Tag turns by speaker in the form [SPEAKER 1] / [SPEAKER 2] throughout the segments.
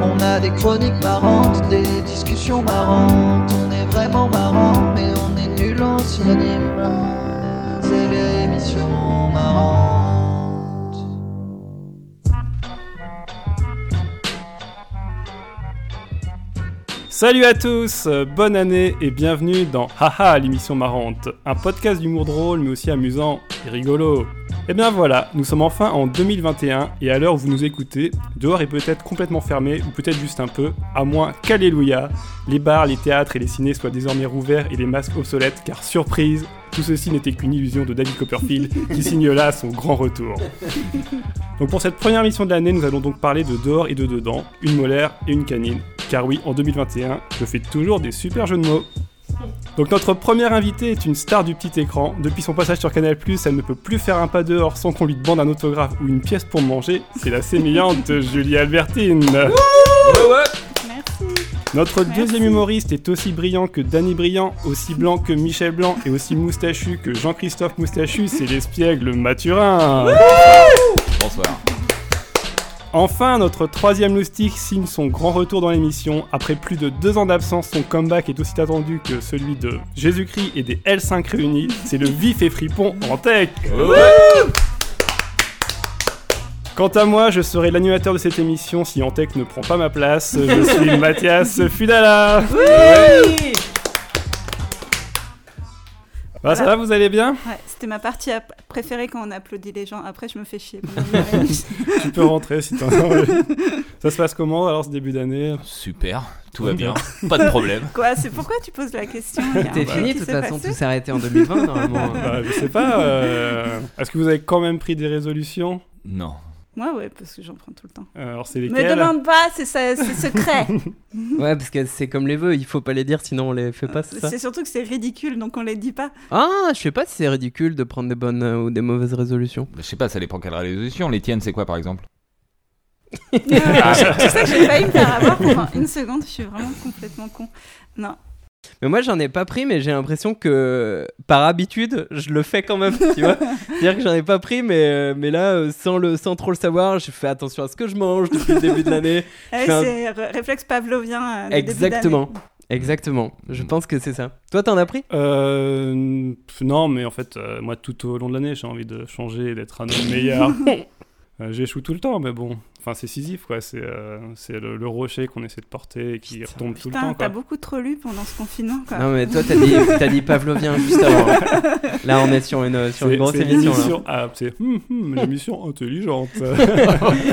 [SPEAKER 1] On a des chroniques marrantes, des discussions marrantes. On est vraiment marrant, mais on est nul en synonyme. C'est l'émission marrante.
[SPEAKER 2] Salut à tous, euh, bonne année et bienvenue dans Haha l'émission marrante, un podcast d'humour drôle mais aussi amusant et rigolo. Et bien voilà, nous sommes enfin en 2021 et à l'heure où vous nous écoutez, dehors est peut-être complètement fermé ou peut-être juste un peu, à moins qu'alléluia, les bars, les théâtres et les cinés soient désormais rouverts et les masques obsolètes car surprise, tout ceci n'était qu'une illusion de David Copperfield qui signe là son grand retour. Donc pour cette première mission de l'année, nous allons donc parler de dehors et de dedans, une molaire et une canine. Car oui, en 2021, je fais toujours des super jeux de mots. Donc notre première invitée est une star du petit écran. Depuis son passage sur Canal+, elle ne peut plus faire un pas dehors sans qu'on lui demande un autographe ou une pièce pour manger. C'est la sémillante Julie Albertine.
[SPEAKER 3] Merci.
[SPEAKER 2] Notre
[SPEAKER 3] Merci.
[SPEAKER 2] deuxième humoriste est aussi brillant que Danny Brillant, aussi blanc que Michel Blanc et aussi moustachu que Jean-Christophe Moustachu, c'est l'espiègle Mathurin.
[SPEAKER 4] Bonsoir.
[SPEAKER 2] Enfin, notre troisième loustique signe son grand retour dans l'émission. Après plus de deux ans d'absence, son comeback est aussi attendu que celui de Jésus-Christ et des L5 réunis. C'est le vif et fripon en tech. Quant à moi, je serai l'animateur de cette émission si Antec ne prend pas ma place. Je suis Mathias Fudala. Bah, ça va, vous allez bien
[SPEAKER 3] Ouais, c'était ma partie à- préférée quand on applaudit les gens. Après, je me fais chier. pendant une heure et demie.
[SPEAKER 2] Tu peux rentrer si t'en as envie. Ça se passe comment alors ce début d'année
[SPEAKER 4] Super, tout va bien, pas de problème.
[SPEAKER 3] Quoi C'est pourquoi tu poses la question Il y a un
[SPEAKER 5] T'es
[SPEAKER 3] truc Ah
[SPEAKER 5] fini,
[SPEAKER 3] bah, qui
[SPEAKER 5] de toute
[SPEAKER 3] s'est
[SPEAKER 5] façon,
[SPEAKER 3] passé
[SPEAKER 5] tout s'est arrêté en 2020, normalement.
[SPEAKER 2] Bah, Je sais pas. euh, Est-ce que vous avez quand même pris des résolutions Euh,
[SPEAKER 4] Non.
[SPEAKER 3] Moi, ouais, parce que j'en prends tout le temps.
[SPEAKER 2] Alors c'est
[SPEAKER 3] Me
[SPEAKER 2] lesquelles
[SPEAKER 3] demande pas, c'est ça- c'est secret.
[SPEAKER 5] Ouais, parce que c'est comme les vœux, il faut pas les dire, sinon on les fait pas, c'est ça
[SPEAKER 3] c'est surtout que c'est ridicule, donc on les dit pas.
[SPEAKER 5] Ah, je sais pas si c'est ridicule de prendre des bonnes euh, ou des mauvaises résolutions.
[SPEAKER 4] bah, Je sais pas, ça dépend quelle résolution. Les tiennes, c'est quoi par exemple
[SPEAKER 3] tu sais que j'ai failli me faire avoir pendant une seconde. Je suis vraiment complètement con.
[SPEAKER 5] Mais moi, j'en ai pas pris, mais j'ai l'impression que par habitude, je le fais quand même, tu vois. C'est-à-dire que j'en ai pas pris, mais, euh, mais là, euh, sans, le, sans trop le savoir, je fais attention à ce que je mange depuis le début de l'année.
[SPEAKER 3] Ouais,
[SPEAKER 5] fais un-
[SPEAKER 3] Eh, c'est r- réflexe pavlovien. euh, de début
[SPEAKER 5] Exactement. Exactement. Je
[SPEAKER 4] Mm.
[SPEAKER 5] pense que c'est ça. Toi, t'en as pris
[SPEAKER 2] Euh, pff, non, mais en fait, euh, moi, tout au long de l'année, j'ai envie de changer, d'être un homme meilleur. Euh, J'échoue tout le temps, mais bon. Enfin, c'est Sisyphe, quoi. C'est euh, c'est le, le rocher qu'on essaie de porter et qui
[SPEAKER 5] Putain,
[SPEAKER 2] retombe tout le
[SPEAKER 3] Putain,
[SPEAKER 2] temps, quoi.
[SPEAKER 3] t'as beaucoup trop lu pendant ce confinement. Quoi.
[SPEAKER 5] Non, mais toi, t'as dit, t'as dit Pavlovien juste avant. Là, on est sur une, sur une
[SPEAKER 2] C'est-
[SPEAKER 5] grosse
[SPEAKER 2] c'est
[SPEAKER 5] émission. là.
[SPEAKER 2] l'émission- ah, c'est hum, hum, l'émission intelligente.
[SPEAKER 3] Vous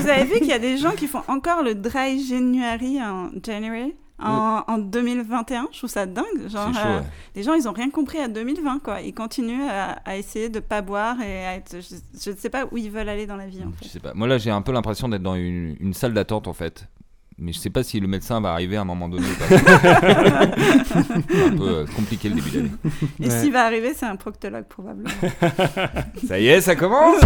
[SPEAKER 3] avez vu qu'il y a des gens qui font encore le dry January en January en, en 2021, je trouve ça dingue. Genre,
[SPEAKER 4] C'est chaud.
[SPEAKER 3] euh,
[SPEAKER 4] ouais.
[SPEAKER 3] les gens, ils ont rien compris à 2020, quoi. Ils continuent à, à essayer de pas boire et à être. je- Je ne sais pas où ils veulent aller dans la vie, en
[SPEAKER 4] Je
[SPEAKER 3] fait.
[SPEAKER 4] sais pas. Moi là, j'ai un peu l'impression d'être dans une, une salle d'attente en fait. Mais je sais pas si le médecin va arriver à un moment donné. ou pas. C'est un peu euh, compliqué le début d'année.
[SPEAKER 3] Et
[SPEAKER 5] Ouais.
[SPEAKER 3] s'il va arriver, c'est un proctologue, probablement.
[SPEAKER 4] Ça y est, ça commence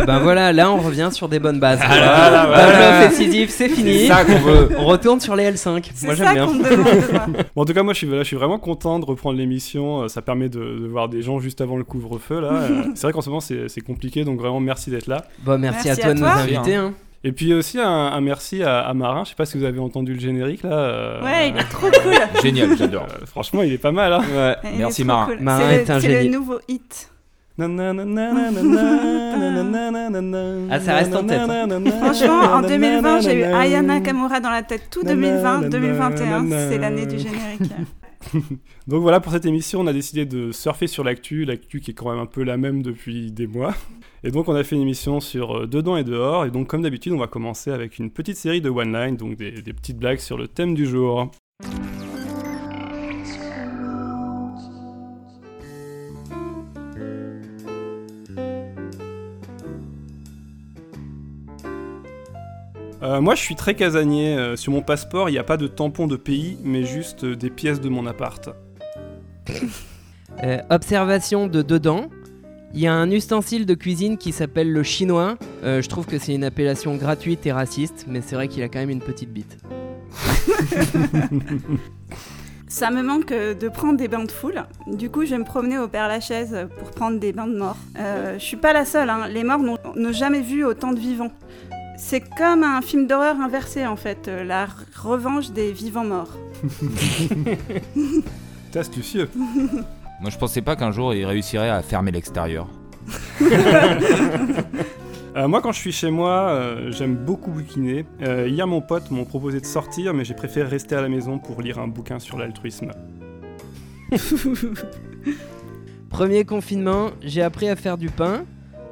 [SPEAKER 5] Eh ben voilà, là on revient sur des bonnes bases.
[SPEAKER 4] Ah là,
[SPEAKER 5] Pavlov
[SPEAKER 4] voilà.
[SPEAKER 5] et Sisyphe, c'est
[SPEAKER 4] C'est
[SPEAKER 5] fini.
[SPEAKER 4] ça qu'on veut.
[SPEAKER 5] On retourne sur les L5.
[SPEAKER 3] C'est
[SPEAKER 5] Moi
[SPEAKER 3] ça
[SPEAKER 5] j'aime
[SPEAKER 3] qu'on me
[SPEAKER 5] bien.
[SPEAKER 3] demande de voir.
[SPEAKER 2] Bon, en tout cas, moi, je suis, là, je suis vraiment content de reprendre l'émission. Euh, Ça permet de, de voir des gens juste avant le couvre-feu, là. Euh, c'est vrai qu'en ce moment, c'est c'est compliqué, donc vraiment, merci d'être là.
[SPEAKER 5] Bon, merci,
[SPEAKER 3] Merci
[SPEAKER 5] à toi
[SPEAKER 3] à
[SPEAKER 5] de
[SPEAKER 3] toi.
[SPEAKER 5] nous inviter. hein.
[SPEAKER 2] Et puis aussi, un, un merci à, à Marin. Je sais pas si vous avez entendu le générique, là. euh,
[SPEAKER 3] Ouais, il est trop cool.
[SPEAKER 4] Génial, j'adore.
[SPEAKER 2] Euh, franchement, il est pas mal. Hein.
[SPEAKER 3] Il est
[SPEAKER 4] Merci,
[SPEAKER 3] trop
[SPEAKER 4] Marin.
[SPEAKER 3] cool.
[SPEAKER 5] Marin
[SPEAKER 3] C'est le-
[SPEAKER 5] est un
[SPEAKER 3] C'est le
[SPEAKER 5] génie.
[SPEAKER 3] nouveau hit.
[SPEAKER 2] Ah,
[SPEAKER 5] Ah, ça reste en tête.
[SPEAKER 3] Franchement, en 2020, j'ai eu Ayana Kamura dans la tête tout 2020, 2021. C'est l'année du générique.
[SPEAKER 2] Donc voilà, pour cette émission, on a décidé de surfer sur l'actu, l'actu qui est quand même un peu la même depuis des mois. Et donc, on a fait une émission sur euh, dedans et dehors. Et donc, comme d'habitude, on va commencer avec une petite série de one-line, donc des, des petites blagues sur le thème du jour. Euh, moi, je suis très casanier. Euh, Sur mon passeport, il n'y a pas de tampon de pays, mais juste euh, des pièces de mon appart.
[SPEAKER 5] Euh, observation de dedans. Il y a un ustensile de cuisine qui s'appelle le chinois. Euh, je trouve que c'est une appellation gratuite et raciste, mais c'est vrai qu'il a quand même une petite bite.
[SPEAKER 3] Ça me manque euh, de prendre des bains de foule. Du coup, je vais me promener au Père Lachaise pour prendre des bains de morts. Euh, je suis pas la seule, hein. les morts n'ont n'ont jamais vu autant de vivants. C'est comme un film d'horreur inversé en fait, euh, la r- revanche des vivants morts.
[SPEAKER 2] T'es astucieux.
[SPEAKER 4] Moi, je pensais pas qu'un jour il réussirait à fermer l'extérieur.
[SPEAKER 2] Euh, moi, quand je suis chez moi, euh, j'aime beaucoup bouquiner. Euh, hier, mon pote m'ont proposé de sortir, mais j'ai préféré rester à la maison pour lire un bouquin sur l'altruisme.
[SPEAKER 5] Premier confinement, j'ai appris à faire du pain.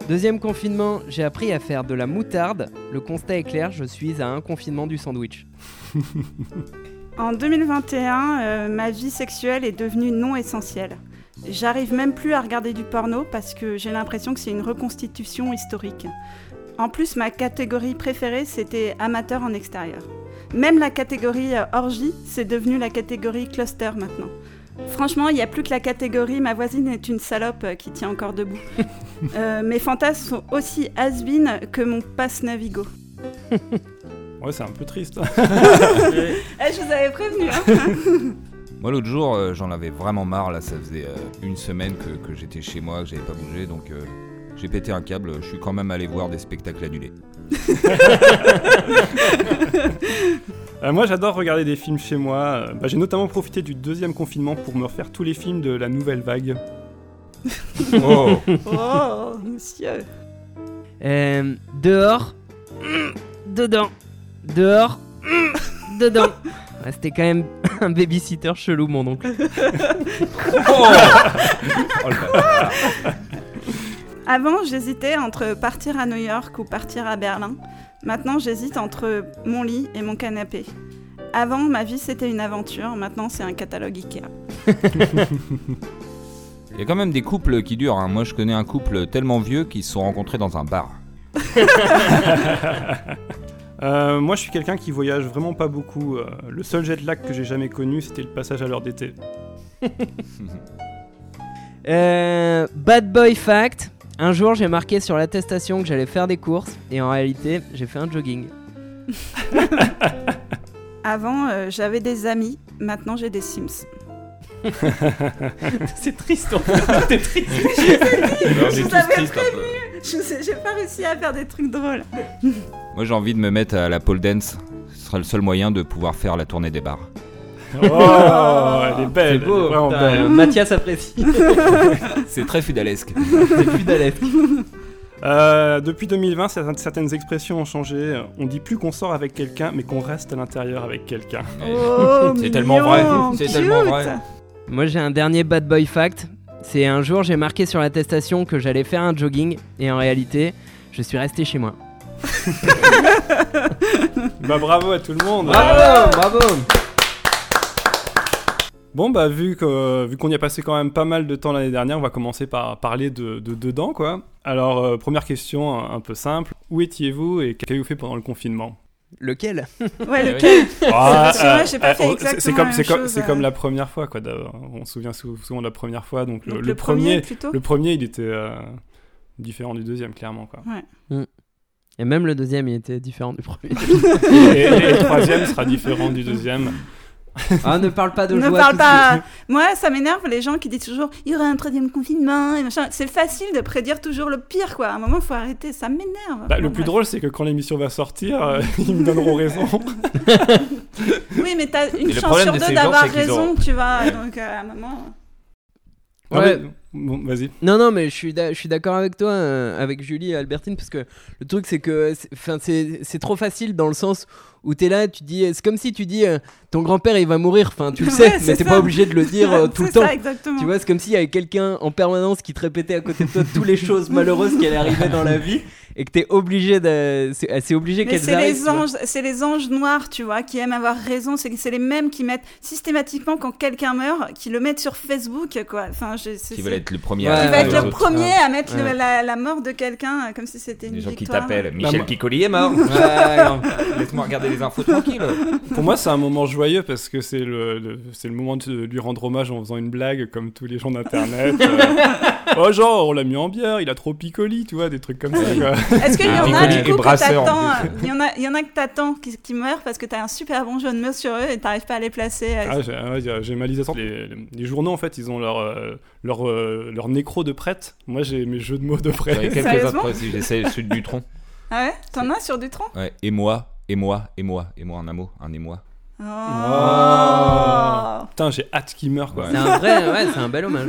[SPEAKER 5] Deuxième confinement, j'ai appris à faire de la moutarde. Le constat est clair, je suis à un confinement du sandwich.
[SPEAKER 3] En 2021, euh, ma vie sexuelle est devenue non essentielle. J'arrive même plus à regarder du porno parce que j'ai l'impression que c'est une reconstitution historique. En plus, ma catégorie préférée, c'était amateur en extérieur. Même la catégorie euh, orgie, c'est devenu la catégorie cluster maintenant. Franchement, il n'y a plus que la catégorie ma voisine est une salope euh, qui tient encore debout. Euh, mes fantasmes sont aussi has que mon passe Navigo.
[SPEAKER 2] Ouais, c'est un peu triste.
[SPEAKER 3] Eh, je vous avais prévenu. hein.
[SPEAKER 4] Moi, l'autre jour, euh, j'en avais vraiment marre. Là, ça faisait euh, une semaine que, que j'étais chez moi, que j'avais pas bougé, donc euh, j'ai pété un câble. Je suis quand même allé voir des spectacles annulés.
[SPEAKER 2] Euh, moi, j'adore regarder des films chez moi. Euh, bah, j'ai notamment profité du deuxième confinement pour me refaire tous les films de la nouvelle vague.
[SPEAKER 4] Oh
[SPEAKER 3] oh, monsieur.
[SPEAKER 5] Euh, dehors, mm, dedans. Dehors, mm, dedans. Ouais, C'était quand même un babysitter chelou, mon oncle.
[SPEAKER 4] Oh, le bâtard.
[SPEAKER 3] Avant, j'hésitais entre partir à New York ou partir à Berlin. Maintenant, j'hésite entre mon lit et mon canapé. Avant, ma vie c'était une aventure, maintenant c'est un catalogue Ikea.
[SPEAKER 4] Il y a quand même des couples qui durent. hein. Moi, je connais un couple tellement vieux qu'ils se sont rencontrés dans un bar.
[SPEAKER 2] Euh, moi, je suis quelqu'un qui voyage vraiment pas beaucoup. Euh, le seul jet lag que j'ai jamais connu, c'était le passage à l'heure d'été.
[SPEAKER 5] Euh, bad boy fact. Un jour, j'ai marqué sur l'attestation que j'allais faire des courses, et en réalité, j'ai fait un jogging.
[SPEAKER 3] Avant, euh, j'avais des amis, maintenant j'ai des Sims.
[SPEAKER 5] C'est triste, en fait. T'es triste.
[SPEAKER 3] Je vous avais prévenu Je sais- J'ai pas réussi à faire des trucs drôles.
[SPEAKER 4] Moi, j'ai envie de me mettre à la pole dance. Ce sera le seul moyen de pouvoir faire la tournée des bars.
[SPEAKER 2] Oh, elle est belle.
[SPEAKER 5] C'est
[SPEAKER 2] elle est
[SPEAKER 5] beau.
[SPEAKER 2] vraiment
[SPEAKER 5] putain,
[SPEAKER 2] belle.
[SPEAKER 5] Mathias apprécie.
[SPEAKER 4] C'est très fidalesque.
[SPEAKER 5] C'est plus d'aller.
[SPEAKER 2] Euh, depuis 2020, certaines- certaines expressions ont changé. On dit plus qu'on sort avec quelqu'un, mais qu'on reste à l'intérieur avec quelqu'un.
[SPEAKER 3] Oh,
[SPEAKER 4] C'est tellement vrai,
[SPEAKER 3] mignon,
[SPEAKER 4] c'est tellement
[SPEAKER 3] cute.
[SPEAKER 4] vrai.
[SPEAKER 5] Moi j'ai un dernier bad boy fact. C'est un jour j'ai marqué sur l'attestation que j'allais faire un jogging et en réalité je suis resté chez moi.
[SPEAKER 2] Bah, bravo à tout le monde.
[SPEAKER 5] bravo.
[SPEAKER 2] Bon bah vu que vu qu'on y a passé quand même pas mal de temps l'année dernière, on va commencer par parler de, de dedans quoi. Alors euh, première question un, un peu simple, où étiez-vous et qu'avez-vous fait pendant le confinement
[SPEAKER 5] Lequel
[SPEAKER 3] Ouais,
[SPEAKER 4] Eh
[SPEAKER 3] le
[SPEAKER 4] oui.
[SPEAKER 3] cake.
[SPEAKER 2] Ah,
[SPEAKER 3] parce que moi, j'ai pas fait
[SPEAKER 2] on-
[SPEAKER 3] exactement
[SPEAKER 2] c'est comme
[SPEAKER 3] la
[SPEAKER 2] c'est
[SPEAKER 3] même
[SPEAKER 2] comme
[SPEAKER 3] chose,
[SPEAKER 2] c'est comme
[SPEAKER 3] euh.
[SPEAKER 2] la première fois quoi. d'ailleurs. On se souvient sou- souvent de la première fois donc le,
[SPEAKER 3] Donc,
[SPEAKER 2] le premier
[SPEAKER 3] plutôt.
[SPEAKER 2] le premier il était euh, différent du deuxième clairement quoi.
[SPEAKER 5] Et même le deuxième il était différent du premier.
[SPEAKER 2] Et, et le troisième sera différent du deuxième.
[SPEAKER 5] ah ne parle pas de
[SPEAKER 3] Ne
[SPEAKER 5] joie.
[SPEAKER 3] parle
[SPEAKER 5] tout de
[SPEAKER 3] pas.
[SPEAKER 5] suite.
[SPEAKER 3] Moi, ça m'énerve les gens qui disent toujours il y aura un troisième confinement et machin. C'est facile de prédire toujours le pire, quoi. À un moment, faut arrêter. Ça m'énerve.
[SPEAKER 2] Bah,
[SPEAKER 3] Bon,
[SPEAKER 2] le plus
[SPEAKER 3] bref.
[SPEAKER 2] drôle c'est que quand l'émission va sortir, euh, ils me donneront raison.
[SPEAKER 3] Oui, mais t'as une
[SPEAKER 4] le
[SPEAKER 3] chance
[SPEAKER 4] problème
[SPEAKER 3] sur
[SPEAKER 4] de ces
[SPEAKER 3] deux
[SPEAKER 4] gens,
[SPEAKER 3] d'avoir
[SPEAKER 4] c'est qu'ils
[SPEAKER 3] raison, tu vois. Donc, euh, à un moment.
[SPEAKER 2] Non,
[SPEAKER 5] Ouais.
[SPEAKER 2] mais- bon vas-y.
[SPEAKER 5] Non non mais je suis d'a- je suis d'accord avec toi euh, avec Julie et Albertine parce que le truc c'est que c'est- enfin c'est c'est trop facile dans le sens où t'es là tu dis c'est comme si tu dis euh, ton grand père il va mourir enfin tu le
[SPEAKER 3] Ouais,
[SPEAKER 5] sais mais
[SPEAKER 3] c'est
[SPEAKER 5] t'es
[SPEAKER 3] ça.
[SPEAKER 5] pas obligé de le dire euh, tout le
[SPEAKER 3] C'est
[SPEAKER 5] temps.
[SPEAKER 3] ça, exactement.
[SPEAKER 5] Tu vois, c'est comme s'il y avait quelqu'un en permanence qui te répétait à côté de toi toutes les choses malheureuses qui allaient arriver dans la vie et que t'es obligé de. C'est euh, c'est obligé
[SPEAKER 3] mais
[SPEAKER 5] qu'elles
[SPEAKER 3] c'est
[SPEAKER 5] arrivent. tu
[SPEAKER 3] les
[SPEAKER 5] vois.
[SPEAKER 3] anges, c'est les anges noirs, tu vois, qui aiment avoir raison. C'est c'est les mêmes qui mettent systématiquement quand quelqu'un meurt, qui le mettent sur Facebook, quoi. Enfin, je, c'est-
[SPEAKER 4] Qui
[SPEAKER 3] c'est-
[SPEAKER 4] va être le premier
[SPEAKER 5] Qui
[SPEAKER 4] à
[SPEAKER 3] qui
[SPEAKER 5] Ouais,
[SPEAKER 3] va
[SPEAKER 6] Ah,
[SPEAKER 5] ouais,
[SPEAKER 3] être
[SPEAKER 5] ouais.
[SPEAKER 3] le premier à mettre le-
[SPEAKER 5] Ouais.
[SPEAKER 3] la, la mort de quelqu'un euh, comme si c'était une
[SPEAKER 4] Les gens qui
[SPEAKER 3] victoire.
[SPEAKER 4] t'appellent.
[SPEAKER 2] Bah, moi-
[SPEAKER 4] Michel Piccoli est mort. Laisse-moi regarder les infos tranquille.
[SPEAKER 2] Pour moi, c'est un moment joyeux parce que c'est le, le- c'est le moment de lui rendre hommage en faisant une blague comme tous les gens d'internet. euh. oh genre on l'a mis en bière, il a trop picoli, tu vois, des trucs comme ça. quoi.
[SPEAKER 3] Est-ce qu'il y en a
[SPEAKER 5] Piccoli
[SPEAKER 3] du
[SPEAKER 5] et
[SPEAKER 3] coup que
[SPEAKER 7] Brasseur, en
[SPEAKER 3] t'attends euh, Il y en a, il y en a que t'attends qui, qui meurent parce que t'as un super bon jeu de mots sur eux et t'arrives pas à les placer. euh,
[SPEAKER 2] Ah, j'ai- ah, j'ai j'ai mal dit ça. Les, les journaux, en fait, ils ont leur, euh, leur, euh, leur nécro de prêtre. Moi, j'ai mes jeux de mots de prêtre.
[SPEAKER 7] J'avais quelques
[SPEAKER 3] Sérieusement
[SPEAKER 7] autres aussi, j'essaie celui de Dutron.
[SPEAKER 3] Ah ouais T'en as sur Dutron
[SPEAKER 4] Ouais, et moi, et moi, et moi, et moi en un mot, un et moi.
[SPEAKER 3] oh.
[SPEAKER 2] Oh. Putain, j'ai hâte qu'il meure, quoi.
[SPEAKER 4] Ouais.
[SPEAKER 5] C'est un vrai, ouais, c'est un bel hommage.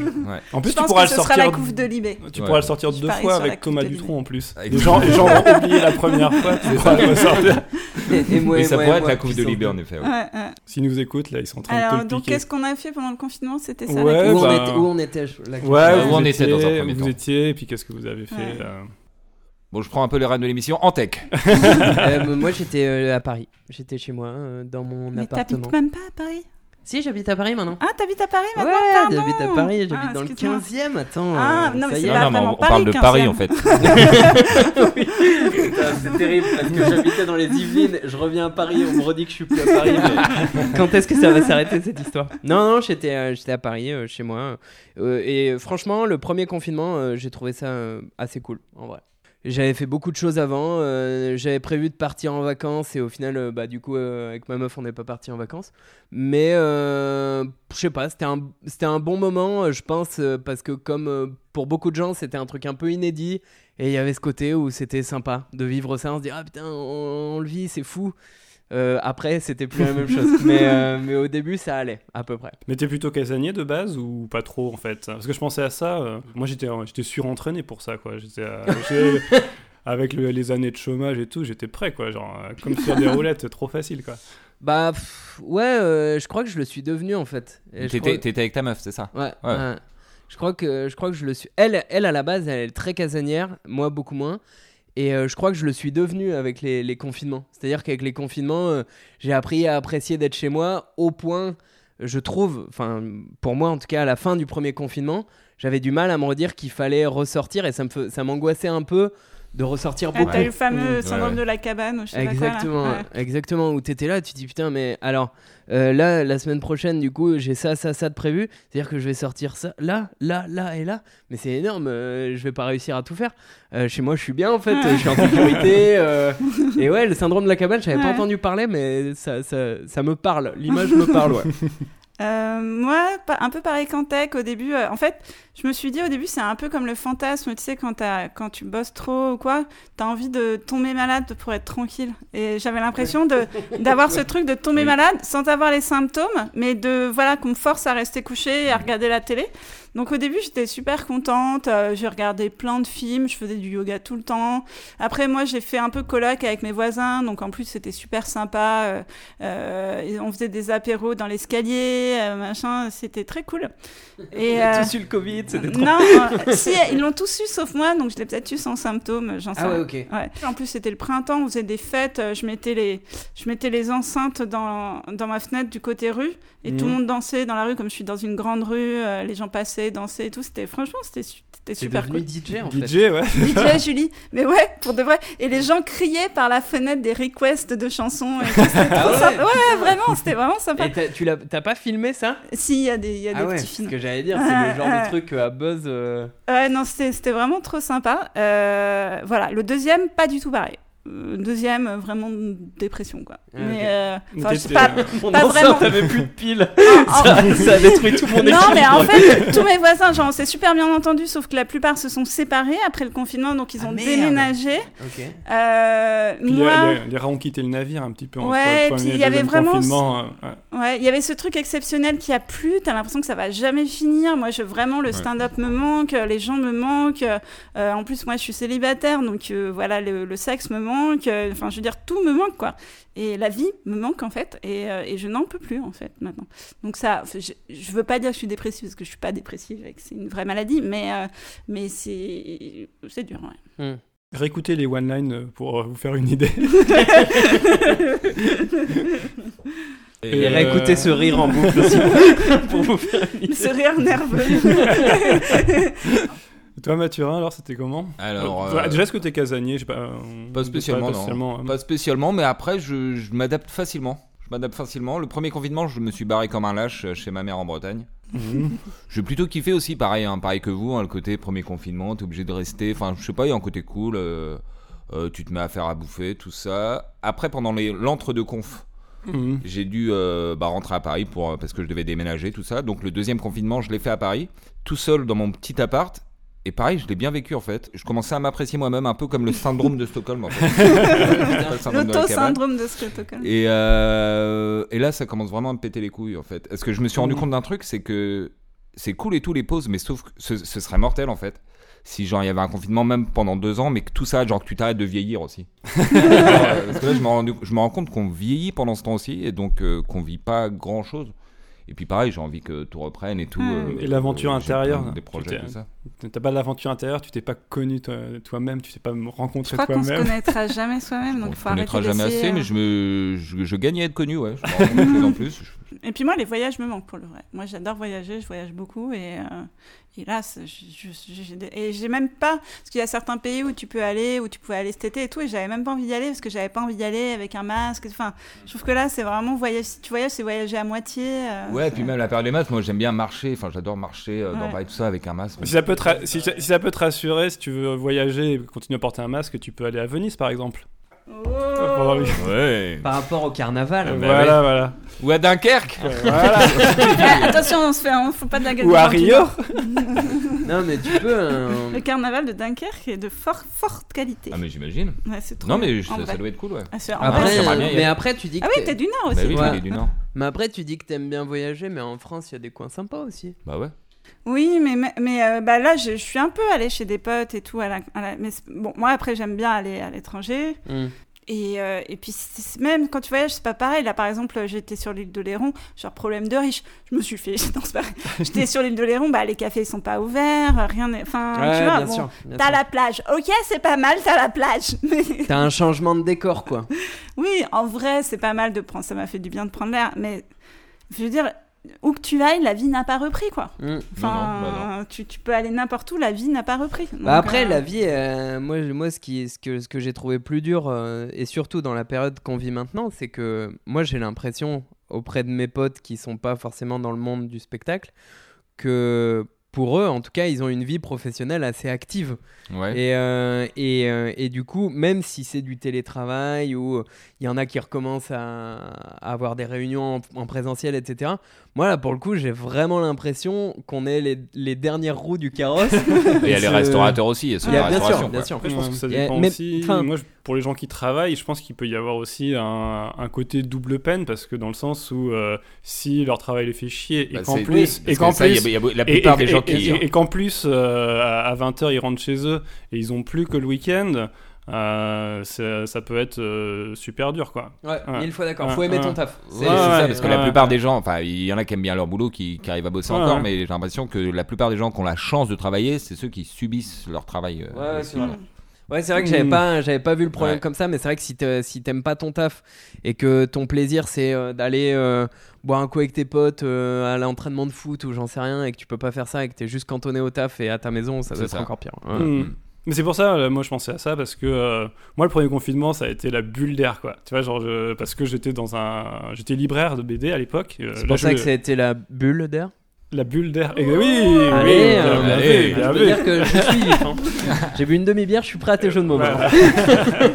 [SPEAKER 2] En plus,
[SPEAKER 3] Je
[SPEAKER 2] tu
[SPEAKER 3] pense
[SPEAKER 2] pourras
[SPEAKER 3] que
[SPEAKER 2] le
[SPEAKER 3] ce sera la
[SPEAKER 2] sortir.
[SPEAKER 3] couve de Libé.
[SPEAKER 2] Tu
[SPEAKER 4] Ouais.
[SPEAKER 2] pourras le sortir
[SPEAKER 3] Je
[SPEAKER 2] deux
[SPEAKER 3] parie
[SPEAKER 2] fois
[SPEAKER 3] sur la
[SPEAKER 2] avec
[SPEAKER 3] coupe
[SPEAKER 2] Thomas
[SPEAKER 3] de
[SPEAKER 2] Dutronc en plus.
[SPEAKER 7] Ah,
[SPEAKER 4] Avec
[SPEAKER 2] Les gens, les gens vont oublier la première fois. Tu pourras le ressortir.
[SPEAKER 5] Et, et moi,
[SPEAKER 4] Mais
[SPEAKER 5] et
[SPEAKER 4] ça
[SPEAKER 5] moi, et
[SPEAKER 4] pourrait être
[SPEAKER 5] moi,
[SPEAKER 4] la coupe de
[SPEAKER 5] qui
[SPEAKER 4] Libé
[SPEAKER 5] sont-
[SPEAKER 4] en effet. ouais.
[SPEAKER 3] Ouais, ouais.
[SPEAKER 2] S'ils nous écoutent, là, ils sont en train de
[SPEAKER 3] Alors,
[SPEAKER 2] te le
[SPEAKER 3] donc
[SPEAKER 2] piquer.
[SPEAKER 3] qu'est-ce qu'on a fait pendant le confinement C'était ça
[SPEAKER 2] Ouais,
[SPEAKER 3] la
[SPEAKER 5] Où,
[SPEAKER 3] question.
[SPEAKER 5] on
[SPEAKER 2] bah-
[SPEAKER 5] était, où on était je- la-
[SPEAKER 2] Ouais,
[SPEAKER 7] Où
[SPEAKER 2] vous,
[SPEAKER 7] Ah, on
[SPEAKER 2] étiez,
[SPEAKER 7] était dans un premier
[SPEAKER 2] vous
[SPEAKER 7] temps.
[SPEAKER 2] étiez, et puis qu'est-ce que vous avez fait
[SPEAKER 3] Ouais.
[SPEAKER 2] euh,
[SPEAKER 4] Bon, je prends un peu les rênes de l'émission en tech.
[SPEAKER 5] Euh, bah, Moi, j'étais euh, à Paris. J'étais chez moi, euh, dans mon
[SPEAKER 3] Mais
[SPEAKER 5] appartement.
[SPEAKER 3] t'habites même pas à Paris
[SPEAKER 5] Si, j'habite à Paris maintenant.
[SPEAKER 3] Ah, t'habites à Paris
[SPEAKER 5] Ouais,
[SPEAKER 3] maintenant pardon.
[SPEAKER 5] j'habite à Paris, j'habite
[SPEAKER 3] Ah,
[SPEAKER 5] dans le
[SPEAKER 3] excuse-moi.
[SPEAKER 5] 15ème. Attends,
[SPEAKER 3] Ah,
[SPEAKER 5] euh,
[SPEAKER 3] non, mais
[SPEAKER 5] ça y
[SPEAKER 3] c'est
[SPEAKER 5] est.
[SPEAKER 3] pas-
[SPEAKER 4] Non, non, mais on,
[SPEAKER 3] vraiment
[SPEAKER 4] on parle de
[SPEAKER 3] Paris,
[SPEAKER 4] Paris
[SPEAKER 3] 15e.
[SPEAKER 4] en fait.
[SPEAKER 5] Putain, c'est terrible parce que j'habitais dans les Yvelines, je reviens à Paris, on me redit que je suis plus à Paris. mais Quand est-ce que ça va s'arrêter cette histoire Non, non, j'étais euh, j'étais à Paris, euh, chez moi. Euh, et franchement, le premier confinement, euh, j'ai trouvé ça euh, assez cool, en vrai. J'avais fait beaucoup de choses avant, euh, j'avais prévu de partir en vacances et au final, euh, bah, du coup, euh, avec ma meuf, on n'est pas parti en vacances. Mais euh, je sais pas, c'était un, c'était un bon moment, euh, je pense, euh, parce que comme euh, pour beaucoup de gens, c'était un truc un peu inédit. Et il y avait ce côté où c'était sympa de vivre ça, on se dit ah putain, on, on le vit, c'est fou. Euh, après, c'était plus la même chose. Mais, euh, mais au début, ça allait, à peu près.
[SPEAKER 2] Mais t'es plutôt casanier de base ou pas trop en fait Parce que je pensais à ça. euh, moi j'étais euh, j'étais surentraîné pour ça quoi. J'étais euh, j'ai- avec le- les années de chômage et tout, j'étais prêt quoi. Genre euh, comme sur des roulettes, trop facile quoi.
[SPEAKER 5] Bah, pff, ouais, euh, je crois que je le suis devenu, en fait. Et je
[SPEAKER 4] T'étais
[SPEAKER 5] crois-
[SPEAKER 4] t'étais avec ta meuf, c'est ça
[SPEAKER 5] Ouais.
[SPEAKER 4] Ouais.
[SPEAKER 5] ouais. Je crois que je crois que je le suis. Elle, elle à la base, elle est très casanière. Moi, beaucoup moins. Et euh, je crois que je le suis devenu avec les, les confinements. C'est-à-dire qu'avec les confinements, euh, j'ai appris à apprécier d'être chez moi au point, je trouve, enfin pour moi en tout cas, à la fin du premier confinement, j'avais du mal à me redire qu'il fallait ressortir et ça me fais- ça m'angoissait un peu de ressortir
[SPEAKER 3] Ah,
[SPEAKER 5] beaucoup.
[SPEAKER 3] t'as eu le fameux
[SPEAKER 4] Ouais,
[SPEAKER 3] syndrome
[SPEAKER 4] ouais.
[SPEAKER 3] de la cabane ou je sais
[SPEAKER 5] Exactement,
[SPEAKER 3] pas quoi. là. Ouais.
[SPEAKER 5] exactement. Où t'étais là, tu te dis putain, mais alors euh, là, la semaine prochaine, du coup, j'ai ça, ça, ça de prévu. C'est-à-dire que je vais sortir ça, là, là, là et là. Mais c'est énorme, euh, je vais pas réussir à tout faire. Euh, chez moi, je suis bien en fait, je suis en sécurité. euh, et ouais, le syndrome de la cabane, j'avais pas
[SPEAKER 3] Ouais.
[SPEAKER 5] entendu parler, mais ça, ça, ça me parle. L'image me parle, ouais.
[SPEAKER 3] Euh, moi, pa- un peu pareil qu'en tech, au début, euh, en fait, je me suis dit au début, c'est un peu comme le fantasme, tu sais, quand, t'as- quand tu bosses trop ou quoi, t'as envie de tomber malade pour être tranquille. Et j'avais l'impression de- d'avoir ce truc de tomber
[SPEAKER 4] Oui.
[SPEAKER 3] malade sans avoir les symptômes, mais de, voilà, qu'on me force à rester couché et à regarder la télé. Donc au début, j'étais super contente, euh, j'ai regardé plein de films, je faisais du yoga tout le temps. Après, moi, j'ai fait un peu coloc avec mes voisins, donc en plus, c'était super sympa. euh, euh, et on faisait des apéros dans l'escalier, euh, machin, c'était très cool. Et, euh,
[SPEAKER 5] Tous eu le Covid, c'était trop.
[SPEAKER 3] non, euh, si, ils l'ont tous eu sauf moi, donc je l'ai peut-être eu sans symptômes, j'en sais
[SPEAKER 5] Ah ouais,
[SPEAKER 3] rien.
[SPEAKER 5] ok.
[SPEAKER 3] Ouais. En plus, c'était le printemps, on faisait des fêtes, euh, je mettais les, je mettais les enceintes dans, dans ma fenêtre du côté rue, et tout le
[SPEAKER 5] Mmh.
[SPEAKER 2] Mhm.
[SPEAKER 3] monde dansait dans la rue, comme je suis dans une grande rue, euh, les gens passaient, dansaient et tout, c'était, franchement, c'était su- c'était
[SPEAKER 5] C'est
[SPEAKER 3] super cool.
[SPEAKER 5] devenu DJ en fait.
[SPEAKER 2] DJ ouais.
[SPEAKER 3] DJ Julie, mais ouais, pour de vrai. Et les gens criaient par la fenêtre des requests de chansons. Et tout, c'était trop
[SPEAKER 5] Ah ouais,
[SPEAKER 3] sympa. Ouais, vraiment, c'était vraiment sympa.
[SPEAKER 5] Et t'as- tu l'as- t'as pas filmé ça
[SPEAKER 3] Si, il y a des, il y a des petits
[SPEAKER 5] ce
[SPEAKER 3] films.
[SPEAKER 5] Ah que j'allais dire,
[SPEAKER 3] Ah,
[SPEAKER 5] c'est le genre
[SPEAKER 3] ah.
[SPEAKER 5] de truc euh, à buzz. euh,
[SPEAKER 3] Ouais, non, c'était c'était vraiment trop sympa. Euh, voilà, le deuxième, pas du tout pareil. Euh, Deuxième, euh, vraiment dépression, quoi.
[SPEAKER 5] Ah,
[SPEAKER 3] Mais,
[SPEAKER 5] ok.
[SPEAKER 3] euh, enfin, je sais
[SPEAKER 2] T'étais,
[SPEAKER 3] pas.
[SPEAKER 2] euh,
[SPEAKER 5] Mon
[SPEAKER 3] Pas
[SPEAKER 5] enceinte
[SPEAKER 3] vraiment.
[SPEAKER 5] avait plus de piles.
[SPEAKER 3] en-
[SPEAKER 5] euh, ça, ça a détruit tout mon équilibre.
[SPEAKER 3] Non, mais en fait, tous mes voisins, genre, on s'est super bien entendu, sauf que la plupart se sont séparés après le confinement, donc ils
[SPEAKER 5] Ah,
[SPEAKER 3] ont
[SPEAKER 5] merde.
[SPEAKER 3] déménagé.
[SPEAKER 5] Ok.
[SPEAKER 3] Euh,
[SPEAKER 2] puis les-
[SPEAKER 3] moi,
[SPEAKER 2] les, les rats ont quitté le navire un petit peu. entre
[SPEAKER 3] Ouais,
[SPEAKER 2] le
[SPEAKER 3] puis
[SPEAKER 2] premier et
[SPEAKER 3] il y avait
[SPEAKER 2] deuxième
[SPEAKER 3] vraiment
[SPEAKER 2] confinement, euh, ouais.
[SPEAKER 3] ouais, il y avait ce truc exceptionnel qui a plu. T'as l'impression que ça va jamais finir. Moi, je vraiment le
[SPEAKER 4] Ouais.
[SPEAKER 3] stand-up me manque, euh, les gens me manquent. Euh, en plus, moi, je suis célibataire, donc euh, voilà, le, le sexe me manque. Euh, Enfin, je veux dire, tout me manque, quoi. Et la vie me manque, en fait. Et, euh, et je n'en peux plus, en fait, maintenant. Donc ça, f- je, je veux pas dire que je suis dépressive, parce que je suis pas dépressive, et que c'est une vraie maladie, mais, euh, mais c'est c'est dur, ouais.
[SPEAKER 2] Réécoutez les one line pour euh, vous faire une idée.
[SPEAKER 5] Et
[SPEAKER 2] Euh,
[SPEAKER 5] réécoutez ce rire en boucle aussi pour vous faire une idée.
[SPEAKER 3] Ce rire nerveux.
[SPEAKER 2] Toi Mathurin alors c'était comment
[SPEAKER 4] Alors,
[SPEAKER 2] Euh, toi,
[SPEAKER 4] euh,
[SPEAKER 2] déjà est-ce que t'es casanier Je sais pas. euh, on-
[SPEAKER 4] Pas spécialement,
[SPEAKER 2] pas
[SPEAKER 4] non.
[SPEAKER 2] spécialement, euh,
[SPEAKER 4] Pas spécialement, mais après, je, je m'adapte facilement. Je m'adapte facilement. Le premier confinement, je me suis barré comme un lâche euh, chez ma mère en Bretagne.
[SPEAKER 2] mhm.
[SPEAKER 4] J'ai plutôt kiffé aussi, pareil, hein, pareil que vous, hein, le côté premier confinement, t'es obligé de rester. Enfin, je sais pas, il y a un côté cool. euh,
[SPEAKER 6] Euh, tu te mets à faire à bouffer, tout ça. Après, pendant les- l'entre-deux conf,
[SPEAKER 2] Mhm.
[SPEAKER 6] j'ai dû euh, bah, rentrer à Paris pour, euh, parce que je devais déménager, tout ça. Donc le deuxième confinement, je l'ai fait à Paris, tout seul dans mon petit appart. Et pareil, je l'ai bien vécu en fait. Je commençais à m'apprécier moi-même, un peu comme le syndrome de Stockholm en fait. Pas le syndrome de la cabane.
[SPEAKER 3] L'auto-syndrome de Stockholm.
[SPEAKER 6] Et, euh, et là, ça commence vraiment à me péter les couilles, en fait. Parce que je me suis rendu
[SPEAKER 2] Mhm.
[SPEAKER 6] compte d'un truc, c'est que c'est cool et tout, les pauses, mais sauf que ce, ce serait mortel, en fait. Si, genre, il y avait un confinement même pendant deux ans, mais que tout ça, genre, que tu t'arrêtes de vieillir aussi. Euh, Parce que là, je me rends, je me rends compte qu'on vieillit pendant ce temps aussi, et donc euh, qu'on vit pas grand-chose. Et puis pareil, j'ai envie que tout reprenne et tout.
[SPEAKER 3] Mhm.
[SPEAKER 6] euh,
[SPEAKER 2] Et l'aventure
[SPEAKER 6] j'ai plein
[SPEAKER 2] intérieure, tu
[SPEAKER 6] Des projets,
[SPEAKER 2] t'es-
[SPEAKER 6] tout ça.
[SPEAKER 2] T'as pas de l'aventure intérieure, tu t'es pas connu toi- toi-même, tu t'es pas
[SPEAKER 3] Je
[SPEAKER 2] rencontré
[SPEAKER 3] crois qu'on se
[SPEAKER 2] toi-même.
[SPEAKER 3] connaîtra jamais soi-même,
[SPEAKER 6] On
[SPEAKER 3] donc
[SPEAKER 6] se
[SPEAKER 3] faut arrêter
[SPEAKER 6] connaîtra jamais
[SPEAKER 3] d'essayer,
[SPEAKER 6] assez, mais
[SPEAKER 3] hein.
[SPEAKER 6] je, me, je, je gagnais à être connu, ouais. Je me rends compte de plus en plus. Je-
[SPEAKER 3] Et puis moi, les voyages me manquent pour le vrai. Moi, j'adore voyager, je voyage beaucoup et, euh, et là, c'est- je- je- j'ai des- et j'ai même pas parce qu'il y a certains pays où tu peux aller, où tu pouvais aller cet été et tout, et j'avais même pas envie d'y aller parce que j'avais pas envie d'y aller avec un masque. Enfin, je trouve que là, c'est vraiment voyage. Si tu voyages, c'est voyager à moitié. euh,
[SPEAKER 6] Ah, Ouais, puis même la période des masques, moi j'aime bien marcher, enfin j'adore marcher euh, dans
[SPEAKER 3] Ouais.
[SPEAKER 6] Paris, tout ça avec un masque.
[SPEAKER 2] Si ça, peut te ra- si, ça- si ça peut te rassurer, si tu veux voyager et continuer à porter un masque, tu peux aller à Venise par exemple.
[SPEAKER 3] Oh.
[SPEAKER 6] Ouais.
[SPEAKER 5] Par rapport au
[SPEAKER 4] Ah, bah
[SPEAKER 2] Euh,
[SPEAKER 5] carnaval.
[SPEAKER 2] voilà, voilà.
[SPEAKER 6] Ou à Dunkerque
[SPEAKER 2] Euh, voilà.
[SPEAKER 3] Ah, attention, on se fait, on faut pas de la gueule
[SPEAKER 2] Ou
[SPEAKER 3] des
[SPEAKER 2] à
[SPEAKER 3] gens qui
[SPEAKER 2] Rio.
[SPEAKER 3] meurent.
[SPEAKER 5] Non, mais tu peux. hein.
[SPEAKER 3] Le carnaval de Dunkerque est de fort, forte qualité.
[SPEAKER 6] Ah, mais j'imagine.
[SPEAKER 3] Ouais, c'est trop
[SPEAKER 6] Non, mais
[SPEAKER 3] en
[SPEAKER 6] ça,
[SPEAKER 3] vrai.
[SPEAKER 6] ça doit être cool, ouais.
[SPEAKER 3] Ah, c'est- en vrai,
[SPEAKER 5] Après,
[SPEAKER 3] c'est-
[SPEAKER 6] j'aimerais bien y
[SPEAKER 5] euh,
[SPEAKER 6] aller.
[SPEAKER 5] mais après, tu dis que.
[SPEAKER 3] Ah oui,
[SPEAKER 5] t'es-
[SPEAKER 3] t'es du Nord
[SPEAKER 6] Bah
[SPEAKER 3] aussi.
[SPEAKER 6] oui,
[SPEAKER 5] Ouais.
[SPEAKER 6] il est du Nord.
[SPEAKER 5] mais après, tu dis que t'aimes bien voyager, mais en France, il y a des coins sympas aussi.
[SPEAKER 6] Bah ouais.
[SPEAKER 3] Oui, mais, mais- mais euh, bah, là, je, je suis un peu allée chez des potes et tout. À la, à la- mais c'est- bon, moi, après, j'aime bien aller à l'étranger.
[SPEAKER 5] Hmm.
[SPEAKER 3] Et, euh, et puis, c'est- c'est- même quand tu voyages, c'est pas pareil. Là, par exemple, j'étais sur l'île de Léron, genre problème de riche. Je me suis fait. Non, c'est pas vrai. J'étais sur l'île de Léron, bah, les cafés ils sont pas ouverts, rien n'est. Enfin, Ah, tu vois,
[SPEAKER 5] bien
[SPEAKER 3] bon,
[SPEAKER 5] sûr. bien
[SPEAKER 3] T'as
[SPEAKER 5] sûr.
[SPEAKER 3] la plage. Ok, c'est pas mal, t'as la plage. Mais-
[SPEAKER 5] T'as un changement de décor, quoi.
[SPEAKER 3] oui, en vrai, c'est pas mal de prendre. Ça m'a fait du bien de prendre l'air. Mais je veux dire, où que tu ailles, la vie n'a pas repris, quoi.
[SPEAKER 5] Mm.
[SPEAKER 3] Enfin,
[SPEAKER 6] Non, non, bah
[SPEAKER 3] Tu, tu peux aller n'importe où, la vie n'a pas repris. Donc,
[SPEAKER 5] Bah après,
[SPEAKER 3] euh,
[SPEAKER 5] la vie, euh, moi, je- moi, ce, qui, ce que, ce que j'ai trouvé plus dur, euh, et surtout dans la période qu'on vit maintenant, c'est que moi, j'ai l'impression, auprès de mes potes qui sont pas forcément dans le monde du spectacle, que pour eux, en tout cas, ils ont une vie professionnelle assez active.
[SPEAKER 6] Ouais.
[SPEAKER 5] Et, euh, et, euh, et du coup, même si c'est du télétravail ou euh, il y en a qui recommencent à, à avoir des réunions en, en présentiel, etc., moi là pour le coup, j'ai vraiment l'impression qu'on est les, les dernières roues du carrosse.
[SPEAKER 6] Et il y a les
[SPEAKER 5] ce-
[SPEAKER 6] restaurateurs aussi, et
[SPEAKER 5] Il y a- bien sûr,
[SPEAKER 6] restauration.
[SPEAKER 5] bien sûr.
[SPEAKER 2] Après, je pense que ça
[SPEAKER 5] Il y a-
[SPEAKER 2] dépend
[SPEAKER 5] mais,
[SPEAKER 2] aussi.
[SPEAKER 5] enfin-
[SPEAKER 2] Moi, je- pour les gens qui travaillent, je pense qu'il peut y avoir aussi un, un côté double peine parce que dans le sens où euh, si leur travail les fait chier et
[SPEAKER 6] Bah,
[SPEAKER 2] qu'en plus, et qu'en plus,
[SPEAKER 6] la
[SPEAKER 2] et-
[SPEAKER 6] plupart
[SPEAKER 2] et-
[SPEAKER 6] des gens
[SPEAKER 2] et-
[SPEAKER 6] qui.
[SPEAKER 2] et- et qu'en plus, euh, à- à 20h, ils rentrent chez eux et ils ont plus que le week-end. euh, ça, ça peut être euh, super dur quoi.
[SPEAKER 5] Ouais,
[SPEAKER 2] Ouais.
[SPEAKER 5] mille fois d'accord.
[SPEAKER 2] Ouais,
[SPEAKER 5] Faut aimer
[SPEAKER 2] ouais.
[SPEAKER 5] ton taf.
[SPEAKER 6] C'est
[SPEAKER 5] C'est-
[SPEAKER 6] c'est
[SPEAKER 2] Ouais,
[SPEAKER 6] ça,
[SPEAKER 2] ouais,
[SPEAKER 6] parce que la
[SPEAKER 2] ouais.
[SPEAKER 6] plupart des gens, enfin, il y en a qui aiment bien leur boulot, qui, qui arrivent à bosser
[SPEAKER 2] Ouais,
[SPEAKER 6] encore,
[SPEAKER 2] ouais.
[SPEAKER 6] mais j'ai l'impression que la plupart des gens qui ont la chance de travailler, c'est ceux qui subissent leur travail. euh,
[SPEAKER 5] Ouais, ouais,
[SPEAKER 3] hmm.
[SPEAKER 6] aussi.
[SPEAKER 5] c'est vrai. Ouais, c'est vrai que j'avais
[SPEAKER 2] Mm.
[SPEAKER 5] pas, j'avais pas vu le problème
[SPEAKER 6] Ouais.
[SPEAKER 5] comme ça, mais c'est vrai que si t'es- si t'aimes pas ton taf et que ton plaisir c'est euh, d'aller euh, boire un coup avec tes potes euh, à l'entraînement de foot ou j'en sais rien et que tu peux pas faire ça et que t'es juste cantonné au taf et à ta maison, ça doit
[SPEAKER 6] C'est
[SPEAKER 5] être
[SPEAKER 6] ça.
[SPEAKER 5] encore pire. hein.
[SPEAKER 6] Ouais. Hmm.
[SPEAKER 5] Ouais.
[SPEAKER 2] Mm. Mais c'est pour ça, euh, moi je pensais à ça parce que euh, moi le premier confinement ça a été la bulle d'air quoi. Tu vois genre je- parce que j'étais dans un j'étais libraire de BD à l'époque. euh,
[SPEAKER 5] C'est
[SPEAKER 2] là,
[SPEAKER 5] pour ça
[SPEAKER 2] je-
[SPEAKER 5] que ça a été la bulle d'air.
[SPEAKER 2] La bulle d'air. Eh oui, oui,
[SPEAKER 5] Allez,
[SPEAKER 2] bien
[SPEAKER 5] euh,
[SPEAKER 2] vu,
[SPEAKER 6] allez,
[SPEAKER 5] Je
[SPEAKER 2] bien
[SPEAKER 5] veux
[SPEAKER 2] vu.
[SPEAKER 5] dire que je suis vif, hein. J'ai bu une demi-bière, je suis prêt à tes jeux de mots.
[SPEAKER 2] Voilà.
[SPEAKER 5] maintenant.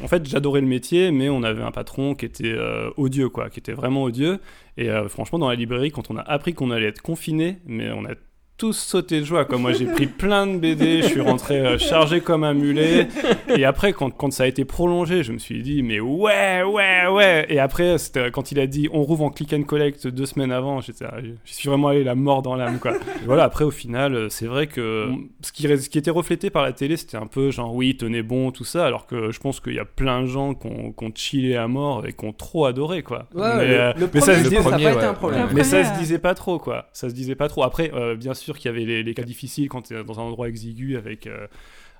[SPEAKER 2] en fait, j'adorais le métier, mais on avait un patron qui était euh, odieux, quoi, qui était vraiment odieux. Et euh, franchement, dans la librairie, quand on a appris qu'on allait être confiné, mais on a tous sauté de joie. Quoi. Moi, j'ai pris plein de BD, je suis rentré euh, chargé comme un mulet. Et après, quand, quand ça a été prolongé, je me suis dit, mais ouais, ouais, ouais. Et après, c'était, euh, quand il a dit, on rouvre en click and collect deux semaines avant, j'étais, ah, je suis vraiment allé la mort dans l'âme, quoi. Et voilà, après, au final, euh, c'est vrai que on- ce qui, ré- ce qui était reflété par la télé, c'était un peu genre, oui, tenez bon, tout ça, alors que je pense qu'il y a plein de gens qui ont, qui ont chillé à mort et qui ont trop adoré, quoi.
[SPEAKER 5] Ouais,
[SPEAKER 2] Mais,
[SPEAKER 5] le,
[SPEAKER 2] euh,
[SPEAKER 5] le
[SPEAKER 2] mais
[SPEAKER 5] premier,
[SPEAKER 2] ça se
[SPEAKER 5] je
[SPEAKER 2] dit-
[SPEAKER 5] pense, ça a
[SPEAKER 6] premier,
[SPEAKER 5] pas été
[SPEAKER 6] ouais.
[SPEAKER 5] un problème.
[SPEAKER 3] Ouais.
[SPEAKER 2] mais ça
[SPEAKER 3] Après,
[SPEAKER 2] se disait pas trop, quoi. Ça se disait pas trop. Après, euh, bien sûr qu'il y avait les, les cas difficiles quand tu es dans un endroit exigu avec, euh,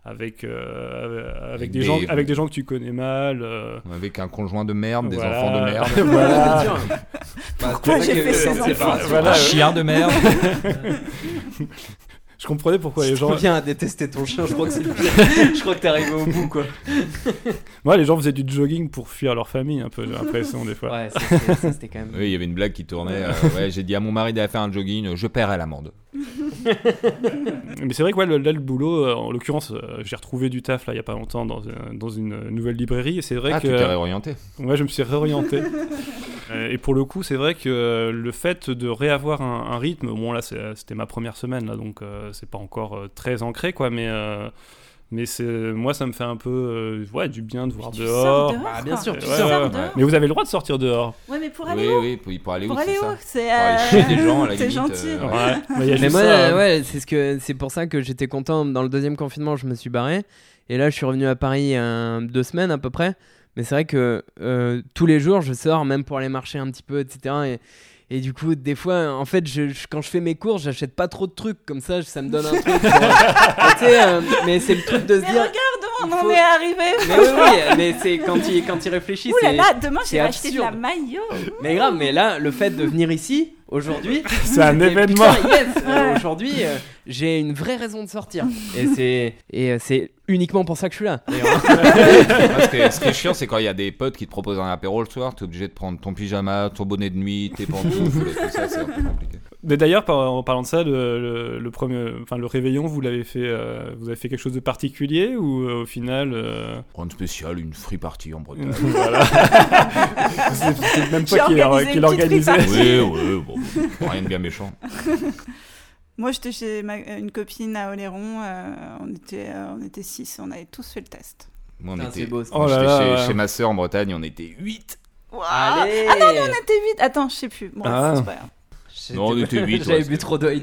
[SPEAKER 2] avec, euh, avec,
[SPEAKER 6] Avec
[SPEAKER 2] des
[SPEAKER 6] des-
[SPEAKER 2] gens, avec des gens que tu connais mal. euh,
[SPEAKER 6] Avec un conjoint de merde, des
[SPEAKER 2] voilà.
[SPEAKER 6] enfants de merde.
[SPEAKER 2] Voilà.
[SPEAKER 5] Bien sûr.
[SPEAKER 3] Pourquoi j'ai fait
[SPEAKER 2] c'est
[SPEAKER 3] ces
[SPEAKER 2] pas-
[SPEAKER 6] Ah,
[SPEAKER 3] enfants
[SPEAKER 2] voilà,
[SPEAKER 6] un
[SPEAKER 2] ouais.
[SPEAKER 6] chien de merde.
[SPEAKER 2] Je Je comprenais pourquoi les
[SPEAKER 5] Je
[SPEAKER 2] gens.
[SPEAKER 5] reviens à détester ton chien, je crois que c'est le pire. je crois que t'es arrivé au bout, quoi.
[SPEAKER 2] Moi, les gens faisaient du jogging pour fuir leur famille, un peu, j'ai l'impression, des fois.
[SPEAKER 5] Ouais, ça, c'était- ça, c'était quand même.
[SPEAKER 6] Oui, il y avait une blague qui tournait. euh, ouais, j'ai dit à mon mari d'aller faire un jogging, je paierai l'amende.
[SPEAKER 2] Mais c'est vrai que ouais, le- là, le boulot, euh, en l'occurrence, euh, j'ai retrouvé du taf là, il n'y a pas longtemps dans, un- dans une nouvelle librairie. Et c'est vrai
[SPEAKER 6] Ah, tu
[SPEAKER 2] que.
[SPEAKER 6] t'es réorienté.
[SPEAKER 2] Ouais, je me suis réorienté. Euh, et pour le coup, c'est vrai que euh, le fait de réavoir un, un rythme, bon là c'est- euh, c'était ma première semaine là, donc euh, c'est pas encore euh, très ancré quoi, mais euh, mais c'est moi ça me fait un peu euh, ouais du bien de voir
[SPEAKER 8] Tu
[SPEAKER 2] dehors.
[SPEAKER 8] sors dehors.
[SPEAKER 5] Ah, bien
[SPEAKER 8] quoi.
[SPEAKER 5] sûr, tu
[SPEAKER 8] tu
[SPEAKER 2] sors.
[SPEAKER 8] sors
[SPEAKER 2] Ouais,
[SPEAKER 8] dehors.
[SPEAKER 2] Mais vous avez le droit de sortir dehors.
[SPEAKER 8] Ouais, mais pour aller
[SPEAKER 6] Oui,
[SPEAKER 8] où
[SPEAKER 6] oui, pour, pour aller
[SPEAKER 8] Pour
[SPEAKER 6] où
[SPEAKER 8] aller
[SPEAKER 6] c'est ça
[SPEAKER 8] où C'est.
[SPEAKER 6] Pour
[SPEAKER 3] Ah,
[SPEAKER 6] aller
[SPEAKER 8] euh,
[SPEAKER 6] chier des gens à la
[SPEAKER 8] T'es
[SPEAKER 6] limite.
[SPEAKER 8] gentil.
[SPEAKER 6] euh,
[SPEAKER 2] Ouais. Mais il y a
[SPEAKER 5] Mais
[SPEAKER 2] juste
[SPEAKER 5] moi,
[SPEAKER 2] ça. hein.
[SPEAKER 5] euh, ouais, c'est ce que c'est pour ça que j'étais content. Dans le deuxième confinement, je me suis barré. Et là, je suis revenu à Paris euh, deux semaines à peu près. Mais c'est vrai que euh, tous les jours, je sors, même pour aller marcher un petit peu, etc. Et, et du coup, des fois, en fait, je, je- quand je fais mes cours, j'achète pas trop de trucs. Comme ça, ça me donne un truc. pour- Tu sais, euh, mais c'est le truc de se
[SPEAKER 8] Mais
[SPEAKER 5] dire.
[SPEAKER 8] regarde où on
[SPEAKER 5] il
[SPEAKER 8] en
[SPEAKER 5] faut-
[SPEAKER 8] est arrivé
[SPEAKER 5] Mais oui, oui, mais c'est quand il, quand il réfléchit.
[SPEAKER 8] Ouh là
[SPEAKER 5] c'est-
[SPEAKER 8] là, demain j'ai
[SPEAKER 5] c'est
[SPEAKER 8] acheté de la
[SPEAKER 5] absurde.
[SPEAKER 8] maillot
[SPEAKER 5] Mais grave, mais là, le fait de venir ici, aujourd'hui,
[SPEAKER 2] C'est un
[SPEAKER 5] Et
[SPEAKER 2] événement.
[SPEAKER 5] putain, yes, euh, Aujourd'hui, euh, j'ai une vraie raison de sortir. Et c'est et euh, c'est uniquement pour ça que je suis là. d'ailleurs.
[SPEAKER 6] Moi, Ah, ce, qui est, ce qui est chiant, c'est quand il y a des potes qui te proposent un apéro le soir, t'es obligé de prendre ton pyjama, ton bonnet de nuit, tes pantoufles, tout ça, c'est un peu compliqué.
[SPEAKER 2] Mais d'ailleurs, par- en parlant de ça, le, le- le premier, enfin le réveillon, vous l'avez fait, euh, vous avez fait quelque chose de particulier ou euh, au final, euh,
[SPEAKER 6] Rendre spécial, une free party en Bretagne.
[SPEAKER 2] voilà. c'est c'est même
[SPEAKER 8] J'ai
[SPEAKER 2] pas qui l'a-
[SPEAKER 8] organisé
[SPEAKER 2] qui
[SPEAKER 8] une
[SPEAKER 2] l'a
[SPEAKER 8] petite
[SPEAKER 2] organisé.
[SPEAKER 8] frite
[SPEAKER 6] oui, oui, bon, rien de bien méchant.
[SPEAKER 3] Moi, j'étais chez ma- une copine à Oléron. euh, on, était, euh, on était six, on avait tous fait le test.
[SPEAKER 6] Moi, on
[SPEAKER 5] Putain,
[SPEAKER 6] était,
[SPEAKER 5] c'est beau, ça.
[SPEAKER 2] Oh là
[SPEAKER 6] j'étais
[SPEAKER 2] là,
[SPEAKER 6] chez,
[SPEAKER 2] ouais.
[SPEAKER 6] chez ma sœur en Bretagne, on était 8.
[SPEAKER 8] Ah
[SPEAKER 5] Allez
[SPEAKER 8] non, non, on était vite. Attends, je sais plus. Bon,
[SPEAKER 2] Ah.
[SPEAKER 8] c'est pas grave.
[SPEAKER 5] J'étais-
[SPEAKER 6] Non, on était huit, ouais,
[SPEAKER 5] J'avais bu
[SPEAKER 6] c'était-
[SPEAKER 5] trop d'œil.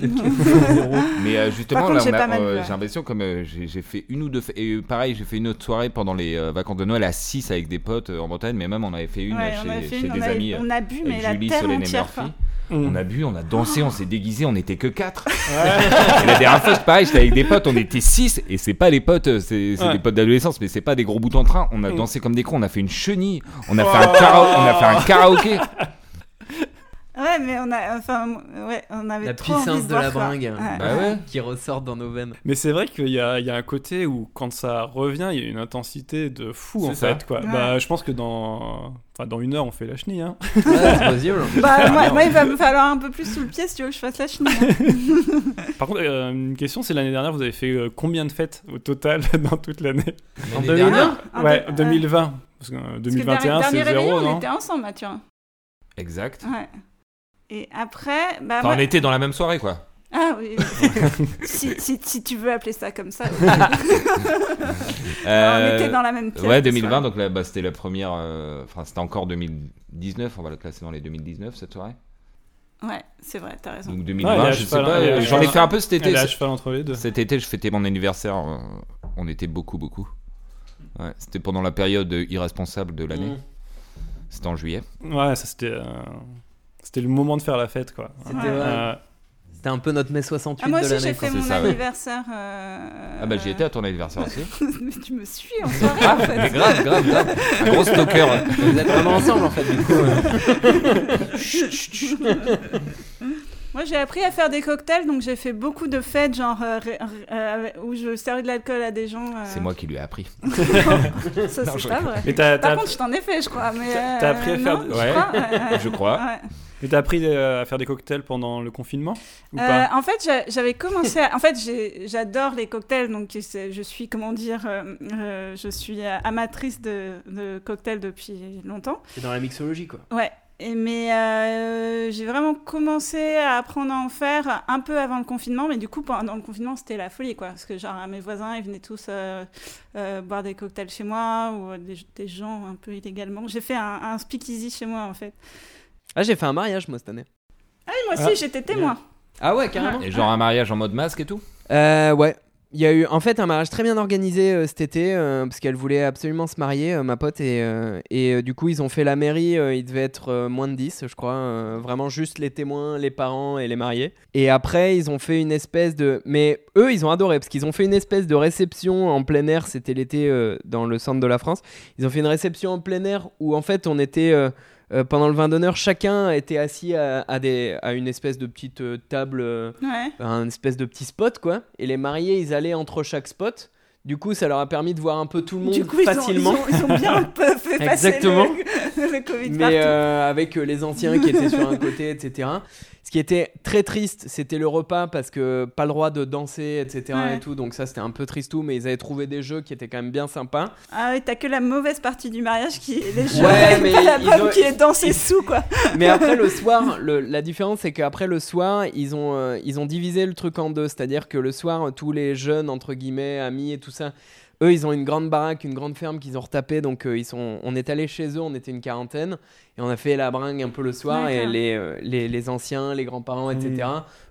[SPEAKER 6] Mais euh, justement,
[SPEAKER 3] Par contre,
[SPEAKER 6] là,
[SPEAKER 3] j'ai
[SPEAKER 6] on a-
[SPEAKER 3] pas mal
[SPEAKER 6] euh,
[SPEAKER 3] bu, ouais.
[SPEAKER 6] j'ai l'impression comme euh, j'ai j'ai fait une ou deux. fa- Et euh, pareil, j'ai fait une autre soirée pendant les euh, vacances de Noël à 6 avec des potes euh, en Bretagne, mais même on avait fait une
[SPEAKER 3] Ouais,
[SPEAKER 6] euh,
[SPEAKER 3] on a
[SPEAKER 6] chez,
[SPEAKER 3] fait
[SPEAKER 6] chez
[SPEAKER 3] une-
[SPEAKER 6] des
[SPEAKER 3] on a,
[SPEAKER 6] amis. euh,
[SPEAKER 3] on a bu, mais
[SPEAKER 6] avec
[SPEAKER 3] la
[SPEAKER 6] Julie,
[SPEAKER 3] terre
[SPEAKER 6] Solène et
[SPEAKER 3] entière.
[SPEAKER 6] Murphy.
[SPEAKER 3] quoi.
[SPEAKER 6] On
[SPEAKER 2] Mm.
[SPEAKER 6] a bu, on a dansé, on s'est déguisé, on n'était que 4. La dernière fois, c'est pareil, j'étais avec des potes, on était 6, et c'est pas les potes, euh, c'est c'est
[SPEAKER 2] Ouais.
[SPEAKER 6] des potes d'adolescence, mais c'est pas des gros bouts en train. On a
[SPEAKER 2] Mm. Oh.
[SPEAKER 6] dansé comme des cons, on a fait une chenille, on a, fait, un kara- on a fait un karaoké.
[SPEAKER 3] Ouais, mais on a, enfin, ouais, on avait
[SPEAKER 5] La
[SPEAKER 3] trop envie
[SPEAKER 5] puissance
[SPEAKER 3] de,
[SPEAKER 5] de
[SPEAKER 3] boire,
[SPEAKER 5] la
[SPEAKER 3] quoi.
[SPEAKER 5] bringue.
[SPEAKER 3] Ouais.
[SPEAKER 6] Bah ouais.
[SPEAKER 5] Qui ressort dans nos veines.
[SPEAKER 2] Mais c'est vrai qu'il y a, il y a un côté où quand ça revient, il y a une intensité de fou en
[SPEAKER 6] C'est ça.
[SPEAKER 2] fait. Quoi.
[SPEAKER 3] Ouais.
[SPEAKER 2] Bah, je pense que dans, enfin, dans une heure, on fait la chenille. Hein.
[SPEAKER 5] Ouais, c'est possible. hein.
[SPEAKER 3] Bah, moi, moi, il va me falloir un peu plus sous le pied si tu veux que je fasse la chenille. hein.
[SPEAKER 2] Par contre, euh, une question, c'est l'année dernière, vous avez fait euh, combien de fêtes au total dans toute l'année
[SPEAKER 5] En
[SPEAKER 6] L'année
[SPEAKER 5] 2001
[SPEAKER 3] Un
[SPEAKER 2] Ouais,
[SPEAKER 3] peu-
[SPEAKER 2] 2020. Parce que euh,
[SPEAKER 3] Ah, Parce que
[SPEAKER 2] 2021,
[SPEAKER 3] dernier
[SPEAKER 2] c'est
[SPEAKER 3] réveillon,
[SPEAKER 2] zéro,
[SPEAKER 3] on
[SPEAKER 2] non
[SPEAKER 3] était ensemble, Mathieu.
[SPEAKER 6] Exact.
[SPEAKER 3] Ouais. Et après, bah,
[SPEAKER 6] Enfin,
[SPEAKER 3] moi-
[SPEAKER 6] on était dans la même soirée, quoi.
[SPEAKER 3] ah oui, oui. si, si, si tu veux appeler ça comme ça, oui. on Ah,
[SPEAKER 6] Euh,
[SPEAKER 3] était dans la même pièce.
[SPEAKER 6] Ouais, 2020,
[SPEAKER 3] ce soir.
[SPEAKER 6] donc là, bah, c'était la première. euh, Enfin, c'était encore 2019, on va le classer dans les 2019 cette soirée.
[SPEAKER 3] Ouais, c'est vrai, t'as raison.
[SPEAKER 6] Donc
[SPEAKER 2] Ouais,
[SPEAKER 6] 2020,
[SPEAKER 2] elle est à
[SPEAKER 6] je sais
[SPEAKER 2] cheval,
[SPEAKER 6] pas,
[SPEAKER 2] hein, elle est à
[SPEAKER 6] euh, j'en ai
[SPEAKER 2] cheval.
[SPEAKER 6] fait un peu cet été.
[SPEAKER 2] Elle est à cheval entre les deux.
[SPEAKER 6] Cet été, je fêtais mon anniversaire. euh, on était beaucoup, beaucoup. Ouais, c'était pendant la période irresponsable de l'année. C'était en juillet.
[SPEAKER 2] Ouais, ça c'était. euh, C'était le moment de faire la fête, quoi.
[SPEAKER 5] C'était
[SPEAKER 3] Ouais.
[SPEAKER 5] ouais,
[SPEAKER 2] Euh,
[SPEAKER 5] c'était un peu notre mai 68
[SPEAKER 3] Ah, moi
[SPEAKER 5] de
[SPEAKER 3] aussi, j'ai
[SPEAKER 5] l'année. quoi.
[SPEAKER 3] fait
[SPEAKER 6] c'est
[SPEAKER 3] mon
[SPEAKER 6] ça, ouais.
[SPEAKER 3] anniversaire. euh,
[SPEAKER 6] Ah bah j'y étais à ton anniversaire aussi.
[SPEAKER 3] mais tu me suis en soirée, en
[SPEAKER 6] Mais
[SPEAKER 3] fait.
[SPEAKER 6] grave, grave, grave. Un gros stalker.
[SPEAKER 5] Vous êtes vraiment ensemble en fait, du coup. euh.
[SPEAKER 3] Moi, j'ai appris à faire des cocktails, donc j'ai fait beaucoup de fêtes, genre euh, ré- euh, où je servis de l'alcool à des gens. euh,
[SPEAKER 6] C'est moi qui lui ai appris.
[SPEAKER 3] Ça,
[SPEAKER 6] Non,
[SPEAKER 3] c'est
[SPEAKER 6] je
[SPEAKER 3] pas vrai.
[SPEAKER 2] Mais t'as t'as-
[SPEAKER 3] Par contre, je t'en ai fait, je crois. Mais euh,
[SPEAKER 2] T'as- t'as appris à faire
[SPEAKER 3] non,
[SPEAKER 2] des-
[SPEAKER 3] je
[SPEAKER 6] Ouais.
[SPEAKER 3] crois, ouais, ouais.
[SPEAKER 6] Je crois.
[SPEAKER 3] Ouais.
[SPEAKER 2] mais t'as appris euh, à faire des cocktails pendant le confinement Ou
[SPEAKER 3] Euh,
[SPEAKER 2] pas
[SPEAKER 3] en fait, j'a- j'avais commencé. À... En fait, j'ai- j'adore les cocktails, donc c'est- je suis, comment dire, euh, euh, je suis euh, amatrice de, de cocktails depuis longtemps.
[SPEAKER 5] C'est dans la mixologie quoi.
[SPEAKER 3] Ouais. Et, mais euh, j'ai vraiment commencé à apprendre à en faire un peu avant le confinement, mais du coup, pendant le confinement, c'était la folie, quoi. Parce que, genre, mes voisins, ils venaient tous euh, euh, boire des cocktails chez moi ou euh, des, des gens un peu illégalement. J'ai fait un, un speakeasy chez moi, en fait.
[SPEAKER 5] Ah, j'ai fait un mariage moi cette année.
[SPEAKER 3] Ah oui, moi aussi,
[SPEAKER 2] Ah.
[SPEAKER 3] j'étais témoin.
[SPEAKER 5] Ah ouais, carrément.
[SPEAKER 6] Et genre un mariage en mode masque et tout.
[SPEAKER 5] Euh, ouais. Il y a eu en fait un mariage très bien organisé euh, cet été euh, parce qu'elle voulait absolument se marier, euh, ma pote, et, euh, et euh, du coup ils ont fait la mairie, euh, il devait être euh, moins de 10 je crois, euh, vraiment juste les témoins, les parents et les mariés. Et après ils ont fait une espèce de... Mais eux ils ont adoré parce qu'ils ont fait une espèce de réception en plein air, c'était l'été euh, dans le centre de la France, ils ont fait une réception en plein air où en fait on était... euh, euh, pendant le vin d'honneur, chacun était assis à, à des, à une espèce de petite euh, table, euh,
[SPEAKER 3] Ouais.
[SPEAKER 5] un espèce de petit spot, quoi. Et les mariés, ils allaient entre chaque spot. Du coup, ça leur a permis de voir un peu tout le monde
[SPEAKER 9] Du coup, ils ont-
[SPEAKER 5] facilement.
[SPEAKER 9] Ils, ont, ils ont bien fait passer
[SPEAKER 5] Exactement.
[SPEAKER 9] le, le Covid partout.
[SPEAKER 5] mais euh, avec euh, les anciens qui étaient sur un côté, etc. Ce qui était très triste, c'était le repas parce que pas le droit de danser, etc.
[SPEAKER 3] Ouais.
[SPEAKER 5] Et tout, donc ça c'était un peu triste tout, mais ils avaient trouvé des jeux qui étaient quand même bien sympas.
[SPEAKER 9] Ah oui, t'as que la mauvaise partie du mariage qui est les gens.
[SPEAKER 5] Ouais,
[SPEAKER 9] et
[SPEAKER 5] mais
[SPEAKER 9] pas la
[SPEAKER 5] ils
[SPEAKER 9] bonne
[SPEAKER 5] ont-
[SPEAKER 9] qui est dansée sous, quoi.
[SPEAKER 5] Mais après le soir, le- la différence c'est qu'après le soir, ils ont, euh, ils ont divisé le truc en deux, c'est-à-dire que le soir, tous les jeunes, entre guillemets, amis et tout ça, eux ils ont une grande baraque, une grande ferme qu'ils ont retapée, donc euh, ils sont, on est allé chez eux, on était une quarantaine, et on a fait la bringue un peu le soir, et
[SPEAKER 3] D'accord.
[SPEAKER 5] les, euh, les, les anciens, les grands-parents, etc.,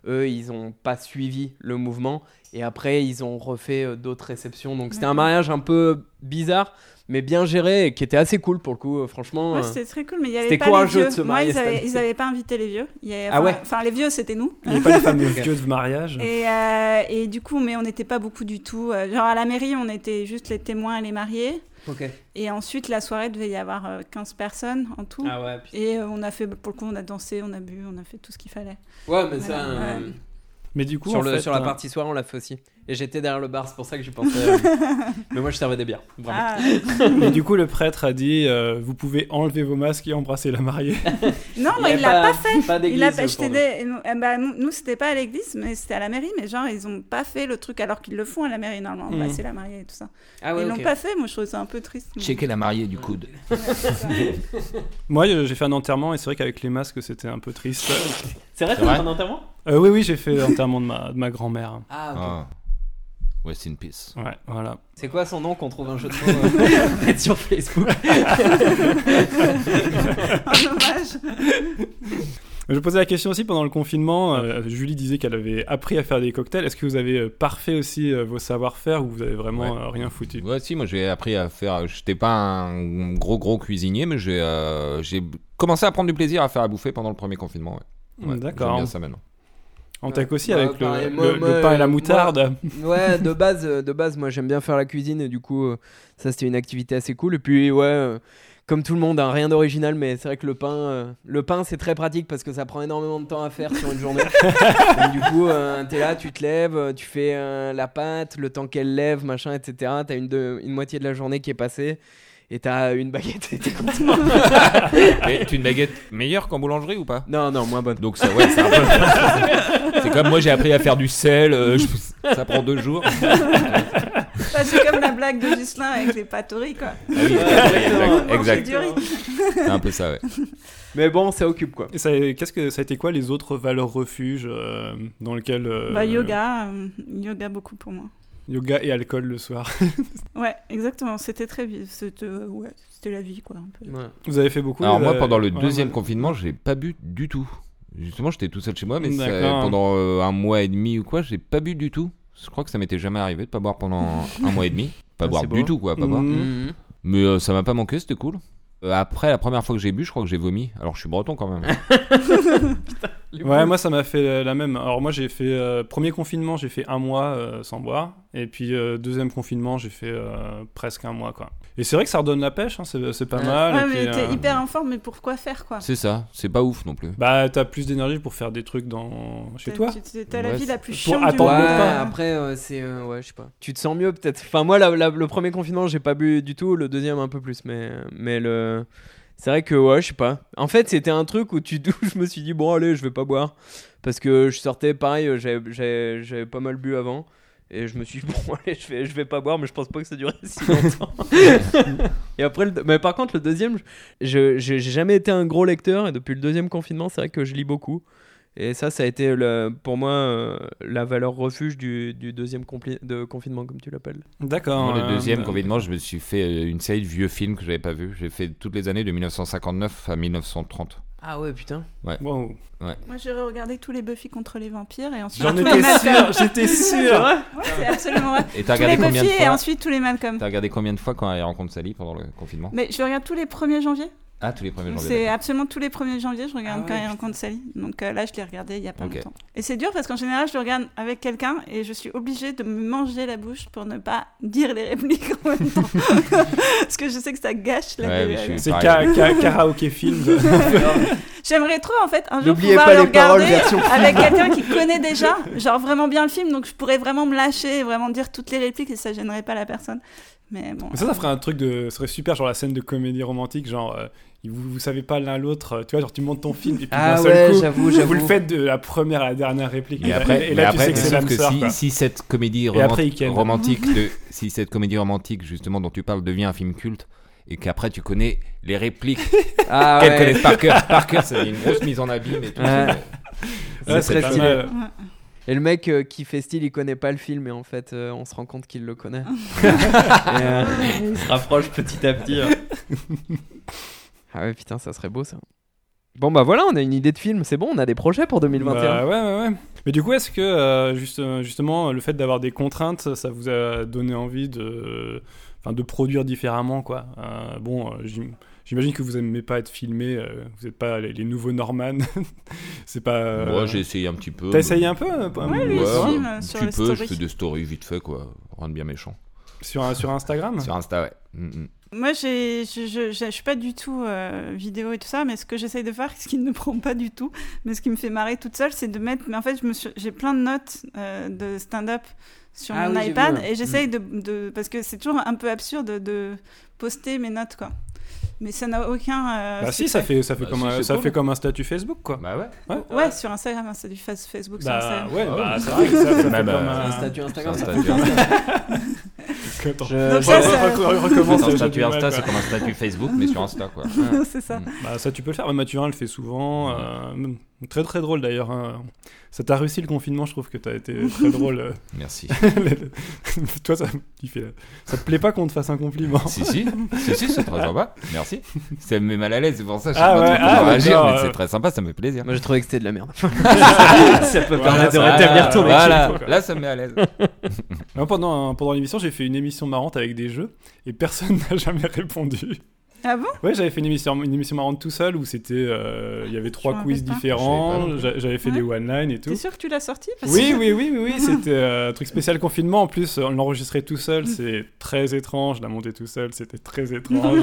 [SPEAKER 5] eux ils ont pas suivi le mouvement, et après ils ont refait euh, d'autres réceptions, donc c'était un mariage un peu bizarre, mais bien géré, et qui était assez cool pour le coup, euh, franchement.
[SPEAKER 3] Ouais,
[SPEAKER 5] euh,
[SPEAKER 3] c'était très cool, mais il y avait
[SPEAKER 5] c'était
[SPEAKER 3] pas les
[SPEAKER 5] courageux
[SPEAKER 3] vieux.
[SPEAKER 5] de se
[SPEAKER 3] Moi,
[SPEAKER 5] marier
[SPEAKER 3] ils avaient,
[SPEAKER 5] cette
[SPEAKER 3] ils
[SPEAKER 5] année.
[SPEAKER 3] avaient pas invité les vieux. Il y avait-
[SPEAKER 5] Ah
[SPEAKER 3] enfin-
[SPEAKER 5] ouais
[SPEAKER 9] Enfin, les vieux, c'était nous.
[SPEAKER 2] Il n'y a pas les fameux vieux de mariage.
[SPEAKER 3] Et, euh, et du coup, mais on n'était pas beaucoup du tout. Euh, Genre à la mairie, on était juste les témoins et les mariés. Et ensuite, la soirée devait y avoir euh, 15 personnes en tout.
[SPEAKER 5] Ah ouais,
[SPEAKER 3] Et euh, on a fait, pour le coup, on a dansé, on a bu, on a fait tout ce qu'il fallait.
[SPEAKER 5] Ouais,
[SPEAKER 3] Voilà,
[SPEAKER 5] mais ça. euh,
[SPEAKER 3] ouais.
[SPEAKER 2] Mais du coup,
[SPEAKER 5] sur,
[SPEAKER 2] en
[SPEAKER 5] le,
[SPEAKER 2] fait,
[SPEAKER 5] sur la
[SPEAKER 2] euh,
[SPEAKER 5] partie soir, on l'a fait aussi. hein. Et j'étais derrière le bar, c'est pour ça que je pensais. euh, mais moi, je servais des bières. Vraiment.
[SPEAKER 3] Ah.
[SPEAKER 2] mais du coup, le prêtre a dit euh, Vous pouvez enlever vos masques et embrasser la mariée.
[SPEAKER 3] non, mais il l'a pas fait.
[SPEAKER 5] Pas
[SPEAKER 3] Il a pas,
[SPEAKER 5] d'église, euh,
[SPEAKER 3] je
[SPEAKER 5] pour nous.
[SPEAKER 3] t'aidais. Et nous- eh ben, nous, nous, c'était pas à l'église, mais c'était à la mairie. Mais genre, ils ont pas fait le truc alors qu'ils le font à la mairie normalement.
[SPEAKER 2] Mhm.
[SPEAKER 3] Bah, c'est la mariée et tout ça.
[SPEAKER 5] Hmm. Ah ouais,
[SPEAKER 3] ils l'ont
[SPEAKER 5] ok.
[SPEAKER 3] pas fait. Moi, je trouve ça un peu triste. mais-
[SPEAKER 6] Checker la mariée du coude.
[SPEAKER 2] Moi, euh, j'ai fait un enterrement et c'est vrai qu'avec les masques, c'était un peu triste.
[SPEAKER 5] C'est vrai que
[SPEAKER 6] C'est
[SPEAKER 5] t'as
[SPEAKER 6] vrai
[SPEAKER 5] un enterrement
[SPEAKER 2] Euh, oui, oui, j'ai fait l'enterrement de ma, de ma grand-mère.
[SPEAKER 5] Ah, ok.
[SPEAKER 6] Ah. West in peace.
[SPEAKER 2] Ouais, voilà.
[SPEAKER 5] C'est quoi son nom qu'on trouve un jeu de mots euh, sur Facebook
[SPEAKER 2] Je posais la question aussi pendant le confinement. euh, Julie disait qu'elle avait appris à faire des cocktails. Est-ce que vous avez euh, parfait aussi euh, vos savoir-faire ou vous avez vraiment
[SPEAKER 6] Ouais.
[SPEAKER 2] euh, rien foutu
[SPEAKER 6] Ouais, si, moi j'ai appris à faire. J'étais pas un gros gros cuisinier, mais j'ai euh, j'ai commencé à prendre du plaisir à faire à bouffer pendant le premier confinement. ouais. Ouais, J'aime
[SPEAKER 2] D'accord.
[SPEAKER 6] bien ça maintenant.
[SPEAKER 2] On tac aussi
[SPEAKER 5] Ouais,
[SPEAKER 2] avec le,
[SPEAKER 5] pareil, moi,
[SPEAKER 2] le- le
[SPEAKER 5] moi,
[SPEAKER 2] pain et la
[SPEAKER 5] euh,
[SPEAKER 2] moutarde.
[SPEAKER 5] Ouais, de base, euh, de base, moi j'aime bien faire la cuisine et du coup, euh, ça c'était une activité assez cool. Et puis, ouais, euh, comme tout le monde, hein, rien d'original, mais c'est vrai que le pain, euh, le pain c'est très pratique parce que ça prend énormément de temps à faire sur une journée. Donc, du coup, euh, t'es là, tu te lèves, euh, tu fais euh, la pâte, le temps qu'elle lève, machin, etc. T'as une, de- une moitié de la journée qui est passée et t'as une baguette et t'es content.
[SPEAKER 6] Mais tu une baguette meilleure qu'en boulangerie ou pas
[SPEAKER 5] non, non, moins bonne.
[SPEAKER 6] Donc ça, ouais, c'est un peu- C'est comme moi, j'ai appris à faire du sel. euh, je- Ça prend deux jours.
[SPEAKER 9] Enfin, c'est comme la blague de Ghislain avec les pâtes au riz, quoi.
[SPEAKER 6] Ah oui,
[SPEAKER 9] Manger
[SPEAKER 6] exact. exact.
[SPEAKER 9] du riz.
[SPEAKER 6] C'est un peu ça, ouais.
[SPEAKER 5] Mais bon, ça occupe quoi.
[SPEAKER 2] Et ça, qu'est-ce que ça a été quoi les autres valeurs refuges euh, dans lesquelles euh,
[SPEAKER 3] Bah, yoga, euh, yoga beaucoup pour moi.
[SPEAKER 2] yoga et alcool le soir.
[SPEAKER 3] Ouais, exactement. C'était très, vi- c'était euh, ouais, c'était la vie quoi. Un peu.
[SPEAKER 5] Ouais.
[SPEAKER 2] Vous avez fait beaucoup.
[SPEAKER 6] Alors
[SPEAKER 2] les-
[SPEAKER 6] moi, pendant le
[SPEAKER 2] euh, Ouais, bah,
[SPEAKER 6] deuxième
[SPEAKER 2] ouais.
[SPEAKER 6] confinement, j'ai pas bu du tout. Justement, j'étais tout seul chez moi, mais ça-
[SPEAKER 2] D'accord.
[SPEAKER 6] pendant euh, un mois et demi ou quoi, j'ai pas bu du tout. Je crois que ça m'était jamais arrivé de pas boire pendant un mois et demi. Pas
[SPEAKER 5] Ah,
[SPEAKER 6] boire
[SPEAKER 5] c'est
[SPEAKER 6] du
[SPEAKER 5] beau.
[SPEAKER 6] tout, quoi, pas boire.
[SPEAKER 2] Mhm.
[SPEAKER 5] Mhm.
[SPEAKER 6] Mais euh, ça m'a pas manqué, c'était cool. Euh, après, la première fois que j'ai bu, je crois que j'ai vomi. Alors, je suis breton quand même.
[SPEAKER 2] Ouais, moi ça m'a fait euh, la même. Alors moi j'ai fait euh, premier confinement, j'ai fait un mois euh, sans boire, et puis euh, deuxième confinement, j'ai fait euh, presque un mois quoi. Et c'est vrai que ça redonne la pêche, hein, c'est, c'est pas
[SPEAKER 5] Ouais.
[SPEAKER 2] mal.
[SPEAKER 3] Ouais,
[SPEAKER 2] et
[SPEAKER 3] mais
[SPEAKER 2] puis,
[SPEAKER 3] t'es
[SPEAKER 2] euh,
[SPEAKER 3] hyper en forme, mais pour quoi faire quoi
[SPEAKER 6] C'est ça, c'est pas ouf non plus.
[SPEAKER 2] Bah t'as plus d'énergie pour faire des trucs dans chez
[SPEAKER 3] T'as-
[SPEAKER 2] toi.
[SPEAKER 3] tu- tu- T'as la
[SPEAKER 6] Ouais,
[SPEAKER 3] vie la plus
[SPEAKER 2] pour
[SPEAKER 3] chiante du
[SPEAKER 2] attendre
[SPEAKER 3] monde.
[SPEAKER 2] le
[SPEAKER 5] Ouais,
[SPEAKER 2] pain.
[SPEAKER 5] après, euh, c'est. euh, ouais, je sais pas. Tu te sens mieux peut-être. Enfin, moi, la- la- le premier confinement, j'ai pas bu du tout. Le deuxième, un peu plus. Mais, mais le. C'est vrai que, ouais, je sais pas. En fait, c'était un truc où, tu, où je me suis dit, bon, allez, je vais pas boire. Parce que je sortais, pareil, euh, j'avais- j'avais j'avais pas mal bu avant. Et je me suis dit, bon, allez, je vais, je vais pas boire, mais je pense pas que ça durait si longtemps. et après, le- mais par contre, le deuxième, je- je- j'ai jamais été un gros lecteur. Et depuis le deuxième confinement, c'est vrai que je lis beaucoup. Et ça, ça a été le- pour moi euh, la valeur refuge du, du deuxième compli- de confinement, comme tu l'appelles.
[SPEAKER 2] D'accord.
[SPEAKER 6] Moi,
[SPEAKER 2] euh,
[SPEAKER 6] le deuxième
[SPEAKER 2] bah,
[SPEAKER 6] confinement, je me suis fait euh, une série de vieux films que j'avais pas vus. J'ai fait toutes les années de 1959 à 1930.
[SPEAKER 5] Ah ouais, putain.
[SPEAKER 2] wow.
[SPEAKER 3] Moi, j'aurais regardé tous les Buffy contre les vampires et ensuite
[SPEAKER 2] J'en
[SPEAKER 3] tous
[SPEAKER 2] étais
[SPEAKER 3] les Malcolm.
[SPEAKER 2] sûr, j'étais sûr.
[SPEAKER 3] Ouais, c'est absolument vrai.
[SPEAKER 6] Et t'as
[SPEAKER 3] Tous les
[SPEAKER 6] regardé combien
[SPEAKER 3] Buffy
[SPEAKER 6] de
[SPEAKER 3] et
[SPEAKER 6] fois
[SPEAKER 3] ensuite tous les Malcolm.
[SPEAKER 6] T'as regardé combien de fois quand elle rencontre Sally pendant le confinement
[SPEAKER 3] Mais je regarde tous les 1er janvier.
[SPEAKER 4] Ah, tous les premiers
[SPEAKER 3] Donc,
[SPEAKER 4] janvier.
[SPEAKER 3] C'est
[SPEAKER 4] d'accord.
[SPEAKER 3] absolument tous les 1er janvier, je regarde
[SPEAKER 5] Ah
[SPEAKER 3] quand
[SPEAKER 5] ouais,
[SPEAKER 3] il rencontre Sally. Donc euh, là, je l'ai regardé il y a pas
[SPEAKER 4] Ok.
[SPEAKER 3] longtemps. Et c'est dur parce qu'en général, je le regarde avec quelqu'un et je suis obligée de me manger la bouche pour ne pas dire les répliques en même temps. parce que je sais que ça gâche la
[SPEAKER 4] Ouais, mais je
[SPEAKER 3] gueule.
[SPEAKER 4] suis
[SPEAKER 2] C'est
[SPEAKER 4] pareil.
[SPEAKER 2] ka- ka- karaoké film.
[SPEAKER 3] J'aimerais trop, en fait, un jour
[SPEAKER 5] N'oubliez
[SPEAKER 3] pouvoir
[SPEAKER 5] pas
[SPEAKER 3] le
[SPEAKER 5] les paroles
[SPEAKER 3] regarder
[SPEAKER 5] version
[SPEAKER 3] avec quelqu'un qui connaît déjà, genre vraiment bien le film, donc je pourrais vraiment me lâcher et vraiment dire toutes les répliques et ça gênerait pas la personne. Mais bon.
[SPEAKER 2] Mais ça, ça ferait un truc de. Ça serait super, genre la scène de comédie romantique, genre. euh, vous, vous savez pas l'un l'autre, euh, tu vois, genre tu montes ton film et puis
[SPEAKER 5] Ah
[SPEAKER 2] d'un seul
[SPEAKER 5] ouais,
[SPEAKER 2] coup,
[SPEAKER 5] j'avoue,
[SPEAKER 2] vous le
[SPEAKER 5] j'avoue.
[SPEAKER 2] faites de la première à la dernière réplique.
[SPEAKER 4] Mais
[SPEAKER 2] Et,
[SPEAKER 4] après,
[SPEAKER 2] et
[SPEAKER 4] mais
[SPEAKER 2] là,
[SPEAKER 4] après,
[SPEAKER 2] tu sais que
[SPEAKER 4] mais
[SPEAKER 2] c'est
[SPEAKER 4] sauf que
[SPEAKER 2] l'âme-sœur,
[SPEAKER 4] si,
[SPEAKER 2] quoi.
[SPEAKER 4] si cette comédie
[SPEAKER 2] après,
[SPEAKER 4] roman-
[SPEAKER 2] il ken.
[SPEAKER 4] romantique, de, si cette comédie romantique justement dont tu parles devient un film culte et qu'après tu connais les répliques
[SPEAKER 5] Ah
[SPEAKER 4] qu'elles
[SPEAKER 5] ouais.
[SPEAKER 4] connaissent par cœur, par cœur, c'est une grosse mise en abîme et tout.
[SPEAKER 5] Ouais.
[SPEAKER 2] Ouais,
[SPEAKER 5] C'est
[SPEAKER 2] c'est Bah,
[SPEAKER 5] très
[SPEAKER 2] pas
[SPEAKER 5] stylé.
[SPEAKER 2] mal.
[SPEAKER 5] Et le mec euh, qui fait style, il connaît pas le film, et en fait, euh, on se rend compte qu'il le connaît. Et, euh, il se rapproche petit à petit. hein. ah ouais, putain, ça serait beau ça. Bon bah voilà, on a une idée de film, c'est bon, on a des projets pour 2021.
[SPEAKER 2] Bah, ouais, ouais, ouais. Mais du coup, est-ce que euh, juste, justement le fait d'avoir des contraintes, ça vous a donné envie de, enfin, de produire différemment, quoi Euh, Bon, euh, j'im- j'imagine que vous aimez pas être filmé, euh, vous n'êtes pas les, les nouveaux Norman. c'est pas. euh,
[SPEAKER 4] Moi j'ai essayé un petit peu.
[SPEAKER 2] T'as essayé un peu euh, pas-
[SPEAKER 3] Ouais,
[SPEAKER 4] peu
[SPEAKER 3] lui,
[SPEAKER 2] euh,
[SPEAKER 3] aussi. film, euh, sur
[SPEAKER 4] Tu
[SPEAKER 3] le
[SPEAKER 4] peux, je
[SPEAKER 3] story.
[SPEAKER 4] fais des stories vite fait quoi, rendre bien méchant.
[SPEAKER 2] sur, un- sur Instagram
[SPEAKER 4] Sur Insta, ouais. Mm, mm.
[SPEAKER 3] Moi, j'ai- je, je, je- je suis pas du tout euh, vidéo et tout ça, mais ce que j'essaye de faire, ce qui ne prend pas du tout, mais ce qui me fait marrer toute seule, c'est de mettre. Mais en fait, je me suis- j'ai plein de notes euh, de stand-up sur
[SPEAKER 5] Ah
[SPEAKER 3] mon
[SPEAKER 5] oui, j'ai vu,
[SPEAKER 3] iPad
[SPEAKER 5] ouais. Mm.
[SPEAKER 3] et j'essaye de, de- Parce que c'est toujours un peu absurde de, de poster mes notes, quoi. Mais ça n'a aucun. euh,
[SPEAKER 2] Bah si,
[SPEAKER 3] succès.
[SPEAKER 2] ça fait, ça fait,
[SPEAKER 4] Bah
[SPEAKER 2] comme,
[SPEAKER 4] si,
[SPEAKER 2] un,
[SPEAKER 4] c'est
[SPEAKER 2] ça
[SPEAKER 4] cool.
[SPEAKER 2] fait comme un statut Facebook, quoi.
[SPEAKER 4] Bah ouais.
[SPEAKER 3] Ouais, sur Instagram, hein, c'est du face- Facebook sur
[SPEAKER 2] Bah
[SPEAKER 3] Instagram.
[SPEAKER 2] ouais,
[SPEAKER 4] Ah
[SPEAKER 2] bah,
[SPEAKER 4] ouais.
[SPEAKER 2] c'est vrai que ça, ça fait euh,
[SPEAKER 4] Bah, bah,
[SPEAKER 2] comme
[SPEAKER 4] c'est
[SPEAKER 2] un...
[SPEAKER 4] Sur Insta,
[SPEAKER 2] Attends.
[SPEAKER 5] Je-
[SPEAKER 3] Donc
[SPEAKER 5] je-
[SPEAKER 3] ça, c'est-
[SPEAKER 2] Re- re- recommence,
[SPEAKER 4] un
[SPEAKER 2] j'ai
[SPEAKER 4] statut
[SPEAKER 2] du mal,
[SPEAKER 4] Insta,
[SPEAKER 2] quoi.
[SPEAKER 4] c'est comme un statut Facebook, mais sur Insta quoi.
[SPEAKER 3] c'est ça.
[SPEAKER 5] Mm.
[SPEAKER 2] Bah ça tu peux le faire, Mathurin le fait souvent. euh, très très drôle d'ailleurs. hein. Ça t'a réussi le confinement, je trouve que t'as été très drôle. euh.
[SPEAKER 4] Merci.
[SPEAKER 2] Toi ça, tu fais, euh, ça te plaît pas qu'on te fasse un compliment
[SPEAKER 4] Si, si, si, si, c'est très sympa. Merci. Ça me met mal à l'aise, c'est pour ça que je
[SPEAKER 2] Ah
[SPEAKER 4] sais pas
[SPEAKER 2] ouais,
[SPEAKER 4] trop comment
[SPEAKER 2] ah,
[SPEAKER 4] réagir,
[SPEAKER 2] d'accord,
[SPEAKER 4] mais
[SPEAKER 2] euh.
[SPEAKER 4] c'est très sympa, ça me fait plaisir.
[SPEAKER 5] Moi j'ai trouvé que c'était de la merde.
[SPEAKER 2] Ça peut
[SPEAKER 5] permettre de rétablir ton
[SPEAKER 2] métier.
[SPEAKER 4] Voilà, là ça me met à l'aise.
[SPEAKER 2] pendant pendant l'émission, j'ai fait une émission marrante avec des jeux et personne n'a jamais répondu.
[SPEAKER 3] Ah bon
[SPEAKER 2] Ouais, j'avais fait une émission, une émission marrante tout seul où c'était euh, il y avait trois
[SPEAKER 3] me
[SPEAKER 2] quiz
[SPEAKER 3] rappelle pas.
[SPEAKER 4] Je savais
[SPEAKER 2] différents,
[SPEAKER 4] pas.
[SPEAKER 2] j'a- j'avais fait des one line et tout.
[SPEAKER 3] T'es sûr que tu l'as sorti Parce
[SPEAKER 2] Oui,
[SPEAKER 3] que-
[SPEAKER 2] oui, oui, oui, oui, c'était euh, un truc spécial confinement. En plus, on l'enregistrait tout
[SPEAKER 3] Mm.
[SPEAKER 2] seul, c'est très étrange. Je la monté tout seul, c'était très étrange.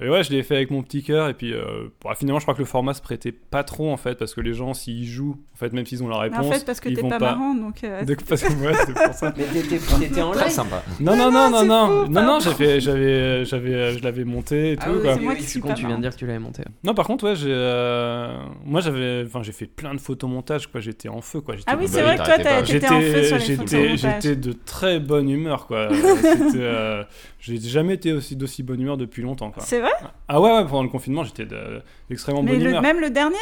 [SPEAKER 2] et ouais, je l'ai fait avec mon petit cœur. Et puis, euh, bah, finalement, je crois que le format se prêtait pas trop en fait, parce que les gens, s'ils jouent, en fait, même s'ils ont la
[SPEAKER 3] Mais
[SPEAKER 2] réponse,
[SPEAKER 3] en fait, parce que
[SPEAKER 2] ils
[SPEAKER 3] t'es
[SPEAKER 2] vont
[SPEAKER 3] pas, marrant, donc. euh,
[SPEAKER 2] Donc, parce que moi, c'est pour ça.
[SPEAKER 5] Mais t'étais en
[SPEAKER 4] Très sympa.
[SPEAKER 2] Non, non, non, non,
[SPEAKER 3] c'est
[SPEAKER 2] non,
[SPEAKER 3] faux,
[SPEAKER 2] non, non,
[SPEAKER 3] pardon.
[SPEAKER 2] j'avais, j'avais, j'avais, euh, je l'avais monté et tout.
[SPEAKER 5] Ah oui,
[SPEAKER 2] quoi.
[SPEAKER 5] oui,
[SPEAKER 3] moi
[SPEAKER 5] oui,
[SPEAKER 3] qui
[SPEAKER 5] je
[SPEAKER 3] suis
[SPEAKER 5] con,
[SPEAKER 3] pas
[SPEAKER 5] tu viens
[SPEAKER 3] marrante.
[SPEAKER 5] de dire que tu l'avais monté. hein.
[SPEAKER 2] Non, par contre, ouais, j'ai, euh, moi, j'avais, enfin, j'ai fait plein de photomontages, quoi. J'étais en feu, quoi. J'étais
[SPEAKER 3] Ah oui,
[SPEAKER 4] Bah
[SPEAKER 3] c'est
[SPEAKER 4] oui,
[SPEAKER 3] vrai que toi,
[SPEAKER 4] t'arrêtais pas.
[SPEAKER 3] t'as- t'étais en feu sur les
[SPEAKER 2] j'étais,
[SPEAKER 3] photomontages.
[SPEAKER 2] j'étais de très bonne humeur, quoi. C'était, euh, j'ai jamais été aussi d'aussi bonne humeur depuis longtemps, quoi.
[SPEAKER 3] C'est vrai
[SPEAKER 2] Ah ouais, ouais, pendant le confinement, j'étais de- d'extrêmement
[SPEAKER 3] Mais
[SPEAKER 2] bonne
[SPEAKER 3] le-
[SPEAKER 2] humeur.
[SPEAKER 3] même le dernier,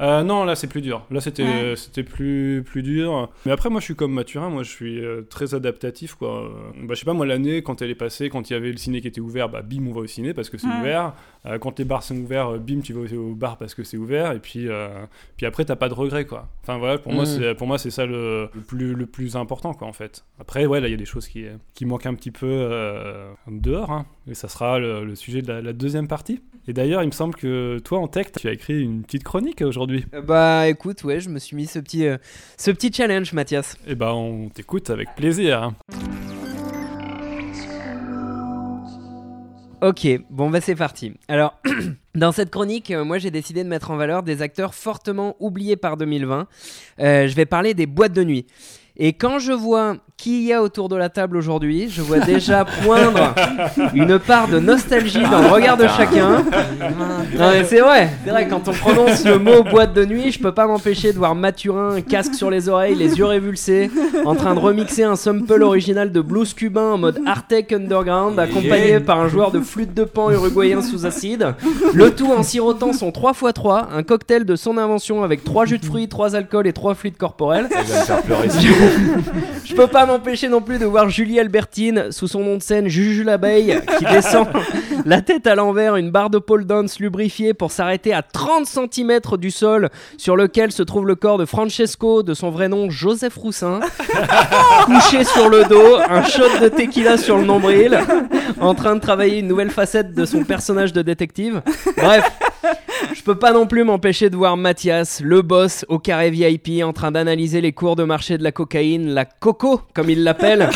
[SPEAKER 2] Euh, non, là, c'est plus dur. Là, c'était, euh,
[SPEAKER 3] Ouais.
[SPEAKER 2] c'était plus, plus dur. Mais après, moi, je suis comme Mathurin. Moi, je suis euh, très adaptatif, quoi. Euh, Bah, je sais pas, moi, l'année, quand elle est passée, quand il y avait le ciné qui était ouvert, bah, bim, on va au ciné parce que c'est
[SPEAKER 3] Ouais.
[SPEAKER 2] ouvert. Euh, quand les bars sont ouverts, euh, bim, tu vas au, au bar parce que c'est ouvert. Et puis, euh, puis après, t'as pas de regrets, quoi. Enfin, voilà, pour moi,
[SPEAKER 5] Mm.
[SPEAKER 2] c'est, pour moi, c'est ça le, le plus, le plus important, quoi, en fait. Après, ouais, là, il y a des choses qui, qui manquent un petit peu euh, dehors. hein. Et ça sera le, le sujet de la- la deuxième partie. Et d'ailleurs, il me semble que toi, en tech, tu as écrit une petite chronique aujourd'hui.
[SPEAKER 5] Euh, Bah écoute, ouais, je me suis mis ce petit, euh, ce petit challenge, Mathias.
[SPEAKER 2] Eh ben, on t'écoute avec plaisir. hein.
[SPEAKER 5] Ok, bon bah c'est parti. Alors, dans cette chronique, euh, moi j'ai décidé de mettre en valeur des acteurs fortement oubliés par 2020. Euh, je vais parler des boîtes de nuit. Et quand je vois qui il y a autour de la table aujourd'hui, je vois déjà poindre une part de nostalgie dans le regard de chacun. Non mais c'est vrai, c'est vrai quand on prononce le mot boîte de nuit, je peux pas m'empêcher de voir Mathurin, casque sur les oreilles, les yeux révulsés, en train de remixer un sample original de blues cubain en mode Artec Underground, accompagné
[SPEAKER 4] Yeah.
[SPEAKER 5] par un joueur de flûte de pan uruguayen sous acide. Le tout en sirotant son 3x3, un cocktail de son invention avec 3 jus de fruits, 3 alcools et 3 fluides corporels.
[SPEAKER 4] Elle va me faire pleurer.
[SPEAKER 5] Je peux pas m'empêcher non plus de voir Julie Albertine sous son nom de scène Juju l'abeille qui descend la tête à l'envers une barre de pole dance lubrifiée pour s'arrêter à 30 cm du sol sur lequel se trouve le corps de Francesco de son vrai nom Joseph Roussin couché sur le dos, un shot de tequila sur le nombril en train de travailler une nouvelle facette de son personnage de détective. Bref, je peux pas non plus m'empêcher de voir Mathias, le boss au carré VIP, en train d'analyser les cours de marché de la cocaïne, la coco comme il l'appelle,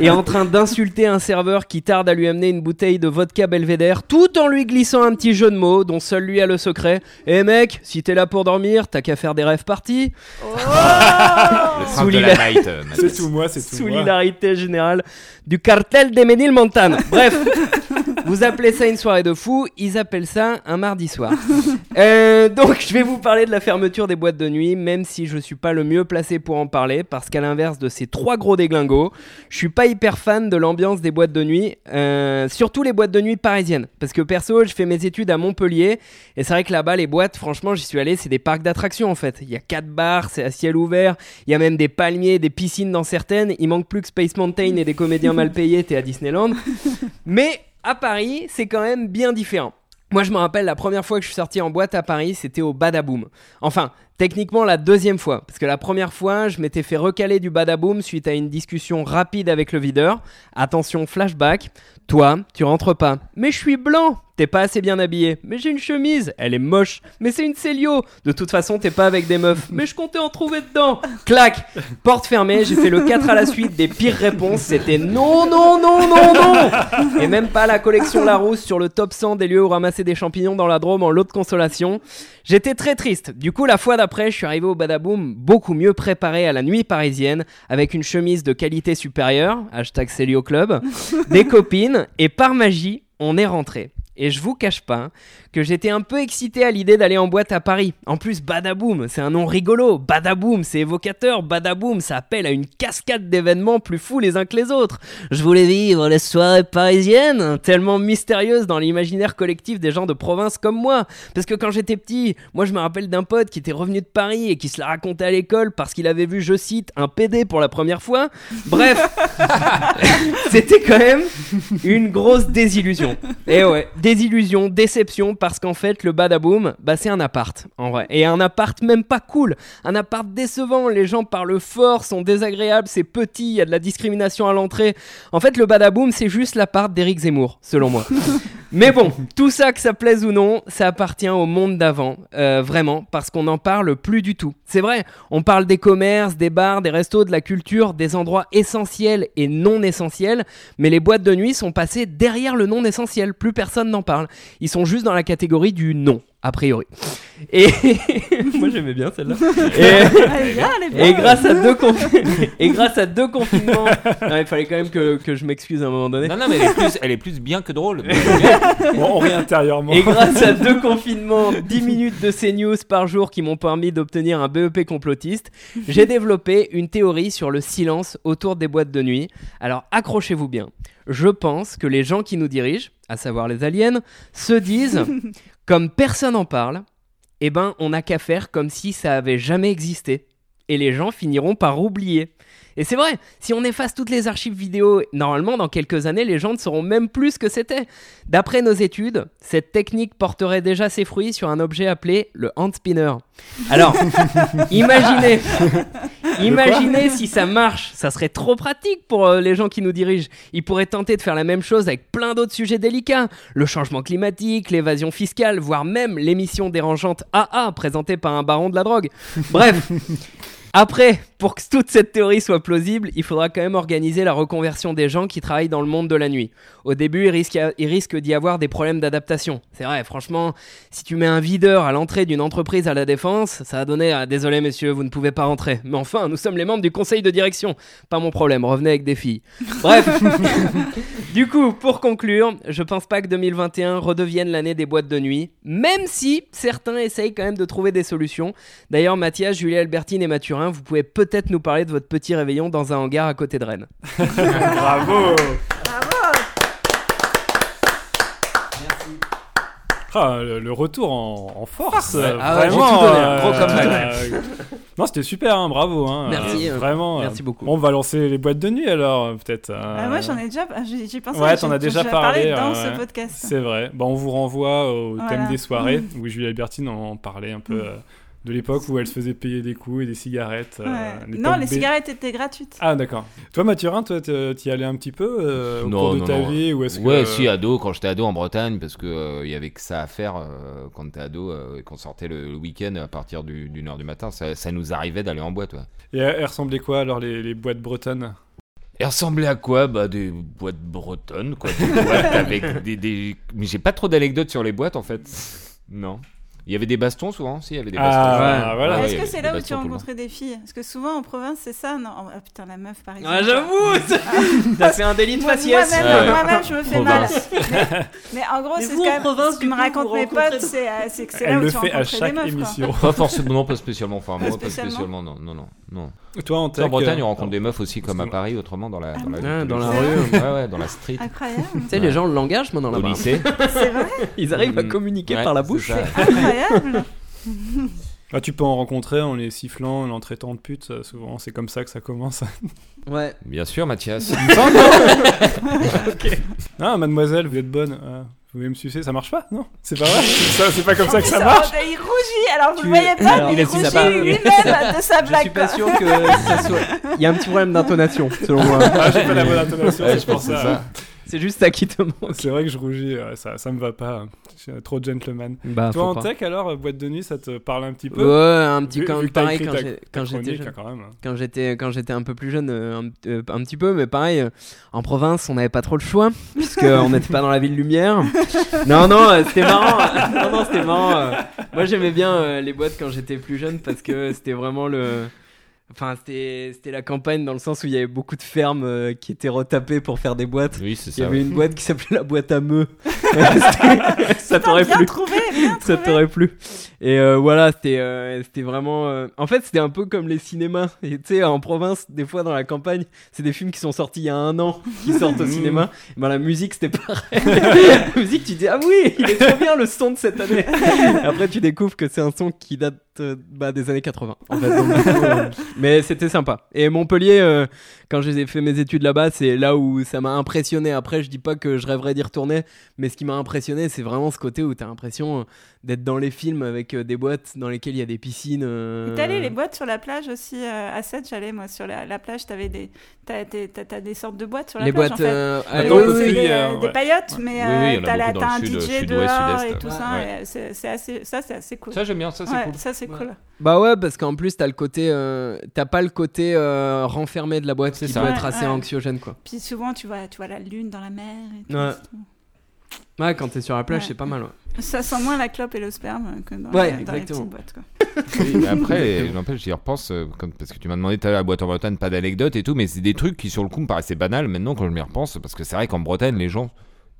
[SPEAKER 5] et en train d'insulter un serveur qui tarde à lui amener une bouteille de vodka belvédère, tout en lui glissant un petit jeu de mots dont seul lui a le secret. Eh mec, si t'es là pour dormir, t'as qu'à faire des rêves partis.
[SPEAKER 2] Oh
[SPEAKER 4] Le
[SPEAKER 5] Sous
[SPEAKER 4] prince de
[SPEAKER 5] l'hiver.
[SPEAKER 4] la night. euh, Mathias.
[SPEAKER 2] C'est tout moi, c'est tout moi.
[SPEAKER 5] Solidarité générale du cartel des Ménilmontanes. Bref, vous appelez ça une soirée de fou, ils appellent ça un mardi soir. Euh, donc, je vais vous parler de la fermeture des boîtes de nuit, même si je suis pas le mieux placé pour en parler, parce qu'à l'inverse de ces trois gros déglingos, je suis pas hyper fan de l'ambiance des boîtes de nuit, euh, surtout les boîtes de nuit parisiennes. Parce que perso, je fais mes études à Montpellier, et c'est vrai que là-bas, les boîtes, franchement, j'y suis allé, c'est des parcs d'attractions en fait. Il y a quatre bars, c'est à ciel ouvert, il y a même des palmiers, des piscines dans certaines. Il manque plus que Space Mountain et des comédiens mal payés, t'es à Disneyland. Mais à Paris, c'est quand même bien différent. Moi, je me rappelle la première fois que je suis sorti en boîte à Paris, c'était au Badaboom. Enfin, techniquement la deuxième fois, parce que la première fois, je m'étais fait recaler du Badaboom suite à une discussion rapide avec le videur. Attention, flashback. Toi, tu rentres pas. Mais je suis blanc. T'es pas assez bien habillé. Mais j'ai une chemise. Elle est moche. Mais c'est une Célio. De toute façon, t'es pas avec des meufs. Mais je comptais en trouver dedans. Clac. Porte fermée. J'ai fait le 4 à la suite des pires réponses. C'était non, non, non, non, non. Et même pas la collection Larousse sur le top 100 des lieux où ramasser des champignons dans la Drôme en lot de consolation. J'étais très triste. Du coup, la fois d'après, je suis arrivé au Badaboom beaucoup mieux préparé à la nuit parisienne avec une chemise de qualité supérieure. Hashtag Célio Club des copines et par magie, on est rentré. Et je vous cache pas que j'étais un peu excité à l'idée d'aller en boîte à Paris. En plus, Badaboom, c'est un nom rigolo. Badaboom, c'est évocateur. Badaboom, ça appelle à une cascade d'événements plus fous les uns que les autres. Je voulais vivre les soirées parisiennes, tellement mystérieuses dans l'imaginaire collectif des gens de province comme moi. Parce que quand j'étais petit, moi je me rappelle d'un pote qui était revenu de Paris et qui se la racontait à l'école parce qu'il avait vu, je cite, un PD pour la première fois. Bref, c'était quand même une grosse désillusion. Et Eh ouais, désillusion, déception, parce qu'en fait, le badaboom, bah c'est un appart, en vrai. Et un appart même pas cool, un appart décevant, les gens parlent fort, sont désagréables, c'est petit, il y a de la discrimination à l'entrée. En fait, le badaboom, c'est juste l'appart d'Éric Zemmour, selon moi. Mais bon, tout ça, que ça plaise ou non, ça appartient au monde d'avant, euh, vraiment, parce qu'on n'en parle plus du tout. C'est vrai, on parle des commerces, des bars, des restos, de la culture, des endroits essentiels et non essentiels, mais les boîtes de nuit sont passées derrière le non essentiel, plus personne n'en parle. Ils sont juste dans la catégorie du non, a priori. Et moi j'aimais bien celle-là. Et...
[SPEAKER 7] Allez, bien, allez, bien.
[SPEAKER 5] Et grâce à deux confi- et grâce à deux confinements, Non, il fallait quand même que, que je m'excuse à un moment donné.
[SPEAKER 4] Non, non, mais elle est plus, elle est plus bien que drôle.
[SPEAKER 2] Bon, on réintérieurement.
[SPEAKER 5] Et grâce à deux confinements, 10 minutes de CNews par jour qui m'ont permis d'obtenir un BEP complotiste, j'ai développé une théorie sur le silence autour des boîtes de nuit. Alors accrochez-vous bien. Je pense que les gens qui nous dirigent, à savoir les aliens, se disent comme personne n'en parle, eh ben on n'a qu'à faire comme si ça avait jamais existé. Et les gens finiront par oublier. Et c'est vrai, si on efface toutes les archives vidéo, normalement dans quelques années, les gens ne sauront même plus ce que c'était. D'après nos études, cette technique porterait déjà ses fruits sur un objet appelé le hand spinner. Alors, imaginez, imaginez si ça marche, ça serait trop pratique pour euh, les gens qui nous dirigent. Ils pourraient tenter de faire la même chose avec plein d'autres sujets délicats, le changement climatique, l'évasion fiscale, voire même l'émission dérangeante AA présentée par un baron de la drogue. Bref. Après, pour que toute cette théorie soit plausible, il faudra quand même organiser la reconversion des gens qui travaillent dans le monde de la nuit. Au début, il risque, il risque d'y avoir des problèmes d'adaptation. C'est vrai, franchement, si tu mets un videur à l'entrée d'une entreprise à la défense, ça va donner à désolé messieurs, vous ne pouvez pas rentrer. Mais enfin, nous sommes les membres du conseil de direction. Pas mon problème, revenez avec des filles. Bref. du coup, pour conclure, je pense pas que 2021 redevienne l'année des boîtes de nuit, même si certains essayent quand même de trouver des solutions. D'ailleurs, Mathias, Julie Albertine et Mathurin, vous pouvez peut-être nous parler de votre petit réveillon dans un hangar à côté de Rennes.
[SPEAKER 7] Bravo.
[SPEAKER 2] Bravo. Ah, le, le retour en, en force, euh,
[SPEAKER 5] Ah ouais,
[SPEAKER 2] vraiment.
[SPEAKER 5] j'ai tout donné,
[SPEAKER 4] gros comeback.
[SPEAKER 2] euh, non, c'était super, hein, bravo. hein,
[SPEAKER 5] Merci,
[SPEAKER 2] euh,
[SPEAKER 5] euh,
[SPEAKER 2] vraiment. euh,
[SPEAKER 5] Merci beaucoup.
[SPEAKER 2] bon, on va lancer les boîtes de nuit alors, euh, peut-être. euh,
[SPEAKER 7] Ah ouais, j'en ai déjà. ah, J'y j'y pensais.
[SPEAKER 2] Ouais,
[SPEAKER 7] j'ai-
[SPEAKER 2] t'en as
[SPEAKER 7] j'ai
[SPEAKER 2] déjà parlé,
[SPEAKER 7] dans
[SPEAKER 2] ouais.
[SPEAKER 7] ce podcast.
[SPEAKER 2] C'est vrai. Bah, on vous renvoie au
[SPEAKER 7] Voilà. Mm.
[SPEAKER 2] thème des soirées où Julie Albertine en parlait un peu euh, de l'époque où elle se faisait payer des coups et des cigarettes. euh,
[SPEAKER 7] Ouais.
[SPEAKER 2] l'époque
[SPEAKER 7] Non, les
[SPEAKER 2] B.
[SPEAKER 7] cigarettes étaient gratuites.
[SPEAKER 2] Ah d'accord. Toi Mathurin, toi t'es- t'y allais un petit peu euh, au
[SPEAKER 6] Non,
[SPEAKER 2] cours de
[SPEAKER 6] non,
[SPEAKER 2] ta
[SPEAKER 6] non.
[SPEAKER 2] vie ou est-ce que euh,
[SPEAKER 6] Ouais, si, ado, quand j'étais ado en Bretagne, parce qu'il il y avait que ça à faire euh, quand t'es ado euh, et qu'on sortait le, le week-end à partir du- d'une heure du matin, ça, ça nous arrivait d'aller en boîte. Ouais.
[SPEAKER 2] Et elles ressemblaient quoi alors les, les boîtes bretonnes
[SPEAKER 6] Elle ressemblait à quoi Bah des boîtes bretonnes, quoi. Des boîtes avec des, des- Mais j'ai pas trop d'anecdotes sur les boîtes en fait. Non. Il y avait des bastons souvent, si, il y avait des bastons.
[SPEAKER 2] Ah, voilà.
[SPEAKER 6] Ouais, il
[SPEAKER 7] Est-ce
[SPEAKER 6] y
[SPEAKER 7] que
[SPEAKER 6] avait
[SPEAKER 7] c'est
[SPEAKER 6] des
[SPEAKER 7] là où
[SPEAKER 6] bastons
[SPEAKER 7] tu
[SPEAKER 6] tout le temps.
[SPEAKER 7] rencontrais des filles Parce que souvent en province, c'est ça. Non, ah, putain, la meuf par exemple.
[SPEAKER 5] Ah, j'avoue T'as fait un délit de
[SPEAKER 7] Moi-
[SPEAKER 5] faciès
[SPEAKER 7] Moi-même,
[SPEAKER 6] Ouais.
[SPEAKER 7] moi-même, je me fais mal.
[SPEAKER 6] Province.
[SPEAKER 7] Mais, mais en gros,
[SPEAKER 10] Mais
[SPEAKER 7] c'est
[SPEAKER 10] vous,
[SPEAKER 7] ce
[SPEAKER 10] en
[SPEAKER 7] que-
[SPEAKER 10] province,
[SPEAKER 7] ce que
[SPEAKER 10] du
[SPEAKER 7] me
[SPEAKER 10] coup,
[SPEAKER 7] racontent
[SPEAKER 10] vous
[SPEAKER 7] mes
[SPEAKER 10] rencontrez-
[SPEAKER 7] potes, c'est à- c'est que c'est là
[SPEAKER 2] Elle
[SPEAKER 7] où
[SPEAKER 2] le
[SPEAKER 7] tu
[SPEAKER 2] fait à
[SPEAKER 7] rencontrais des
[SPEAKER 2] chaque
[SPEAKER 7] meufs. quoi.
[SPEAKER 2] émission.
[SPEAKER 6] Pas forcément, non, pas spécialement. Enfin, moi, pas
[SPEAKER 7] spécialement.
[SPEAKER 6] spécialement, non, non, non, non.
[SPEAKER 2] Toi en
[SPEAKER 6] Tu sais, En
[SPEAKER 2] tech,
[SPEAKER 6] Bretagne,
[SPEAKER 2] euh,
[SPEAKER 6] on rencontre des meufs aussi, comme à
[SPEAKER 2] Excuse-moi.
[SPEAKER 6] Paris, autrement, dans la, dans la,
[SPEAKER 5] Ah, dans la
[SPEAKER 6] rue. Ouais, ouais, dans la street,
[SPEAKER 3] Ah.
[SPEAKER 7] Incroyable,
[SPEAKER 5] Tu sais, les gens l'engagent maintenant
[SPEAKER 6] au
[SPEAKER 5] là-bas.
[SPEAKER 6] lycée.
[SPEAKER 7] c'est vrai,
[SPEAKER 5] Ils arrivent à
[SPEAKER 6] Mm.
[SPEAKER 5] communiquer
[SPEAKER 6] Ouais,
[SPEAKER 5] par la
[SPEAKER 6] c'est
[SPEAKER 5] bouche.
[SPEAKER 6] ça.
[SPEAKER 7] incroyable.
[SPEAKER 2] Ah, tu peux en rencontrer en les sifflant, en les traitant de pute. euh, Souvent, c'est comme ça que ça commence.
[SPEAKER 5] Ouais.
[SPEAKER 6] Bien sûr, Mathias.
[SPEAKER 2] ah, mademoiselle, vous êtes bonne. Ah, vous voulez me sucer Ça marche pas Non C'est pas vrai Ça, C'est pas comme ça que ça
[SPEAKER 7] Ça,
[SPEAKER 2] marche
[SPEAKER 7] oh, Il rougit, alors vous
[SPEAKER 5] Tu-
[SPEAKER 7] le voyez pas,
[SPEAKER 5] alors,
[SPEAKER 7] mais
[SPEAKER 5] il
[SPEAKER 7] il,
[SPEAKER 5] a dit ça pas.
[SPEAKER 7] rougit lui-même de sa
[SPEAKER 5] Je suis
[SPEAKER 7] blague.
[SPEAKER 5] pas
[SPEAKER 7] quoi.
[SPEAKER 5] sûr que ça soit. Il y a un petit problème d'intonation, selon moi.
[SPEAKER 2] Ah, j'ai pas la bonne intonation,
[SPEAKER 6] Ouais,
[SPEAKER 2] c'est
[SPEAKER 6] je
[SPEAKER 2] pour
[SPEAKER 6] pense que c'est
[SPEAKER 2] ça.
[SPEAKER 6] ça.
[SPEAKER 5] C'est juste ça qui te manque.
[SPEAKER 2] C'est vrai que je rougis, ouais, ça, ça me va pas. Je suis euh, trop gentleman.
[SPEAKER 5] Bah,
[SPEAKER 2] Toi en tech alors, euh, boîte de nuit, ça te parle un petit
[SPEAKER 5] Ouais,
[SPEAKER 2] peu
[SPEAKER 5] un petit
[SPEAKER 2] Vu-
[SPEAKER 5] quand,
[SPEAKER 2] vu que t'as
[SPEAKER 5] pareil
[SPEAKER 2] écrit
[SPEAKER 5] quand
[SPEAKER 2] ta-
[SPEAKER 5] j'ai-
[SPEAKER 2] ta
[SPEAKER 5] quand j'étais
[SPEAKER 2] chronique, hein,
[SPEAKER 5] jeune.
[SPEAKER 2] quand même.
[SPEAKER 5] Quand j'étais quand j'étais un peu plus jeune, euh, un, euh, un petit peu, mais pareil, euh, en province, on n'avait pas trop le choix, puisque on n'était pas dans la ville lumière. Non, non, euh, c'était marrant. Non, non, c'était marrant. euh. Moi, j'aimais bien euh, les boîtes quand j'étais plus jeune, parce que c'était vraiment le. Enfin, c'était c'était la campagne dans le sens où il y avait beaucoup de fermes euh, qui étaient retapées pour faire des boîtes.
[SPEAKER 6] Oui, c'est
[SPEAKER 5] Il y
[SPEAKER 6] ça.
[SPEAKER 5] avait une boîte qui s'appelait la boîte à meux. C'était- ça t'aurait
[SPEAKER 7] Bien
[SPEAKER 5] plu
[SPEAKER 7] trouvé, bien
[SPEAKER 5] ça
[SPEAKER 7] trouvé.
[SPEAKER 5] t'aurait plu. Et euh, voilà, c'était euh, c'était vraiment. euh, En fait, c'était un peu comme les cinémas. Et Tu sais, en province, des fois dans la campagne, c'est des films qui sont sortis il y a un an, qui sortent au cinéma. Et ben, la musique, c'était pareil. la musique, tu dis, ah oui, il est trop bien le son de cette année. Après, tu découvres que c'est un son qui date euh, bah, des années 80. En fait, Donc, du coup, euh, mais c'était sympa. Et Montpellier, euh, quand j'ai fait mes études là-bas, c'est là où ça m'a impressionné. Après, je dis pas que je rêverais d'y retourner, mais ce qui m'a impressionné, c'est vraiment ce côté où t'as l'impression euh, d'être dans les films avec euh, des boîtes dans lesquelles il y a des piscines. euh,
[SPEAKER 7] T'es allé les boîtes sur la plage aussi euh, à 7 j'allais moi sur la, la plage t'avais des t'as des- t'as- t'as des sortes de boîtes sur la
[SPEAKER 5] les
[SPEAKER 7] plage
[SPEAKER 5] boîtes.
[SPEAKER 7] en fait.
[SPEAKER 5] euh,
[SPEAKER 7] Oui,
[SPEAKER 5] allez,
[SPEAKER 2] Attends,
[SPEAKER 5] oui,
[SPEAKER 2] parce
[SPEAKER 5] oui,
[SPEAKER 7] c'est
[SPEAKER 2] que-
[SPEAKER 5] oui.
[SPEAKER 7] des,
[SPEAKER 2] euh,
[SPEAKER 7] euh, des
[SPEAKER 2] ouais.
[SPEAKER 7] paillottes, mais
[SPEAKER 6] Oui, oui, il y en
[SPEAKER 7] euh,
[SPEAKER 6] a
[SPEAKER 7] t'as la-
[SPEAKER 6] beaucoup dans
[SPEAKER 7] t'as un
[SPEAKER 6] le sud,
[SPEAKER 7] DJ
[SPEAKER 6] sud-ouest,
[SPEAKER 7] dehors
[SPEAKER 6] sud-est.
[SPEAKER 7] et tout ça.
[SPEAKER 6] Ouais.
[SPEAKER 7] et C'est c'est assez, ça, c'est assez cool.
[SPEAKER 6] Ça, j'aime bien, ça, c'est
[SPEAKER 7] Ouais,
[SPEAKER 6] cool.
[SPEAKER 7] ça, c'est cool.
[SPEAKER 5] Bah ouais, parce qu'en plus, t'as le côté. euh, t'as pas le côté euh, renfermé de la boîte
[SPEAKER 6] C'est
[SPEAKER 5] qui
[SPEAKER 6] ça.
[SPEAKER 5] peut
[SPEAKER 6] Ouais,
[SPEAKER 5] être assez
[SPEAKER 7] ouais.
[SPEAKER 5] anxiogène, quoi.
[SPEAKER 7] Puis souvent, tu vois, tu vois la lune dans la mer. Et tout,
[SPEAKER 5] Ouais.
[SPEAKER 7] c'est tout.
[SPEAKER 5] Ouais, quand t'es sur la plage,
[SPEAKER 7] Ouais.
[SPEAKER 5] c'est pas mal. ouais.
[SPEAKER 7] Ça sent moins la clope et le sperme que dans,
[SPEAKER 5] Ouais,
[SPEAKER 7] les, dans les
[SPEAKER 5] exactement.
[SPEAKER 7] petites boîtes. Quoi.
[SPEAKER 6] Oui, mais après, euh, n'empêche, j'y repense, euh, comme- parce que tu m'as demandé tout à l'heure, la boîte en Bretagne, pas d'anecdote et tout, mais c'est des trucs qui sur le coup me paraissaient banals maintenant quand je m'y repense, parce que c'est vrai qu'en Bretagne, les gens,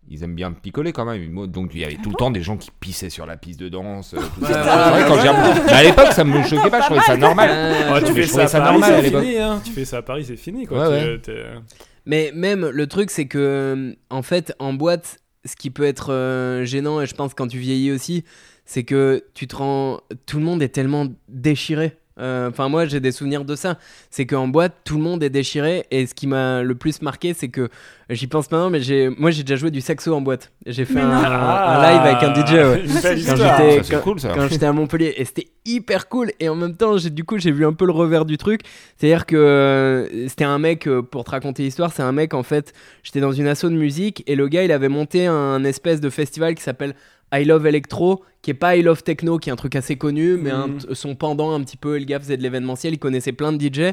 [SPEAKER 6] ils aiment bien picoler quand même. Ils- Donc il y avait tout le temps des gens qui pissaient sur la piste de danse. euh, tout ça.
[SPEAKER 5] Ouais,
[SPEAKER 6] C'est
[SPEAKER 5] voilà,
[SPEAKER 6] vrai, quand j'y repense- mais à l'époque, ça me choquait pas, je trouvais ça normal.
[SPEAKER 5] Euh,
[SPEAKER 2] Ah, tu
[SPEAKER 6] mais
[SPEAKER 2] fais
[SPEAKER 6] je trouvais
[SPEAKER 2] ça,
[SPEAKER 6] ça
[SPEAKER 2] à Paris,
[SPEAKER 6] normal à
[SPEAKER 2] c'est
[SPEAKER 6] l'époque.
[SPEAKER 2] fini. hein. Tu fais ça à Paris, c'est fini. Quoi.
[SPEAKER 6] Ouais,
[SPEAKER 2] Tu- euh,
[SPEAKER 6] ouais.
[SPEAKER 2] t'es-
[SPEAKER 5] Mais même le truc, c'est que euh, en fait, en boîte, ce qui peut être euh, gênant, et je pense quand tu vieillis aussi, c'est que tu te rends. Tout le monde est tellement déchiré. Euh, Enfin, moi, j'ai des souvenirs de ça. C'est qu'en boîte, tout le monde est déchiré. Et ce qui m'a le plus marqué, c'est que j'y pense maintenant, mais j'ai, moi, j'ai déjà joué du saxo en boîte. J'ai fait un, Ah, un-
[SPEAKER 2] Ah.
[SPEAKER 5] un live avec un DJ. ouais.
[SPEAKER 2] Une belle
[SPEAKER 5] Quand
[SPEAKER 2] histoire.
[SPEAKER 6] Ça,
[SPEAKER 5] j'étais-
[SPEAKER 6] c'est cool ça.
[SPEAKER 5] quand j'étais à Montpellier et c'était hyper cool et en même temps j'ai du coup j'ai vu un peu le revers du truc c'est à dire que euh, c'était un mec euh, pour te raconter l'histoire c'est un mec en fait j'étais dans une asso de musique et le gars il avait monté un espèce de festival qui s'appelle I Love Electro qui est pas I Love Techno qui est un truc assez connu mais un-
[SPEAKER 2] Mhm.
[SPEAKER 5] son pendant un petit peu et le gars faisait de l'événementiel il connaissait plein de DJ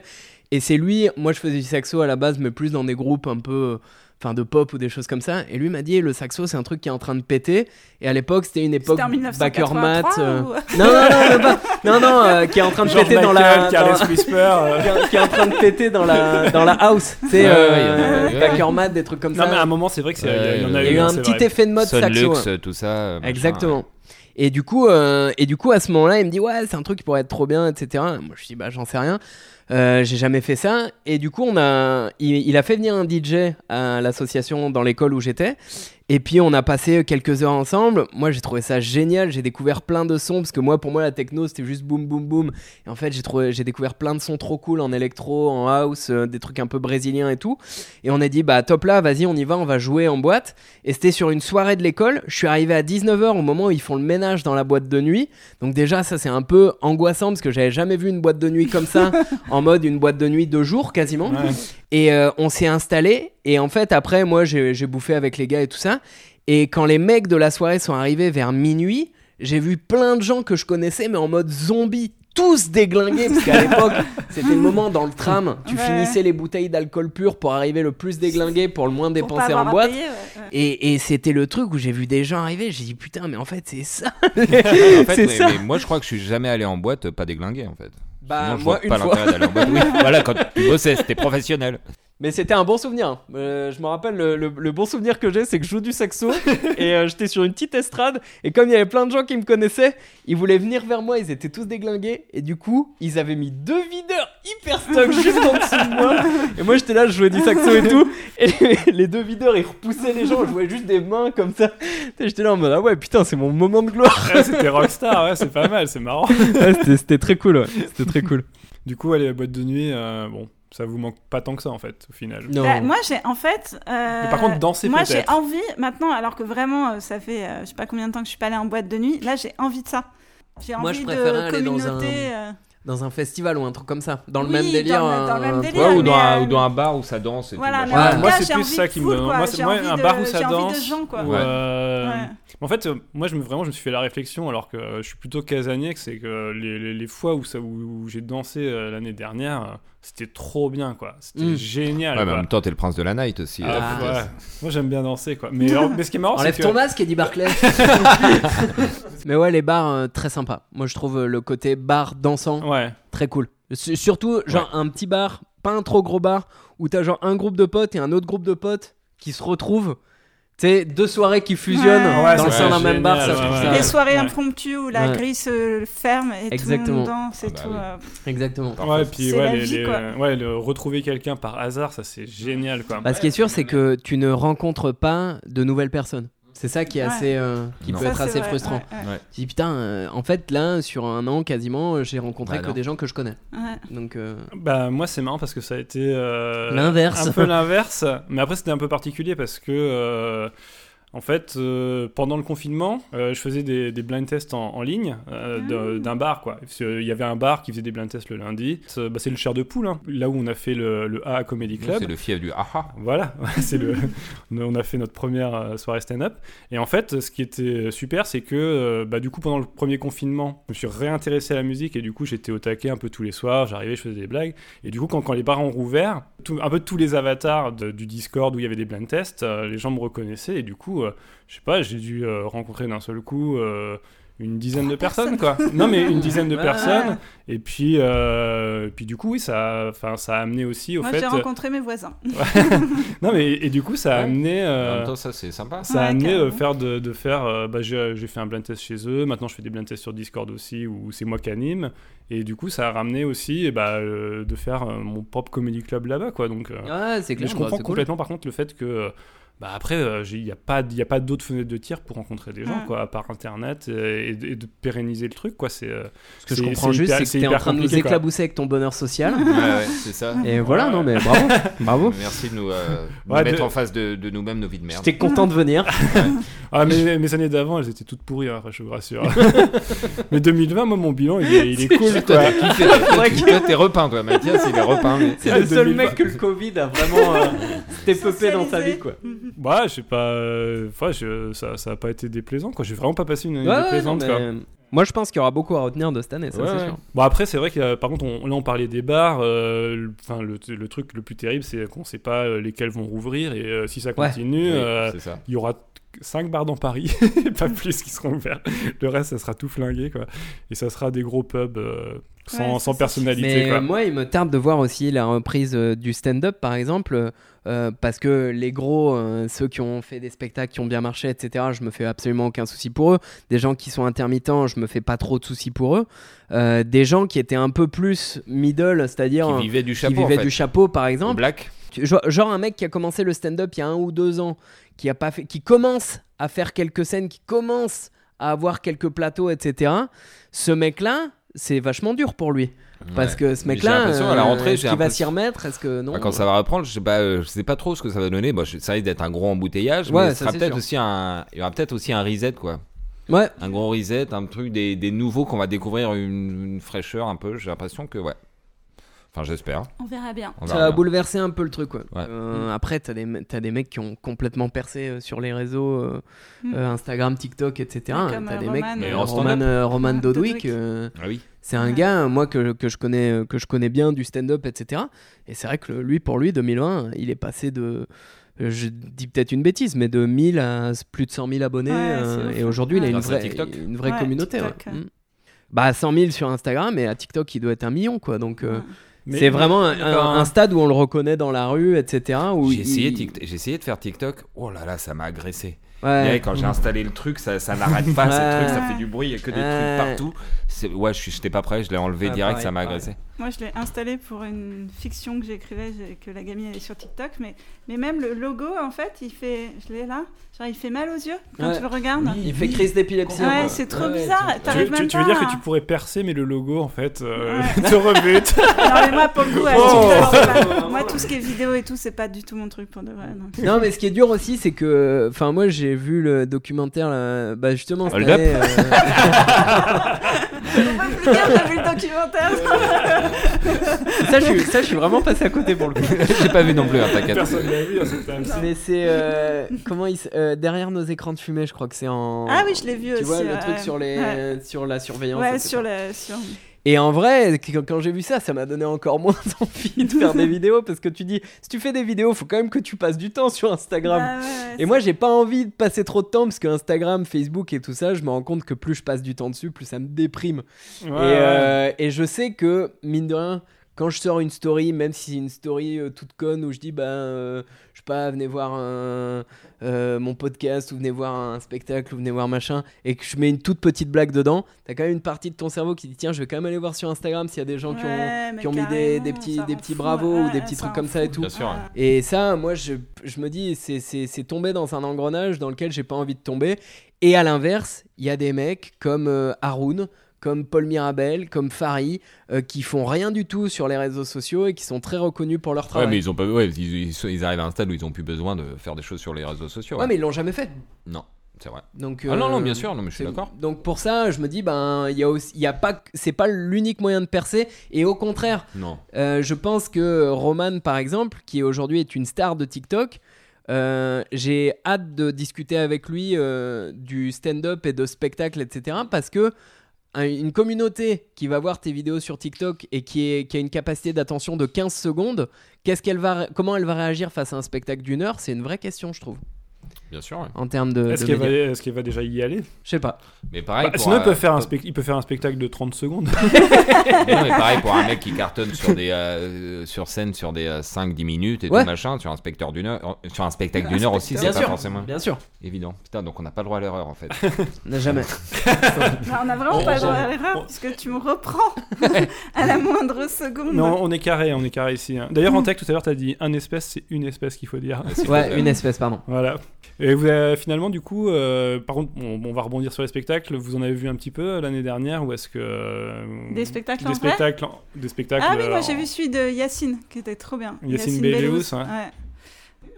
[SPEAKER 5] et c'est lui moi je faisais du saxo à la base mais plus dans des groupes un peu euh, Enfin, de pop ou des choses comme ça. Et lui m'a dit, le saxo, c'est un truc qui est en train de péter. Et à l'époque, c'était une époque
[SPEAKER 7] C'était en
[SPEAKER 5] backer mat.
[SPEAKER 7] 1983
[SPEAKER 5] euh,
[SPEAKER 7] ou-
[SPEAKER 5] non, non, non, même pas. Non, non, euh, qui est en train de
[SPEAKER 2] George
[SPEAKER 5] péter dans la.
[SPEAKER 2] Michael, Carles
[SPEAKER 5] dans-
[SPEAKER 2] Whisper. euh.
[SPEAKER 5] Qui est- qui est en train de péter dans la, dans la house. Tu sais,
[SPEAKER 6] Ouais,
[SPEAKER 5] euh,
[SPEAKER 6] ouais, ouais, ouais.
[SPEAKER 5] Backer Mad, des trucs comme
[SPEAKER 2] Non,
[SPEAKER 5] ça.
[SPEAKER 2] mais à un moment, c'est vrai que c'est-
[SPEAKER 6] Ouais,
[SPEAKER 2] il y en a
[SPEAKER 5] Il y a eu
[SPEAKER 2] hein,
[SPEAKER 5] un
[SPEAKER 2] c'est
[SPEAKER 5] petit
[SPEAKER 2] vrai.
[SPEAKER 5] effet de mode
[SPEAKER 6] Son
[SPEAKER 5] saxo.
[SPEAKER 6] Lux,
[SPEAKER 5] hein.
[SPEAKER 6] tout ça. machin,
[SPEAKER 5] Exactement.
[SPEAKER 6] ouais.
[SPEAKER 5] Et du coup, euh, et du coup, à ce moment-là, il me dit ouais, c'est un truc qui pourrait être trop bien, etc. Moi, je dis bah j'en sais rien. Euh, j'ai jamais fait ça. Et du coup, on a, il, il a fait venir un DJ à l'association dans l'école où j'étais. Et puis, on a passé quelques heures ensemble. Moi, j'ai trouvé ça génial. J'ai découvert plein de sons parce que moi, pour moi, la techno, c'était juste boum, boum, boum. Et en fait, j'ai trouvé, j'ai découvert plein de sons trop cool en électro, en house, euh, des trucs un peu brésiliens et tout. Et on a dit, bah, top là, vas-y, on y va, on va jouer en boîte. Et c'était sur une soirée de l'école. Je suis arrivé à 19h au moment où ils font le ménage dans la boîte de nuit. Donc, déjà, ça, c'est un peu angoissant parce que j'avais jamais vu une boîte de nuit comme ça. en mode une boîte de nuit de jour quasiment. Et euh, on s'est installé. Et en fait, après, moi, j'ai j'ai bouffé avec les gars et tout ça. Et quand les mecs de la soirée sont arrivés vers minuit, j'ai vu plein de gens que je connaissais, mais en mode zombie. Tous déglingués, parce qu'à l'époque, c'était le moment dans le tram, tu
[SPEAKER 7] Ouais.
[SPEAKER 5] finissais les bouteilles d'alcool pur pour arriver le plus déglingué pour le moins
[SPEAKER 7] Pour pas
[SPEAKER 5] dépenser en
[SPEAKER 7] avoir à
[SPEAKER 5] boîte.
[SPEAKER 7] payer, ouais, ouais.
[SPEAKER 5] Et, et c'était le truc où j'ai vu des gens arriver, j'ai dit putain, mais en fait, c'est ça.
[SPEAKER 6] En fait, mais-
[SPEAKER 5] c'est ça.
[SPEAKER 6] mais moi, je crois que je suis jamais allé en boîte euh, pas déglingué, en fait.
[SPEAKER 5] Bah,
[SPEAKER 6] Sinon, je
[SPEAKER 5] moi,
[SPEAKER 6] vois
[SPEAKER 5] une
[SPEAKER 6] pas
[SPEAKER 5] fois.
[SPEAKER 6] l'intérêt d'aller en boîte. Oui, voilà, quand tu bossais, c'était professionnel.
[SPEAKER 5] Mais c'était un bon souvenir. Euh, je me rappelle, le, le- le bon souvenir que j'ai, c'est que je joue du saxo et euh, j'étais sur une petite estrade. Et comme il y avait plein de gens qui me connaissaient, ils voulaient venir vers moi, ils étaient tous déglingués. Et du coup, ils avaient mis deux videurs hyper stock juste en dessous de moi. Et moi, j'étais là, je jouais du saxo et tout. Et les deux videurs, ils repoussaient les gens, je jouais juste des mains comme ça. Et j'étais là en mode, ah ouais, putain, c'est mon moment de gloire.
[SPEAKER 2] Ouais, c'était rockstar, ouais, c'est pas mal, c'est marrant.
[SPEAKER 5] Ouais, c'était- c'était très cool, ouais. C'était très cool.
[SPEAKER 2] Du coup, aller à la boîte de nuit, euh, bon, ça vous manque pas tant que ça en fait, au final.
[SPEAKER 5] Non.
[SPEAKER 7] Bah, moi, j'ai en fait. euh,
[SPEAKER 2] Mais par contre, danser
[SPEAKER 7] Moi, j'ai
[SPEAKER 2] peut-être.
[SPEAKER 7] envie maintenant, alors que vraiment, euh, ça fait euh, je sais pas combien de temps que je suis pas allée en boîte de nuit. Là, j'ai envie de ça. J'ai
[SPEAKER 5] Moi, je
[SPEAKER 7] envie
[SPEAKER 5] préférais
[SPEAKER 7] de
[SPEAKER 5] aller dans un-
[SPEAKER 7] communauté. euh,
[SPEAKER 5] Dans un festival ou un truc comme ça. Dans le
[SPEAKER 7] Oui,
[SPEAKER 5] même
[SPEAKER 7] dans
[SPEAKER 5] délire. euh,
[SPEAKER 7] le- dans le
[SPEAKER 5] un-
[SPEAKER 7] même
[SPEAKER 5] un-
[SPEAKER 7] délire.
[SPEAKER 6] Ouais, ou,
[SPEAKER 7] mais,
[SPEAKER 6] dans un,
[SPEAKER 7] euh,
[SPEAKER 6] ou dans un bar où ça danse. Et
[SPEAKER 7] Voilà,
[SPEAKER 6] tout,
[SPEAKER 7] mais
[SPEAKER 5] Ouais.
[SPEAKER 7] en tout
[SPEAKER 2] Moi,
[SPEAKER 7] cas,
[SPEAKER 2] c'est
[SPEAKER 7] Ah, j'ai
[SPEAKER 2] plus
[SPEAKER 7] envie
[SPEAKER 2] ça
[SPEAKER 7] de
[SPEAKER 2] qui me
[SPEAKER 7] foule,
[SPEAKER 2] donne-
[SPEAKER 7] quoi.
[SPEAKER 2] moi, c'est-
[SPEAKER 7] J'ai
[SPEAKER 2] moi,
[SPEAKER 7] envie
[SPEAKER 2] un
[SPEAKER 7] de-
[SPEAKER 2] bar où ça
[SPEAKER 7] j'ai envie
[SPEAKER 2] danse,
[SPEAKER 7] de gens, quoi.
[SPEAKER 2] Ou,
[SPEAKER 6] Ouais.
[SPEAKER 2] euh,
[SPEAKER 7] Ouais.
[SPEAKER 2] En fait, euh, moi, je me, vraiment, je me suis fait la réflexion, alors que euh, je suis plutôt casanier, que c'est que les, les- les fois où, ça- où, où j'ai dansé euh, l'année dernière, euh, c'était trop bien, quoi. C'était
[SPEAKER 5] Mm.
[SPEAKER 2] génial.
[SPEAKER 6] Ouais, mais
[SPEAKER 2] quoi.
[SPEAKER 6] en même temps, t'es le prince de la night aussi.
[SPEAKER 2] Ah,
[SPEAKER 6] euh,
[SPEAKER 2] ouais. Moi, j'aime bien danser, quoi. Mais, alors- mais ce qui est marrant, Oh, c'est
[SPEAKER 5] Enlève
[SPEAKER 2] que...
[SPEAKER 5] ton masque, Eddie Barclay. Mais ouais, les bars, euh, très sympa. Moi, je trouve euh, le côté bar dansant
[SPEAKER 2] Ouais.
[SPEAKER 5] très cool. S- surtout, genre, un petit bar, pas un trop gros bar, où t'as genre un groupe de potes et un autre groupe de potes qui se retrouvent. Tu sais, deux soirées qui fusionnent
[SPEAKER 7] Ouais.
[SPEAKER 2] Ouais,
[SPEAKER 5] dans le
[SPEAKER 2] c'est
[SPEAKER 5] sein d'un
[SPEAKER 2] génial,
[SPEAKER 5] même bar. ça, je
[SPEAKER 2] ouais,
[SPEAKER 5] trouve ça-
[SPEAKER 2] ouais.
[SPEAKER 7] Les soirées
[SPEAKER 2] Ouais.
[SPEAKER 7] impromptues où la
[SPEAKER 5] Ouais.
[SPEAKER 7] grille se ferme et tout le
[SPEAKER 5] Exactement.
[SPEAKER 7] monde danse et
[SPEAKER 6] Ah bah
[SPEAKER 7] tout.
[SPEAKER 6] oui.
[SPEAKER 7] euh,
[SPEAKER 5] Exactement.
[SPEAKER 2] Ouais, et puis
[SPEAKER 7] C'est la
[SPEAKER 2] ouais, les-
[SPEAKER 7] vie,
[SPEAKER 2] les-
[SPEAKER 7] quoi.
[SPEAKER 2] euh, ouais, le retrouver quelqu'un par hasard, ça c'est génial quoi.
[SPEAKER 5] Bah, ce qui est sûr, c'est que tu ne rencontres pas de nouvelles personnes. C'est ça qui est
[SPEAKER 7] Ouais.
[SPEAKER 5] assez, euh, qui
[SPEAKER 6] Non.
[SPEAKER 5] peut
[SPEAKER 7] ça,
[SPEAKER 5] être
[SPEAKER 7] c'est
[SPEAKER 5] assez
[SPEAKER 7] vrai,
[SPEAKER 5] frustrant.
[SPEAKER 7] ouais, ouais,
[SPEAKER 5] Tu dis putain, euh, en fait là, sur un an quasiment, euh, j'ai rencontré
[SPEAKER 6] Bah,
[SPEAKER 5] que
[SPEAKER 6] non.
[SPEAKER 5] des gens que je connais.
[SPEAKER 7] ouais.
[SPEAKER 5] Donc euh,
[SPEAKER 2] Bah moi c'est marrant parce que ça a été euh,
[SPEAKER 5] L'inverse.
[SPEAKER 2] un peu l'inverse. Mais après c'était un peu particulier parce que euh, en fait euh, pendant le confinement, euh, je faisais des, des blind tests en, en ligne euh, d'un- d'un bar quoi. Parce que, euh, Il y avait un bar qui faisait des blind tests le lundi. C'est bah, c'est le chair de poule hein, là où on a fait le, le A Comedy Club.
[SPEAKER 6] C'est le fief du aha.
[SPEAKER 2] Voilà, c'est le. On a fait notre première euh, soirée stand-up. Et en fait, ce qui était super, c'est que euh, bah, du coup, pendant le premier confinement, je me suis réintéressé à la musique et du coup, j'étais au taquet un peu tous les soirs. J'arrivais, je faisais des blagues. Et du coup, quand, quand les bars ont rouvert, tout- un peu tous les avatars de- du Discord où il y avait des blind tests, euh, les gens me reconnaissaient. Et du coup, euh, je sais pas, j'ai dû euh, rencontrer d'un seul coup. euh, une dizaine de personnes, quoi. Non, mais une dizaine de
[SPEAKER 5] Ouais.
[SPEAKER 2] personnes. Et puis, euh, puis du coup, oui, ça, a- enfin, ça a amené aussi au
[SPEAKER 7] Moi,
[SPEAKER 2] fait. euh,
[SPEAKER 7] j'ai rencontré mes voisins.
[SPEAKER 2] Non mais et du coup ça a
[SPEAKER 6] Ouais.
[SPEAKER 2] amené euh,
[SPEAKER 6] En même temps, ça, c'est sympa.
[SPEAKER 2] ça a
[SPEAKER 7] Ouais,
[SPEAKER 2] amené
[SPEAKER 7] carrément.
[SPEAKER 2] euh, faire de, de faire euh, bah, j'ai j'ai fait un blind test chez eux maintenant je fais des blind tests sur Discord aussi où c'est moi qui anime et du coup ça a ramené aussi eh bah, euh, de faire euh, mon propre comedy club là-bas quoi donc euh,
[SPEAKER 5] ouais, c'est
[SPEAKER 2] mais
[SPEAKER 5] clair.
[SPEAKER 2] je
[SPEAKER 5] bah,
[SPEAKER 2] comprends
[SPEAKER 5] c'est cool.
[SPEAKER 2] complètement par contre le fait que euh, bah après euh, j'ai- il n'y a pas il y a pas d'autre fenêtre de tir pour rencontrer des gens
[SPEAKER 7] Ouais.
[SPEAKER 2] quoi à part internet euh, et, et de- et de pérenniser le truc quoi c'est euh,
[SPEAKER 5] Ce que je
[SPEAKER 2] c'est-
[SPEAKER 5] comprends
[SPEAKER 2] c'est
[SPEAKER 5] juste,
[SPEAKER 2] hyper-
[SPEAKER 5] c'est que
[SPEAKER 2] c'est
[SPEAKER 5] t'es en
[SPEAKER 2] hyper
[SPEAKER 5] train de nous
[SPEAKER 2] compliqué, quoi.
[SPEAKER 5] éclabousser avec ton bonheur social.
[SPEAKER 6] Ouais, ouais, c'est ça. Euh,
[SPEAKER 5] Et voilà, non mais bravo, bravo.
[SPEAKER 6] Merci de nous, euh, nous
[SPEAKER 2] Ouais,
[SPEAKER 6] mettre
[SPEAKER 2] de-
[SPEAKER 6] en face de, de nous-mêmes nos vies de merde.
[SPEAKER 5] J'étais content de venir.
[SPEAKER 2] Ah, mes, mes années d'avant, elles étaient toutes pourries, hein, je vous rassure. mais 2020, moi, mon bilan, il est, il est cool, quoi.
[SPEAKER 6] Toi, t'as kiffé, toi, toi, tu- toi, t'es repeint, toi. Mathias, il est repeint. lui.
[SPEAKER 5] C'est
[SPEAKER 2] Ah,
[SPEAKER 5] le seul
[SPEAKER 2] 2020.
[SPEAKER 5] mec que le Covid a vraiment euh, step-upé dans sa
[SPEAKER 7] Socialisé.
[SPEAKER 5] vie, quoi.
[SPEAKER 2] Ouais, je sais pas. euh, Enfin, je- ça, ça a pas été déplaisant, quoi. J'ai vraiment pas passé une année
[SPEAKER 5] Ouais, ouais,
[SPEAKER 2] déplaisante,
[SPEAKER 5] non,
[SPEAKER 2] quoi.
[SPEAKER 5] mais, euh, Moi, je pense qu'il y aura beaucoup à retenir de cette année, ça
[SPEAKER 6] Ouais,
[SPEAKER 5] c'est
[SPEAKER 6] ouais.
[SPEAKER 5] sûr.
[SPEAKER 2] Bon, après, c'est vrai que, euh, par contre, on, là, on parlait des bars. euh, le- Enfin, le, le truc le plus terrible, c'est qu'on sait pas euh, lesquels vont rouvrir et euh, si ça
[SPEAKER 5] Ouais.
[SPEAKER 2] continue,
[SPEAKER 6] Oui,
[SPEAKER 2] euh,
[SPEAKER 6] c'est ça.
[SPEAKER 2] il y aura 5 bars dans Paris, pas plus qui seront ouverts. Le reste, ça sera tout flingué, quoi. Et ça sera des gros pubs euh, sans,
[SPEAKER 7] Ouais,
[SPEAKER 2] sans
[SPEAKER 7] ça,
[SPEAKER 2] personnalité,
[SPEAKER 5] Mais
[SPEAKER 2] quoi.
[SPEAKER 5] euh, moi, il me tarde de voir aussi la reprise euh, du stand-up, par exemple, euh, parce que les gros, euh, ceux qui ont fait des spectacles qui ont bien marché, etc., je me fais absolument aucun souci pour eux. Des gens qui sont intermittents, je me fais pas trop de soucis pour eux. Euh, des gens qui étaient un peu plus middle, c'est-à-dire euh,
[SPEAKER 6] Qui vivait du
[SPEAKER 5] qui
[SPEAKER 6] chapeau. en
[SPEAKER 5] vivaient
[SPEAKER 6] fait.
[SPEAKER 5] du chapeau, par
[SPEAKER 6] Au
[SPEAKER 5] exemple.
[SPEAKER 6] Black.
[SPEAKER 5] Tu- Genre, genre un mec qui a commencé le stand-up il y a un ou deux ans, qui, a pas fait, qui commence à faire quelques scènes, qui commence à avoir quelques plateaux, etc. Ce mec-là, c'est vachement dur pour lui. Parce que ce
[SPEAKER 6] Mais j'ai
[SPEAKER 5] mec-là, euh,
[SPEAKER 6] l'impression, à la rentrée,
[SPEAKER 5] est-ce
[SPEAKER 6] j'ai
[SPEAKER 5] qu'il va
[SPEAKER 6] l'impression-
[SPEAKER 5] s'y remettre Est-ce que non
[SPEAKER 6] Bah, quand ça va reprendre, je sais pas, euh, je sais pas trop ce que ça va donner. Bah, je- ça risque d'être un gros embouteillage,
[SPEAKER 5] Ouais,
[SPEAKER 6] mais ce
[SPEAKER 5] ça,
[SPEAKER 6] sera
[SPEAKER 5] c'est
[SPEAKER 6] peut-être
[SPEAKER 5] sûr.
[SPEAKER 6] aussi un, il y aura peut-être aussi un reset quoi,
[SPEAKER 5] Ouais,
[SPEAKER 6] un gros reset, un truc des, des nouveaux qu'on va découvrir une, une fraîcheur un peu. J'ai l'impression que ouais. Enfin, j'espère.
[SPEAKER 7] On verra bien.
[SPEAKER 6] On
[SPEAKER 5] ça
[SPEAKER 6] verra
[SPEAKER 5] va
[SPEAKER 6] bien.
[SPEAKER 5] bouleverser un peu le truc. Ouais.
[SPEAKER 6] Ouais.
[SPEAKER 5] Euh, Après, t'as des, t'as des mecs qui ont complètement percé euh, sur les réseaux euh,
[SPEAKER 7] Mm.
[SPEAKER 5] euh, Instagram, TikTok, etc.
[SPEAKER 7] Ouais, comme,
[SPEAKER 5] T'as
[SPEAKER 7] euh,
[SPEAKER 5] des mecs,
[SPEAKER 7] Roman,
[SPEAKER 6] Mais
[SPEAKER 5] euh,
[SPEAKER 6] en
[SPEAKER 5] Roman,
[SPEAKER 6] stand-up.
[SPEAKER 5] euh, Roman
[SPEAKER 7] Ouais,
[SPEAKER 5] Dodwick.
[SPEAKER 7] Dodwick.
[SPEAKER 5] euh,
[SPEAKER 6] Ah oui.
[SPEAKER 5] C'est un gars, hein, moi, que, que, je connais, que je connais bien du stand-up, etc. Et c'est vrai que le- lui, pour lui, 2020, il est passé de. euh, Je dis peut-être une bêtise, mais de 1000 à s- plus de 100 000 abonnés.
[SPEAKER 7] Ouais,
[SPEAKER 5] euh,
[SPEAKER 7] c'est
[SPEAKER 5] et
[SPEAKER 7] ouf.
[SPEAKER 5] aujourd'hui, il a une
[SPEAKER 6] Grâce à
[SPEAKER 5] vraie,
[SPEAKER 6] TikTok.
[SPEAKER 5] une vraie
[SPEAKER 7] Ouais,
[SPEAKER 5] communauté.
[SPEAKER 7] TikTok,
[SPEAKER 5] ouais.
[SPEAKER 7] ouais.
[SPEAKER 5] Mm. Bah, 100 000 sur Instagram, et à TikTok, il doit être un million, quoi. Donc, euh,
[SPEAKER 2] Mais-
[SPEAKER 5] c'est vraiment un, un-
[SPEAKER 6] Encore un-
[SPEAKER 5] un stade où on le reconnaît dans la rue, etc. où
[SPEAKER 6] J'ai
[SPEAKER 5] il-
[SPEAKER 6] essayé, Tik- j'ai essayé de faire TikTok. Oh là là, ça m'a agressé.
[SPEAKER 5] Ouais.
[SPEAKER 6] Et quand j'ai installé le truc, ça, ça n'arrête pas.
[SPEAKER 5] Ouais.
[SPEAKER 6] ce truc, ça fait du bruit, il y a que des
[SPEAKER 5] Ouais. Ah bah
[SPEAKER 6] trucs partout. C'est- Ouais, je suis- j'étais pas prêt, je l'ai enlevé
[SPEAKER 5] Ouais,
[SPEAKER 6] direct,
[SPEAKER 5] pareil,
[SPEAKER 6] ça m'a
[SPEAKER 5] pareil.
[SPEAKER 6] agressé.
[SPEAKER 7] Moi, je l'ai installé pour une fiction que j'écrivais, j'ai- que la gamine elle est sur TikTok, mais, mais même le logo, en fait, il fait, je l'ai là, genre il fait mal aux yeux quand
[SPEAKER 5] Ouais.
[SPEAKER 7] tu le regardes.
[SPEAKER 5] Il fait crise d'épilepsie.
[SPEAKER 7] Ah, Ouais,
[SPEAKER 5] hein.
[SPEAKER 7] c'est trop
[SPEAKER 5] Ouais,
[SPEAKER 7] bizarre.
[SPEAKER 5] tu-
[SPEAKER 2] Tu,
[SPEAKER 7] T'arrives
[SPEAKER 2] tu-
[SPEAKER 7] même
[SPEAKER 2] tu veux dire
[SPEAKER 7] pas
[SPEAKER 2] que tu
[SPEAKER 7] à-
[SPEAKER 2] pourrais percer, mais le logo, en fait, euh,
[SPEAKER 7] Ouais.
[SPEAKER 2] te rebute.
[SPEAKER 7] Non, mais moi, pour le coup, à
[SPEAKER 2] Oh.
[SPEAKER 7] TikTok, c'est pas- moi, tout ce qui est vidéo et tout, c'est pas du tout mon truc pour de vrai. donc.
[SPEAKER 5] Non, mais ce qui est dur aussi, c'est que. Enfin, moi, j'ai vu le documentaire, là, bah, justement, cette
[SPEAKER 6] Hold up.
[SPEAKER 5] année, euh,
[SPEAKER 7] On peut plus dire, t'as vu le documentaire
[SPEAKER 5] ça, je suis, ça, je suis vraiment passé à côté pour le coup.
[SPEAKER 6] j'ai pas vu non plus, hein, t'inquiète.
[SPEAKER 2] Personne l'a vu à cette time.
[SPEAKER 5] Mais c'est. euh, comment il. s- euh, derrière nos écrans de fumée, je crois que c'est en.
[SPEAKER 7] Ah oui, je l'ai vu
[SPEAKER 5] Tu
[SPEAKER 7] aussi.
[SPEAKER 5] vois, le
[SPEAKER 7] ouais,
[SPEAKER 5] truc
[SPEAKER 7] ouais.
[SPEAKER 5] sur, les,
[SPEAKER 7] Ouais,
[SPEAKER 5] sur la surveillance.
[SPEAKER 7] Ouais,
[SPEAKER 5] etc.
[SPEAKER 7] sur le. Sur...
[SPEAKER 5] Et en vrai, quand quand j'ai vu ça, ça m'a donné encore moins envie de faire des vidéos parce que tu dis, si tu fais des vidéos, faut quand même que tu passes du temps sur Instagram.
[SPEAKER 7] Bah, ouais,
[SPEAKER 5] Et moi, j'ai pas envie de passer trop de temps parce que Instagram, Facebook et tout ça, je me rends compte que plus je passe du temps dessus, plus ça me déprime.
[SPEAKER 2] Ouais,
[SPEAKER 5] et, euh, et je sais que, mine de rien, quand je sors une story, même si c'est une story euh, toute conne où je dis, ben, euh, je sais pas, venez voir un- euh, mon podcast ou venez voir un spectacle ou venez voir machin, et que je mets une toute petite blague dedans, t'as quand même une partie de ton cerveau qui dit, tiens, je vais quand même aller voir sur Instagram s'il y a des gens qui ont
[SPEAKER 7] Ouais, mais
[SPEAKER 5] qui ont mis des, des
[SPEAKER 7] carrément,
[SPEAKER 5] petits,
[SPEAKER 7] ça
[SPEAKER 5] des
[SPEAKER 7] rend
[SPEAKER 5] petits
[SPEAKER 7] fou,
[SPEAKER 5] bravos ou
[SPEAKER 7] ouais,
[SPEAKER 5] des petits
[SPEAKER 7] ça
[SPEAKER 5] trucs
[SPEAKER 7] rend
[SPEAKER 5] comme ça
[SPEAKER 7] fou.
[SPEAKER 5] et tout.
[SPEAKER 6] Bien sûr. hein.
[SPEAKER 5] Et ça, moi, je, je me dis, c'est- c'est c'est tomber dans un engrenage dans lequel j'ai pas envie de tomber. Et à l'inverse, il y a des mecs comme euh, Haroun, comme Paul Mirabel, comme Fari, euh, qui font rien du tout sur les réseaux sociaux et qui sont très reconnus pour leur
[SPEAKER 6] Ouais,
[SPEAKER 5] travail.
[SPEAKER 6] mais ils ont pas, ouais, ils, ils- ils arrivent à un stade où ils ont plus besoin de faire des choses sur les réseaux sociaux.
[SPEAKER 5] Ouais, mais ils l'ont jamais fait.
[SPEAKER 6] Non, c'est vrai.
[SPEAKER 5] Donc,
[SPEAKER 6] Ah non, non,
[SPEAKER 5] euh,
[SPEAKER 6] bien sûr, non, mais je suis
[SPEAKER 5] c'est-
[SPEAKER 6] d'accord.
[SPEAKER 5] Donc pour ça, je me dis, ben, il y a aussi, il y a pas, que- c'est pas l'unique moyen de percer. Et au contraire,
[SPEAKER 6] Non.
[SPEAKER 5] Euh, je pense que Roman, par exemple, qui aujourd'hui est une star de TikTok, euh, j'ai hâte de discuter avec lui euh, du stand-up et de spectacles, etc. Parce que un- une communauté qui va voir tes vidéos sur TikTok et qui, est, qui a une capacité d'attention de 15 secondes, qu'est-ce qu'elle va, ré- comment elle va réagir face à un spectacle d'une heure C'est une vraie question, je trouve,
[SPEAKER 6] Bien sûr, ouais.
[SPEAKER 5] en termes de. Euh, de
[SPEAKER 2] Est-ce qu'il va,
[SPEAKER 5] médias.
[SPEAKER 2] est-ce qu'il va déjà y aller
[SPEAKER 5] Je sais pas.
[SPEAKER 6] Mais pareil.
[SPEAKER 2] Bah,
[SPEAKER 6] pour euh,
[SPEAKER 2] Sinon,
[SPEAKER 6] un-
[SPEAKER 2] il peut, faire un spec- il peut faire un spectacle de 30 secondes.
[SPEAKER 6] Non, mais pareil pour un mec qui cartonne sur des euh, sur scène sur des 5-10 minutes et
[SPEAKER 5] Ouais.
[SPEAKER 6] tout machin sur un spectacle d'une heure euh, sur un spectacle
[SPEAKER 2] Ah,
[SPEAKER 6] d'une heure aussi c'est
[SPEAKER 5] Bien
[SPEAKER 6] pas
[SPEAKER 5] sûr.
[SPEAKER 6] forcément
[SPEAKER 5] Bien sûr.
[SPEAKER 6] évident putain donc on n'a pas le droit à l'erreur en fait
[SPEAKER 5] n'a jamais.
[SPEAKER 7] Non, on a vraiment
[SPEAKER 2] On-
[SPEAKER 7] pas le droit
[SPEAKER 2] on-
[SPEAKER 7] à l'erreur,
[SPEAKER 2] on-
[SPEAKER 7] puisque tu me reprends à la moindre seconde.
[SPEAKER 2] non, on est carré, on est carré ici. hein. D'ailleurs, en tech, tout à l'heure, t'as dit un espèce, c'est une espèce qu'il faut dire.
[SPEAKER 5] ouais, une espèce, pardon.
[SPEAKER 2] Voilà. Et vous avez, finalement, du coup, euh, par contre, on, on va rebondir sur les spectacles. Vous en avez vu un petit peu euh, l'année dernière ou est-ce que. euh,
[SPEAKER 7] Des spectacles en
[SPEAKER 2] des
[SPEAKER 7] vrai
[SPEAKER 2] spectacles, en- des spectacles.
[SPEAKER 7] Ah oui, moi
[SPEAKER 2] euh,
[SPEAKER 7] j'ai vu celui de Yacine, qui était trop bien.
[SPEAKER 2] Yacine Bellous, ouais.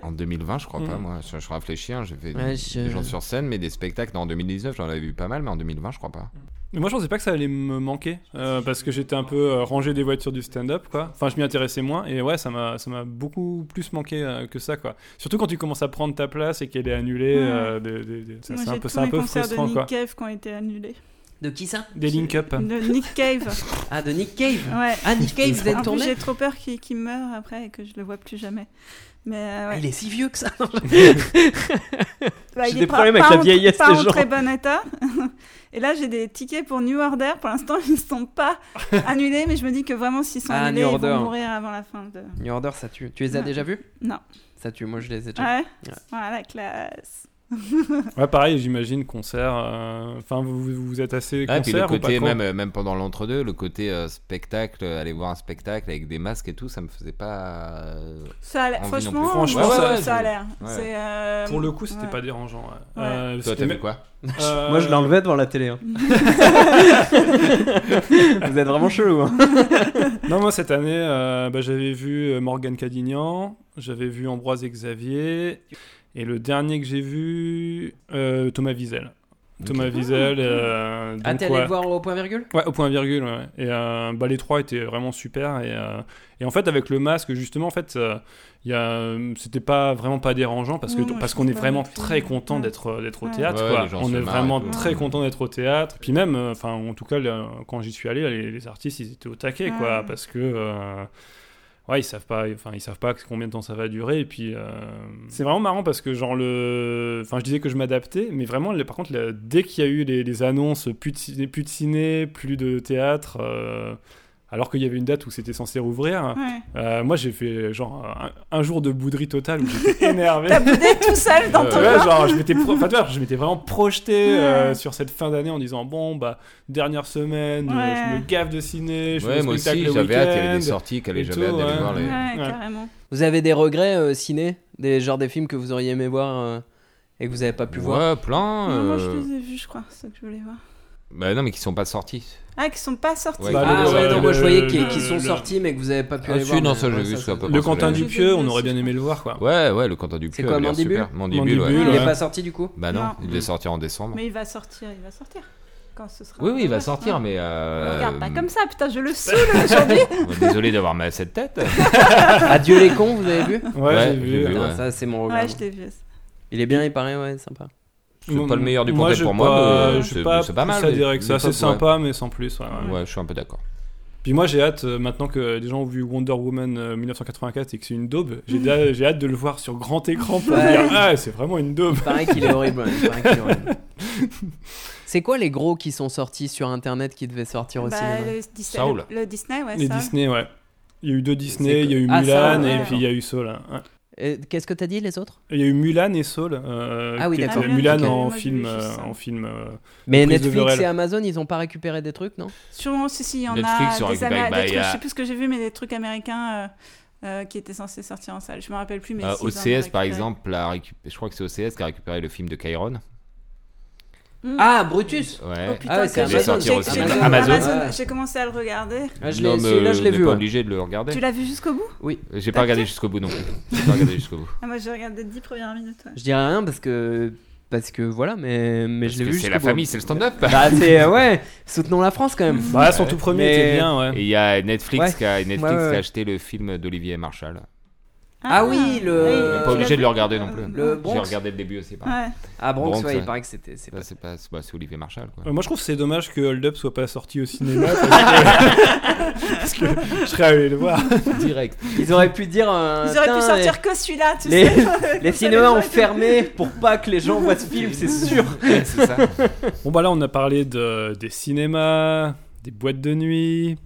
[SPEAKER 6] en 2020 je crois pas
[SPEAKER 2] Mm.
[SPEAKER 6] moi je, je réfléchis hein, j'ai fait
[SPEAKER 5] Ouais,
[SPEAKER 6] des-
[SPEAKER 5] je-
[SPEAKER 6] des gens sur scène mais des spectacles non, en 2019 j'en avais vu pas mal mais en 2020 je crois pas
[SPEAKER 2] Mais moi, je pensais pas que ça allait me manquer euh, parce que j'étais un peu euh, rangé des voitures du stand-up, quoi. Enfin, je m'y intéressais moins et ouais, ça m'a, ça m'a beaucoup plus manqué euh, que ça, quoi. Surtout quand tu commences à prendre ta place et qu'elle est annulée.
[SPEAKER 7] Ouais.
[SPEAKER 2] euh, des- des- des- ça,
[SPEAKER 7] Moi,
[SPEAKER 2] c'est un
[SPEAKER 7] j'ai
[SPEAKER 2] peu,
[SPEAKER 7] tous
[SPEAKER 2] c'est un
[SPEAKER 7] mes
[SPEAKER 2] peu
[SPEAKER 7] concerts
[SPEAKER 2] frustrant,
[SPEAKER 7] de
[SPEAKER 2] quoi.
[SPEAKER 7] Nick Cave qui ont été annulés.
[SPEAKER 5] De qui ça
[SPEAKER 2] Des link-up.
[SPEAKER 7] De Nick Cave.
[SPEAKER 5] Ah, de Nick Cave.
[SPEAKER 7] Ouais.
[SPEAKER 5] Ah, Nick Cave, vous
[SPEAKER 7] En
[SPEAKER 5] êtes
[SPEAKER 7] plus,
[SPEAKER 5] tourné
[SPEAKER 7] j'ai trop peur qu'il qu'il meure après et que je le vois plus jamais.
[SPEAKER 3] Mais euh, ouais.
[SPEAKER 5] Ah, Il est si vieux que ça.
[SPEAKER 3] Bah,
[SPEAKER 5] J'ai
[SPEAKER 3] il
[SPEAKER 5] des
[SPEAKER 3] est pas-
[SPEAKER 5] problèmes avec
[SPEAKER 3] pas
[SPEAKER 5] la
[SPEAKER 3] en-
[SPEAKER 5] vieillesse
[SPEAKER 3] pas
[SPEAKER 5] des
[SPEAKER 3] en
[SPEAKER 5] gens.
[SPEAKER 3] très bon état. Et là, j'ai des tickets pour New Order. Pour l'instant, ils ne sont pas annulés, mais je me dis que vraiment, s'ils sont
[SPEAKER 5] Ah,
[SPEAKER 3] annulés,
[SPEAKER 5] New
[SPEAKER 3] ils
[SPEAKER 5] Order.
[SPEAKER 3] vont mourir avant la fin de.
[SPEAKER 5] New Order, ça tue. Tu les as
[SPEAKER 3] Ouais.
[SPEAKER 5] déjà vus
[SPEAKER 3] Non. Euh,
[SPEAKER 5] Ça tue, moi je les ai déjà
[SPEAKER 3] Ah Ouais. Voilà, la classe.
[SPEAKER 2] Ouais, pareil, j'imagine, concert. euh, Enfin, vous, vous- vous êtes assez
[SPEAKER 6] Ah, puis le
[SPEAKER 2] concert ou pas
[SPEAKER 6] côté,
[SPEAKER 2] trop
[SPEAKER 6] même, euh, même pendant l'entre-deux, le côté euh, spectacle, euh, aller voir un spectacle avec des masques et tout, ça me faisait pas. euh,
[SPEAKER 3] Ça a l'air-
[SPEAKER 6] Envie non plus.
[SPEAKER 3] Franchement,
[SPEAKER 2] Franchement,
[SPEAKER 3] moi,
[SPEAKER 2] ouais,
[SPEAKER 3] ça,
[SPEAKER 2] ouais,
[SPEAKER 3] ça a
[SPEAKER 6] je-
[SPEAKER 3] l'air.
[SPEAKER 6] ouais.
[SPEAKER 3] C'est, euh,
[SPEAKER 2] Pour le coup, c'était
[SPEAKER 3] ouais.
[SPEAKER 2] pas dérangeant. ouais.
[SPEAKER 3] Ouais.
[SPEAKER 2] Euh,
[SPEAKER 6] Toi,
[SPEAKER 2] c'était
[SPEAKER 6] t'as vu
[SPEAKER 2] même-
[SPEAKER 6] quoi
[SPEAKER 2] Euh,
[SPEAKER 5] Moi je l'enlevais devant la télé. hein. Vous êtes vraiment chelou. Hein.
[SPEAKER 2] Non, moi cette année, euh, bah, j'avais vu euh, Morgane Cadignan, j'avais vu Ambroise et Xavier, et le dernier que j'ai vu, euh, Thomas Wiesel. Thomas Wiesel. euh,
[SPEAKER 5] Ah,
[SPEAKER 2] donc,
[SPEAKER 5] t'es allé
[SPEAKER 2] ouais.
[SPEAKER 5] le voir au point virgule
[SPEAKER 2] Ouais, au point virgule. ouais. Et euh, bah, les trois étaient vraiment super. Et, euh, et en fait, avec le masque, justement, en fait, euh, il y a, euh, c'était pas vraiment pas dérangeant parce que
[SPEAKER 3] Non, moi,
[SPEAKER 2] parce
[SPEAKER 3] je
[SPEAKER 2] qu'on est
[SPEAKER 3] trouve pas
[SPEAKER 2] vraiment
[SPEAKER 3] non plus.
[SPEAKER 2] très content
[SPEAKER 3] Ouais.
[SPEAKER 2] d'être euh, d'être au
[SPEAKER 3] Ouais.
[SPEAKER 2] théâtre.
[SPEAKER 6] Ouais,
[SPEAKER 2] quoi.
[SPEAKER 6] les gens
[SPEAKER 2] On
[SPEAKER 6] se
[SPEAKER 2] est
[SPEAKER 6] marrent
[SPEAKER 2] vraiment
[SPEAKER 6] et tout.
[SPEAKER 2] très content d'être au théâtre. Puis même, euh, enfin, en tout cas, le- quand j'y suis allé, là, les, les artistes, ils étaient au taquet, quoi,
[SPEAKER 3] Ouais.
[SPEAKER 2] parce que. euh, Ouais, ils savent pas, enfin ils savent pas combien de temps ça va durer et puis euh, c'est vraiment marrant parce que genre le, enfin je disais que je m'adaptais, mais vraiment le- par contre le- dès qu'il y a eu les, les annonces plus de, ciné, plus de ciné, plus de théâtre, euh, alors qu'il y avait une date où c'était censé rouvrir,
[SPEAKER 3] Ouais.
[SPEAKER 2] euh, moi j'ai fait genre un, un jour de bouderie totale où j'étais énervé.
[SPEAKER 3] T'as boudé tout seul dans
[SPEAKER 6] Ouais,
[SPEAKER 3] ton
[SPEAKER 2] Ouais,
[SPEAKER 3] coin.
[SPEAKER 2] genre, je m'étais pro- enfin, tu vois, je m'étais vraiment projeté euh,
[SPEAKER 3] Ouais.
[SPEAKER 2] sur cette fin d'année en disant bon bah dernière semaine, euh,
[SPEAKER 3] Ouais.
[SPEAKER 2] je me gaffe de ciné, je fais
[SPEAKER 6] Ouais,
[SPEAKER 2] des
[SPEAKER 6] moi aussi,
[SPEAKER 2] spectacles le
[SPEAKER 6] j'avais hâte, il y avait des
[SPEAKER 2] week-end.
[SPEAKER 6] sorties qu'elle
[SPEAKER 2] et
[SPEAKER 6] allait jamais
[SPEAKER 2] tout,
[SPEAKER 6] hâte d'aller
[SPEAKER 2] ouais.
[SPEAKER 6] voir
[SPEAKER 3] Ouais,
[SPEAKER 6] les.
[SPEAKER 2] Ouais.
[SPEAKER 3] carrément.
[SPEAKER 5] Vous avez des regrets euh, ciné Des genres des films que vous auriez aimé voir euh, et que vous avez pas pu voir
[SPEAKER 6] Ouais, plein.
[SPEAKER 3] Non, moi, je
[SPEAKER 6] euh,
[SPEAKER 3] les ai vus, je crois, ceux que je voulais voir.
[SPEAKER 6] Bah non, mais qui sont pas sortis.
[SPEAKER 3] Ah, qui sont pas sortis.
[SPEAKER 6] Ouais.
[SPEAKER 2] Bah,
[SPEAKER 5] Ah
[SPEAKER 2] le-
[SPEAKER 5] ouais,
[SPEAKER 2] le-
[SPEAKER 5] non, moi je voyais
[SPEAKER 2] le-
[SPEAKER 5] qu'ils qu'ils sont
[SPEAKER 2] le-
[SPEAKER 5] sortis mais que vous avez pas pu
[SPEAKER 6] Ah
[SPEAKER 5] aller
[SPEAKER 6] si,
[SPEAKER 5] voir.
[SPEAKER 6] non,
[SPEAKER 5] mais-
[SPEAKER 6] ça, j'ai
[SPEAKER 5] ouais,
[SPEAKER 6] vu, c'est à peu
[SPEAKER 2] Le
[SPEAKER 5] c'est-
[SPEAKER 6] Bon, ça,
[SPEAKER 2] Quentin
[SPEAKER 6] j'ai-
[SPEAKER 2] Dupieux, on aurait bien aimé le voir quoi.
[SPEAKER 6] Ouais, ouais, le Quentin Dupieux.
[SPEAKER 5] C'est quoi,
[SPEAKER 6] avait l'air
[SPEAKER 5] Mandibule
[SPEAKER 6] super. Mandibule, ouais.
[SPEAKER 2] Mandibule,
[SPEAKER 5] Il est
[SPEAKER 2] ouais.
[SPEAKER 5] pas sorti du coup
[SPEAKER 6] Bah non,
[SPEAKER 3] Non.
[SPEAKER 6] il est sorti en décembre.
[SPEAKER 3] Mais il va sortir, il va sortir. Quand ce sera.
[SPEAKER 6] Oui, oui, il
[SPEAKER 5] Ah,
[SPEAKER 6] va
[SPEAKER 3] Ouais.
[SPEAKER 6] sortir, mais. euh,
[SPEAKER 3] Regarde pas comme ça, putain, je le saoule aujourd'hui.
[SPEAKER 6] Désolé d'avoir mal à cette tête.
[SPEAKER 5] Adieu les cons, vous avez vu
[SPEAKER 2] Ouais,
[SPEAKER 6] Ouais,
[SPEAKER 2] j'ai vu.
[SPEAKER 6] j'ai vu.
[SPEAKER 5] Putain,
[SPEAKER 6] ouais.
[SPEAKER 5] Ça c'est mon regret.
[SPEAKER 3] Ouais, je t'ai vu.
[SPEAKER 5] Il est bien, il paraît, ouais, sympa.
[SPEAKER 6] C'est pas le meilleur du
[SPEAKER 2] Moi,
[SPEAKER 6] Pontet
[SPEAKER 2] je
[SPEAKER 6] pour
[SPEAKER 2] suis
[SPEAKER 6] moi,
[SPEAKER 2] pas-
[SPEAKER 6] mais
[SPEAKER 2] je suis
[SPEAKER 6] c'est-
[SPEAKER 2] pas,
[SPEAKER 6] c'est pas mal,
[SPEAKER 2] Ça
[SPEAKER 6] mais-
[SPEAKER 2] direct,
[SPEAKER 6] mais
[SPEAKER 2] c'est assez
[SPEAKER 6] top, ouais.
[SPEAKER 2] sympa, mais sans plus. ouais, ouais.
[SPEAKER 6] Ouais, je suis un peu d'accord.
[SPEAKER 2] Puis moi, j'ai hâte, euh, maintenant que des gens ont vu Wonder Woman euh, 1984 et que c'est une daube, j'ai déjà- j'ai hâte de le voir sur grand écran pour
[SPEAKER 5] Ouais.
[SPEAKER 2] dire Ah, c'est vraiment une daube.
[SPEAKER 5] Il paraît qu'il est horrible. ouais, il paraît qu'il est horrible. C'est quoi les gros qui sont sortis sur internet qui devaient sortir au
[SPEAKER 3] Bah,
[SPEAKER 5] cinéma
[SPEAKER 3] le, Disney,
[SPEAKER 6] Saul.
[SPEAKER 3] le, le Disney, ouais,
[SPEAKER 2] Les
[SPEAKER 3] ça.
[SPEAKER 2] Disney, ouais. Il y a eu deux Disney,
[SPEAKER 5] C'est-
[SPEAKER 2] il y a eu
[SPEAKER 5] Ah, ça,
[SPEAKER 2] Mulan
[SPEAKER 3] ouais,
[SPEAKER 2] et
[SPEAKER 3] ouais.
[SPEAKER 2] puis il y a eu Saul. hein. Ouais.
[SPEAKER 5] Et Qu'est-ce que t'as dit les autres
[SPEAKER 2] Il y a eu Mulan et Saul. euh,
[SPEAKER 5] Ah oui,
[SPEAKER 2] qui
[SPEAKER 5] d'accord.
[SPEAKER 2] étaient- Mulan
[SPEAKER 3] Ok.
[SPEAKER 2] en
[SPEAKER 3] Moi, j'ai
[SPEAKER 2] film.
[SPEAKER 3] vu juste
[SPEAKER 2] euh,
[SPEAKER 3] ça.
[SPEAKER 2] en film euh,
[SPEAKER 5] Mais
[SPEAKER 2] Prise de
[SPEAKER 5] Netflix
[SPEAKER 2] Burel.
[SPEAKER 5] et Amazon, ils ont pas récupéré des trucs, non
[SPEAKER 3] Sûrement, si, si, il y en
[SPEAKER 6] Netflix,
[SPEAKER 3] a
[SPEAKER 6] on
[SPEAKER 3] des,
[SPEAKER 6] récupère
[SPEAKER 3] ama-
[SPEAKER 6] avec
[SPEAKER 3] des trucs,
[SPEAKER 6] Maya.
[SPEAKER 3] je sais plus ce que j'ai vu, mais des trucs américains euh, euh, qui étaient censés sortir en salle. Je me rappelle plus, mais.
[SPEAKER 6] Euh,
[SPEAKER 3] s'ils en ont
[SPEAKER 6] OCS, par
[SPEAKER 3] récupéré.
[SPEAKER 6] exemple, a récup- je crois que c'est OCS qui a récupéré le film de Kyron.
[SPEAKER 3] Hmm.
[SPEAKER 5] Ah, Brutus
[SPEAKER 3] Oh
[SPEAKER 6] Ouais.
[SPEAKER 3] putain,
[SPEAKER 5] Ah ouais,
[SPEAKER 3] c'est
[SPEAKER 5] c'est
[SPEAKER 3] Amazon. Ah,
[SPEAKER 6] sorti
[SPEAKER 3] J'ai-
[SPEAKER 6] au
[SPEAKER 3] j'ai-
[SPEAKER 6] cinéma.
[SPEAKER 3] j'ai-
[SPEAKER 6] Amazon.
[SPEAKER 5] Ouais.
[SPEAKER 3] J'ai commencé à le regarder.
[SPEAKER 5] Ah, je
[SPEAKER 6] Non,
[SPEAKER 5] l'ai-
[SPEAKER 6] mais
[SPEAKER 5] Celui-là, je l'ai
[SPEAKER 6] on
[SPEAKER 5] vu.
[SPEAKER 6] euh, n'est pas
[SPEAKER 5] ouais.
[SPEAKER 6] obligé de le regarder. Euh,
[SPEAKER 3] Tu l'as vu jusqu'au bout
[SPEAKER 6] J'ai pas regardé jusqu'au bout non plus. J'ai pas regardé jusqu'au bout.
[SPEAKER 3] ah, Moi, j'ai regardé les 10 premières minutes. ouais.
[SPEAKER 5] Je dirais rien parce que. Parce que voilà, mais, mais
[SPEAKER 6] Parce
[SPEAKER 5] je l'ai
[SPEAKER 6] que
[SPEAKER 5] vu.
[SPEAKER 6] C'est
[SPEAKER 5] jusqu'au
[SPEAKER 6] la
[SPEAKER 5] bout.
[SPEAKER 6] famille, c'est le stand-up.
[SPEAKER 5] Bah, c'est. euh, Ouais, soutenons la France quand même.
[SPEAKER 2] Bah, son tout premier
[SPEAKER 5] Mais-
[SPEAKER 2] était bien, ouais.
[SPEAKER 6] Et il y a Netflix,
[SPEAKER 5] Ouais.
[SPEAKER 6] qui, a, Netflix
[SPEAKER 5] Ouais, ouais,
[SPEAKER 6] qui
[SPEAKER 5] ouais.
[SPEAKER 6] a acheté le film d'Olivier Marshall.
[SPEAKER 5] Ah oui, le-
[SPEAKER 3] Oui,
[SPEAKER 5] On est
[SPEAKER 3] tu
[SPEAKER 6] pas
[SPEAKER 3] l'as
[SPEAKER 6] obligé de
[SPEAKER 3] vu
[SPEAKER 6] le regarder non plus.
[SPEAKER 5] Le
[SPEAKER 6] J'ai
[SPEAKER 5] Bronx.
[SPEAKER 6] regardé le début aussi. pareil.
[SPEAKER 3] Euh, Ouais.
[SPEAKER 5] Ah, Bronx,
[SPEAKER 6] Bronx,
[SPEAKER 5] ouais,
[SPEAKER 6] ouais.
[SPEAKER 5] il paraît que c'était. c'est
[SPEAKER 6] Là,
[SPEAKER 5] pas-
[SPEAKER 6] c'est pas, c'est bah, c'est Olivier Marshall. Quoi.
[SPEAKER 2] Euh, Moi, je trouve que c'est dommage que Hold Up soit pas sorti au cinéma parce que, parce que je serais allé le voir.
[SPEAKER 6] Direct.
[SPEAKER 5] Ils auraient pu dire. euh,
[SPEAKER 3] Ils auraient pu
[SPEAKER 5] Tain,
[SPEAKER 3] sortir que celui-là, tu
[SPEAKER 5] les-
[SPEAKER 3] sais.
[SPEAKER 5] les- Les cinémas ont fermé pour pas que les gens voient ce film, c'est sûr.
[SPEAKER 6] Ouais, c'est ça.
[SPEAKER 2] Bon bah là on a parlé de, des cinémas, des boîtes de nuit.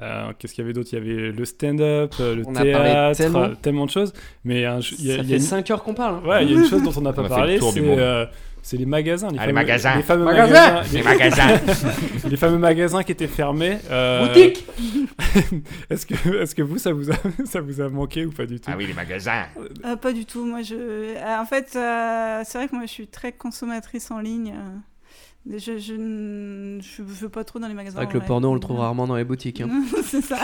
[SPEAKER 2] euh, Qu'est-ce qu'il y avait d'autre Il y avait le stand-up, euh, le
[SPEAKER 5] On a parlé
[SPEAKER 2] théâtre,
[SPEAKER 5] tellement.
[SPEAKER 2] euh, tellement de choses. Mais hein, je- il y a,
[SPEAKER 5] Ça
[SPEAKER 2] il y a
[SPEAKER 5] fait
[SPEAKER 2] une-
[SPEAKER 5] 5 heures qu'on parle. hein.
[SPEAKER 2] ouais, il y a une chose dont on n'a pas
[SPEAKER 6] On a fait
[SPEAKER 2] parlé,
[SPEAKER 6] le tour du
[SPEAKER 2] c'est
[SPEAKER 6] monde.
[SPEAKER 2] euh, c'est les magasins. Les,
[SPEAKER 6] Ah, les
[SPEAKER 2] fameux,
[SPEAKER 6] magasins.
[SPEAKER 2] les fameux
[SPEAKER 5] Magasins.
[SPEAKER 2] magasins.
[SPEAKER 6] Les magasins.
[SPEAKER 2] les- les fameux magasins qui étaient fermés. euh,
[SPEAKER 5] Boutique
[SPEAKER 2] Est-ce que, est que vous, ça vous, a, ça vous a manqué ou pas du tout
[SPEAKER 6] Ah oui, les magasins.
[SPEAKER 3] Euh, pas du tout. Moi, je. euh, En fait, euh, c'est vrai que moi, je suis très consommatrice en ligne. euh. Je, je, n- je veux pas trop dans les magasins.
[SPEAKER 5] C'est vrai que le
[SPEAKER 3] en euh,
[SPEAKER 5] porno, on le trouve rarement dans les boutiques. hein.
[SPEAKER 3] c'est ça.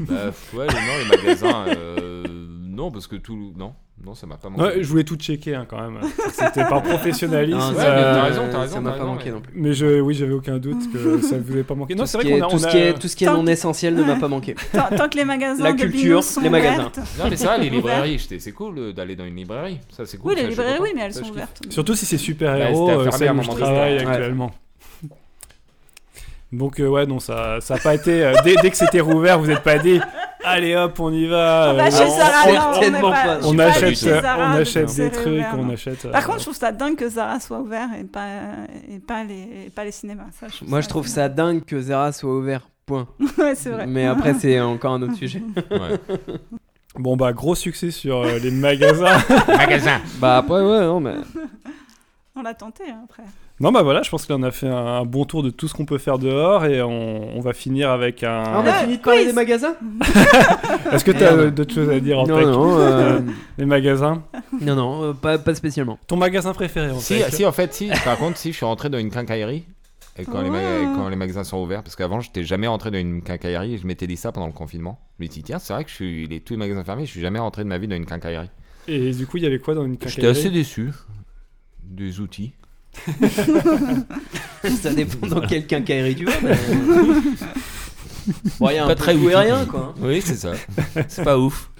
[SPEAKER 6] Bah, ouais, non, les magasins. euh, non, parce que tout. Non, non ça m'a pas manqué.
[SPEAKER 2] Ouais, Je voulais tout checker hein, quand même. C'était par professionnalisme.
[SPEAKER 5] Non,
[SPEAKER 6] ouais,
[SPEAKER 5] ça,
[SPEAKER 6] mais t'as
[SPEAKER 2] euh,
[SPEAKER 6] raison, t'as
[SPEAKER 5] Ça
[SPEAKER 6] raison,
[SPEAKER 5] m'a
[SPEAKER 6] t'as
[SPEAKER 5] pas
[SPEAKER 6] raison,
[SPEAKER 5] manqué
[SPEAKER 6] mais-
[SPEAKER 5] non plus.
[SPEAKER 2] Mais je, oui, j'avais aucun doute que ça vous avait pas manqué. Non,
[SPEAKER 5] Tout
[SPEAKER 2] c'est
[SPEAKER 5] ce qui
[SPEAKER 2] vrai
[SPEAKER 5] est-
[SPEAKER 2] qu'on a.
[SPEAKER 5] tout
[SPEAKER 2] on
[SPEAKER 5] ce
[SPEAKER 2] a-
[SPEAKER 5] qui est- tout ce qui est
[SPEAKER 3] Tant
[SPEAKER 5] non
[SPEAKER 3] que-
[SPEAKER 5] essentiel ne m'a pas manqué.
[SPEAKER 3] Tant, tant que les magasins
[SPEAKER 5] La
[SPEAKER 3] de
[SPEAKER 5] culture,
[SPEAKER 3] Bignon sont
[SPEAKER 5] les magasins.
[SPEAKER 3] ouvertes.
[SPEAKER 6] Non, mais c'est vrai, les librairies, j'étais- c'est cool euh, d'aller dans une librairie. Ça, c'est cool.
[SPEAKER 3] Oui,
[SPEAKER 6] ça,
[SPEAKER 3] les
[SPEAKER 6] je suis
[SPEAKER 3] librairies,
[SPEAKER 6] content.
[SPEAKER 3] oui, mais elles
[SPEAKER 6] Ça, je
[SPEAKER 3] sont
[SPEAKER 6] kiffe.
[SPEAKER 3] ouvertes.
[SPEAKER 2] Surtout si c'est super-héros,
[SPEAKER 6] Bah, c'était
[SPEAKER 2] euh,
[SPEAKER 6] fermé à
[SPEAKER 2] celle
[SPEAKER 6] un
[SPEAKER 2] où je
[SPEAKER 6] moment donné,
[SPEAKER 2] travaille
[SPEAKER 5] ouais.
[SPEAKER 2] actuellement. Donc euh, ouais, non, ça n'a pas été... euh, dès, dès que c'était rouvert, vous n'êtes pas dit Allez hop, on y va.
[SPEAKER 7] Ah bah,
[SPEAKER 2] Euh,
[SPEAKER 7] chez
[SPEAKER 2] on-
[SPEAKER 7] Zara,
[SPEAKER 2] on-
[SPEAKER 7] non,
[SPEAKER 2] on-
[SPEAKER 7] on n'est pas- je
[SPEAKER 2] on
[SPEAKER 7] suis pas allée
[SPEAKER 2] achète, euh,
[SPEAKER 7] chez Zara,
[SPEAKER 2] on
[SPEAKER 7] donc
[SPEAKER 2] achète
[SPEAKER 7] c'est
[SPEAKER 2] des trucs,
[SPEAKER 7] réouvert,
[SPEAKER 2] on
[SPEAKER 7] non.
[SPEAKER 2] achète.
[SPEAKER 7] Par
[SPEAKER 2] euh,
[SPEAKER 7] contre, je trouve ça dingue que Zara soit ouvert et pas, et pas, les, et pas les cinémas. Ça, je trouve
[SPEAKER 5] Moi, je trouve ça dingue que Zara soit ouvert. Point.
[SPEAKER 7] ouais, c'est vrai.
[SPEAKER 5] Mais après, c'est encore un autre sujet.
[SPEAKER 2] bon bah gros succès sur euh, les magasins.
[SPEAKER 6] Magasin.
[SPEAKER 5] bah après, ouais, non, mais
[SPEAKER 7] On l'a tenté hein, après.
[SPEAKER 2] non bah voilà, je pense que là on a fait un, un bon tour de tout ce qu'on peut faire dehors et on, on va finir avec un.
[SPEAKER 5] Ah,
[SPEAKER 7] Euh,
[SPEAKER 5] on a fini de parler des magasins
[SPEAKER 2] Est-ce que t'as
[SPEAKER 5] Merde.
[SPEAKER 2] euh, d'autres choses à dire en
[SPEAKER 5] Non,
[SPEAKER 2] tech
[SPEAKER 5] non, euh,
[SPEAKER 2] Les magasins.
[SPEAKER 5] non, non, euh, pas, pas spécialement.
[SPEAKER 2] Ton magasin préféré en
[SPEAKER 6] Si, ah,
[SPEAKER 2] fait.
[SPEAKER 6] si, en fait, si. Par contre, si, je suis rentré dans une quincaillerie. Et quand, les maga-
[SPEAKER 7] Ah.
[SPEAKER 6] quand les magasins sont ouverts, parce qu'avant j'étais jamais rentré dans une quincaillerie, et je m'étais dit ça pendant le confinement. Je me suis dit, tiens, c'est vrai que je suis, les, tous les magasins fermés, je suis jamais rentré de ma vie dans une quincaillerie.
[SPEAKER 2] Et du coup, il y avait quoi dans une
[SPEAKER 6] J'étais
[SPEAKER 2] quincaillerie
[SPEAKER 6] assez déçu des outils.
[SPEAKER 5] Ça dépend dans quel quincaillerie tu vas. Mais... bon, y a un
[SPEAKER 6] Pas
[SPEAKER 5] peu
[SPEAKER 6] très
[SPEAKER 5] tout et
[SPEAKER 6] outil.
[SPEAKER 5] rien, quoi. hein.
[SPEAKER 6] Oui, c'est ça. c'est pas ouf.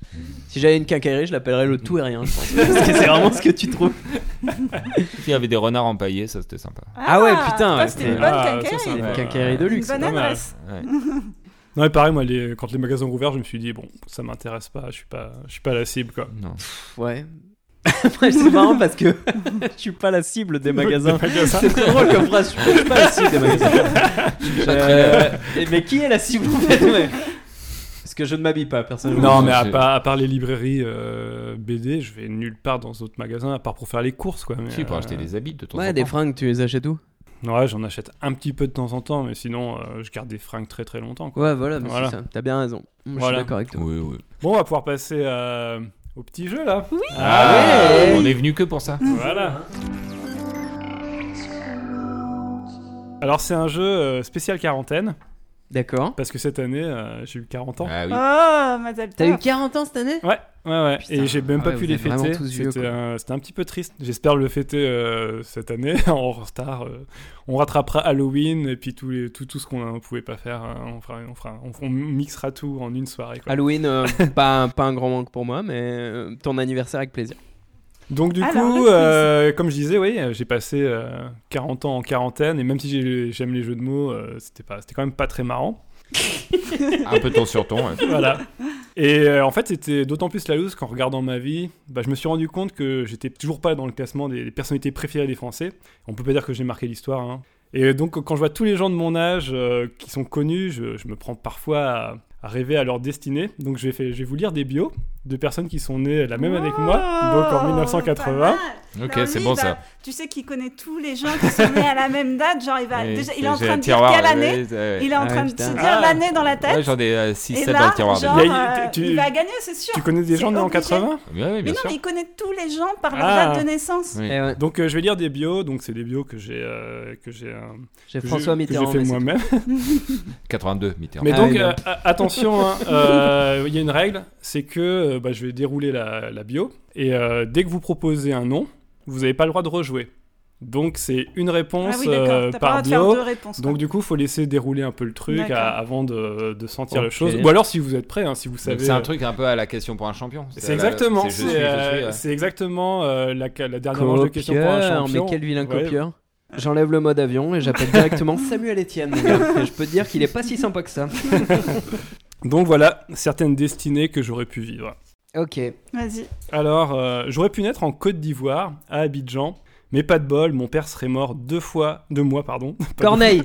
[SPEAKER 5] Si j'avais une quincaillerie, je l'appellerais le tout et rien, je pense. Parce que c'est vraiment ce que tu trouves.
[SPEAKER 6] Puis, il y avait des renards empaillés, ça c'était sympa.
[SPEAKER 5] Ah ouais,
[SPEAKER 7] ça,
[SPEAKER 5] putain, ouais,
[SPEAKER 7] c'était une
[SPEAKER 5] c'est-
[SPEAKER 7] bonne
[SPEAKER 2] Ah, ça, c'est
[SPEAKER 7] quincaillerie.
[SPEAKER 2] un-
[SPEAKER 5] Quincaillerie de
[SPEAKER 7] Une
[SPEAKER 5] luxe.
[SPEAKER 7] bonne
[SPEAKER 2] pas mal.
[SPEAKER 7] adresse.
[SPEAKER 2] Non, mais pareil, moi, les- quand les magasins ont ouvert, je me suis dit, bon, ça m'intéresse pas, je suis pas, je suis pas la cible, quoi.
[SPEAKER 6] Non.
[SPEAKER 5] Ouais. Après, c'est marrant parce que je suis pas la cible des magasins. C'est très drôle comme phrase. Je suis pas la cible des magasins. Euh, et mais qui est la cible en fait ouais. Parce que je ne m'habille pas personnellement.
[SPEAKER 2] Non, mais à
[SPEAKER 6] c'est-
[SPEAKER 2] part, à part les librairies euh, BD, je vais nulle part dans d'autres magasins, à part pour faire les courses, quoi. mais,
[SPEAKER 6] Si, pour
[SPEAKER 2] euh,
[SPEAKER 6] acheter des habits de temps
[SPEAKER 5] Ouais,
[SPEAKER 6] en
[SPEAKER 5] des
[SPEAKER 6] temps.
[SPEAKER 5] fringues, tu les achètes où
[SPEAKER 2] Ouais, j'en achète un petit peu de temps en temps, mais sinon, euh, je garde des fringues très très longtemps, quoi.
[SPEAKER 5] Ouais, voilà, mais
[SPEAKER 2] Voilà.
[SPEAKER 5] c'est ça. T'as bien raison. Je
[SPEAKER 2] Voilà.
[SPEAKER 5] suis d'accord avec toi.
[SPEAKER 6] Oui, oui.
[SPEAKER 2] Bon, on va pouvoir passer euh, au petit jeu, là. Oui
[SPEAKER 6] Ah,
[SPEAKER 5] ouais.
[SPEAKER 6] On est venu que pour ça.
[SPEAKER 2] Voilà. Alors, c'est un jeu euh, spécial quarantaine,
[SPEAKER 5] D'accord.
[SPEAKER 2] parce que cette année, euh, j'ai eu 40 ans.
[SPEAKER 6] Ah oui.
[SPEAKER 7] Oh, Mazel
[SPEAKER 3] Ah.
[SPEAKER 5] T'as eu
[SPEAKER 7] Tov.
[SPEAKER 5] 40 ans cette année
[SPEAKER 2] Ouais, ouais, ouais.
[SPEAKER 5] Putain,
[SPEAKER 2] et j'ai même
[SPEAKER 5] ah
[SPEAKER 2] pas
[SPEAKER 5] ouais,
[SPEAKER 2] pu
[SPEAKER 5] vous
[SPEAKER 2] les
[SPEAKER 5] êtes vraiment
[SPEAKER 2] fêter.
[SPEAKER 5] tous vieux,
[SPEAKER 2] C'était
[SPEAKER 5] quoi.
[SPEAKER 2] un, c'était un petit peu triste. J'espère le fêter euh, cette année en retard. euh. on rattrapera Halloween et puis tout, les, tout, tout ce qu'on ne pouvait pas faire. hein. on, fera, on, fera, on, on mixera tout en une soirée. quoi.
[SPEAKER 5] Halloween, euh, pas, un- pas un grand manque pour moi, mais euh, ton anniversaire avec plaisir.
[SPEAKER 2] Donc du
[SPEAKER 7] Alors, le
[SPEAKER 2] coup,
[SPEAKER 7] quiz.
[SPEAKER 2] euh, comme je disais, oui, euh, j'ai passé euh, 40 ans en quarantaine et même si j'ai- j'aime les jeux de mots, euh, c'était pas, c'était quand même pas très marrant.
[SPEAKER 6] Un peu ton sur ton.
[SPEAKER 2] voilà. Et euh, en fait, c'était d'autant plus la loose qu'en regardant ma vie, bah, je me suis rendu compte que j'étais toujours pas dans le classement des, des personnalités préférées des Français. On peut pas dire que j'ai marqué l'histoire. hein. Et donc, quand je vois tous les gens de mon âge euh, qui sont connus, je, je me prends parfois à, à rêver à leur destinée. Donc, je vais, fait- je vais vous lire des bios de personnes qui sont nées la Ah, même année que moi, donc en
[SPEAKER 7] Oh,
[SPEAKER 2] 1980.
[SPEAKER 7] pas mal.
[SPEAKER 6] Ok,
[SPEAKER 7] Non,
[SPEAKER 6] c'est
[SPEAKER 7] lui,
[SPEAKER 6] bon
[SPEAKER 7] il va-
[SPEAKER 6] ça.
[SPEAKER 7] Tu sais qu'il connaît tous les gens qui sont nés à la même date. Genre, il, va,
[SPEAKER 6] Oui,
[SPEAKER 7] déjà, il est
[SPEAKER 6] j'ai
[SPEAKER 7] en train
[SPEAKER 6] un
[SPEAKER 7] de dire
[SPEAKER 6] tiroir,
[SPEAKER 7] quelle année.
[SPEAKER 6] ouais, ouais.
[SPEAKER 7] Il est en
[SPEAKER 5] Ah,
[SPEAKER 7] train de
[SPEAKER 5] putain.
[SPEAKER 7] se dire
[SPEAKER 2] Ah.
[SPEAKER 7] l'année dans la
[SPEAKER 6] Ouais,
[SPEAKER 7] tête.
[SPEAKER 6] j'en ai
[SPEAKER 7] et
[SPEAKER 6] 6-7 dans
[SPEAKER 7] là,
[SPEAKER 6] le tiroir.
[SPEAKER 7] genre,
[SPEAKER 6] déjà.
[SPEAKER 2] Il y a-
[SPEAKER 7] euh,
[SPEAKER 2] tu-
[SPEAKER 7] il va gagner, c'est sûr.
[SPEAKER 2] Tu connais des gens
[SPEAKER 7] C'est
[SPEAKER 2] nés en
[SPEAKER 7] obligé.
[SPEAKER 2] 80
[SPEAKER 6] Ouais, ouais,
[SPEAKER 7] Mais
[SPEAKER 6] bien
[SPEAKER 7] non,
[SPEAKER 6] sûr.
[SPEAKER 7] mais il connaît tous les gens par leur
[SPEAKER 2] Ah.
[SPEAKER 7] date de naissance.
[SPEAKER 6] Oui.
[SPEAKER 5] Eh ouais,
[SPEAKER 2] Donc, euh, je vais lire des bios. Donc, c'est des bios que j'ai euh, que j'ai euh,
[SPEAKER 5] J'ai
[SPEAKER 2] que
[SPEAKER 5] François
[SPEAKER 2] j'ai- que j'ai
[SPEAKER 5] Mitterrand.
[SPEAKER 2] fait
[SPEAKER 5] mais c'est
[SPEAKER 2] moi-même.
[SPEAKER 6] 82, Mitterrand.
[SPEAKER 2] Mais
[SPEAKER 5] Ah
[SPEAKER 2] donc,
[SPEAKER 5] oui, non.
[SPEAKER 2] euh, a- attention, hein, euh, il y a une règle, c'est que euh, bah, je vais dérouler la, la bio, et euh, dès que vous proposez un nom, vous n'avez pas le droit de rejouer. Donc c'est une
[SPEAKER 7] Ah
[SPEAKER 2] réponse
[SPEAKER 7] oui, d'accord.
[SPEAKER 2] euh,
[SPEAKER 7] T'as pas
[SPEAKER 2] par
[SPEAKER 7] le droit de faire
[SPEAKER 2] bio.
[SPEAKER 7] deux réponses.
[SPEAKER 2] Donc
[SPEAKER 7] quoi.
[SPEAKER 2] du coup, faut laisser dérouler un peu le truc
[SPEAKER 7] D'accord.
[SPEAKER 2] à- avant de, de sentir la
[SPEAKER 5] Ok.
[SPEAKER 2] chose. Ou alors si vous êtes prêt, hein, si vous
[SPEAKER 6] Donc,
[SPEAKER 2] savez.
[SPEAKER 6] C'est un
[SPEAKER 2] euh,
[SPEAKER 6] truc un peu à la question pour un champion.
[SPEAKER 2] C'est exactement.
[SPEAKER 6] Je suis,
[SPEAKER 2] C'est euh,
[SPEAKER 6] je suis.
[SPEAKER 2] c'est exactement euh, la, ca- la dernière manche de question pour un
[SPEAKER 5] Copieur,
[SPEAKER 2] champion.
[SPEAKER 5] mais quel vilain
[SPEAKER 2] Ouais.
[SPEAKER 5] copieur. J'enlève le mode avion et j'appelle directement Samuel Etienne. mon gars. Et je peux te dire qu'il est pas si sympa que ça.
[SPEAKER 2] Donc voilà certaines destinées que j'aurais pu vivre.
[SPEAKER 5] Ok.
[SPEAKER 7] Vas-y.
[SPEAKER 2] Alors, euh, j'aurais pu naître en Côte d'Ivoire, à Abidjan, mais pas de bol, mon père serait mort deux fois, deux mois, pardon.
[SPEAKER 5] Corneille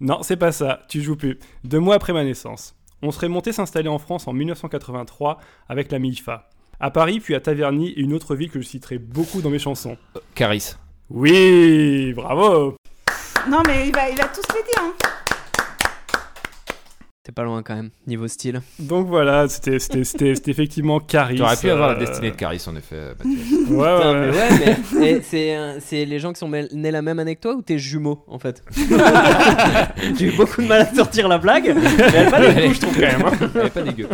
[SPEAKER 2] Non, c'est pas ça, tu joues plus. Deux mois après ma naissance. On serait monté s'installer en France en 1983 avec la MIFA. À Paris, puis à Taverny et une autre ville que je citerai beaucoup dans mes chansons.
[SPEAKER 6] Caris.
[SPEAKER 2] Oui, bravo
[SPEAKER 7] Non, mais il va, il va tous les dire. hein.
[SPEAKER 5] T'es pas loin quand même, niveau style.
[SPEAKER 2] Donc voilà, c'était c'était- c'était- c'était effectivement Caris.
[SPEAKER 6] Tu aurais pu avoir la
[SPEAKER 2] euh,
[SPEAKER 6] destinée de Caris en effet.
[SPEAKER 2] Ouais, ouais,
[SPEAKER 5] Putain,
[SPEAKER 2] ouais.
[SPEAKER 5] mais ouais, mais et c'est, euh, c'est les gens qui sont mêl- nés la même année que toi ou t'es jumeaux en fait J'ai eu beaucoup de mal à sortir la blague, mais elle va les coups, je trouve quand même. hein.
[SPEAKER 6] Elle est pas dégueu.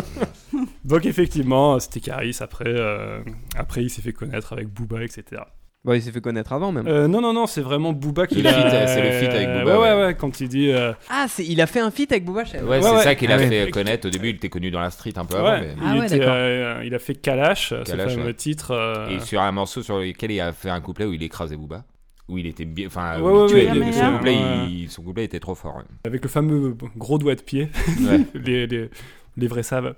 [SPEAKER 2] Donc effectivement, c'était Caris. Après, euh, après, il s'est fait connaître avec Booba, etc.
[SPEAKER 5] Bon, il s'est fait connaître avant même.
[SPEAKER 2] Euh, non, non, non, c'est vraiment Booba qui
[SPEAKER 6] Le
[SPEAKER 2] l'a-
[SPEAKER 6] feat, euh, c'est le feat avec Booba,
[SPEAKER 2] Ouais, ouais, ouais,
[SPEAKER 6] ouais.
[SPEAKER 2] quand il dit. euh,
[SPEAKER 5] Ah, c'est, il a fait un feat avec Boubache
[SPEAKER 6] Ouais,
[SPEAKER 2] Ouais,
[SPEAKER 6] c'est
[SPEAKER 2] ouais.
[SPEAKER 6] ça qu'il a
[SPEAKER 2] Ah ouais.
[SPEAKER 6] fait connaître. Au début, il était connu dans la street un peu
[SPEAKER 2] ouais,
[SPEAKER 6] avant. Mais...
[SPEAKER 5] Ah
[SPEAKER 2] il,
[SPEAKER 5] ouais,
[SPEAKER 2] était,
[SPEAKER 5] d'accord.
[SPEAKER 2] euh, il a fait Kalash, ce
[SPEAKER 6] Kalash,
[SPEAKER 2] fameux
[SPEAKER 6] ouais.
[SPEAKER 2] titre. euh,
[SPEAKER 6] Et sur un morceau sur lequel il a fait un couplet où il écrasait Booba. Où il était bien. Enfin,
[SPEAKER 2] Ouais,
[SPEAKER 6] où
[SPEAKER 2] ouais,
[SPEAKER 6] il
[SPEAKER 2] ouais,
[SPEAKER 6] tuait
[SPEAKER 7] il
[SPEAKER 6] le-
[SPEAKER 7] est
[SPEAKER 6] son,
[SPEAKER 7] bien.
[SPEAKER 6] couplet,
[SPEAKER 2] Ouais.
[SPEAKER 6] il- son couplet était trop fort. ouais.
[SPEAKER 2] Avec le fameux gros doigt de pied.
[SPEAKER 6] Ouais.
[SPEAKER 2] les, les- les vrais savent.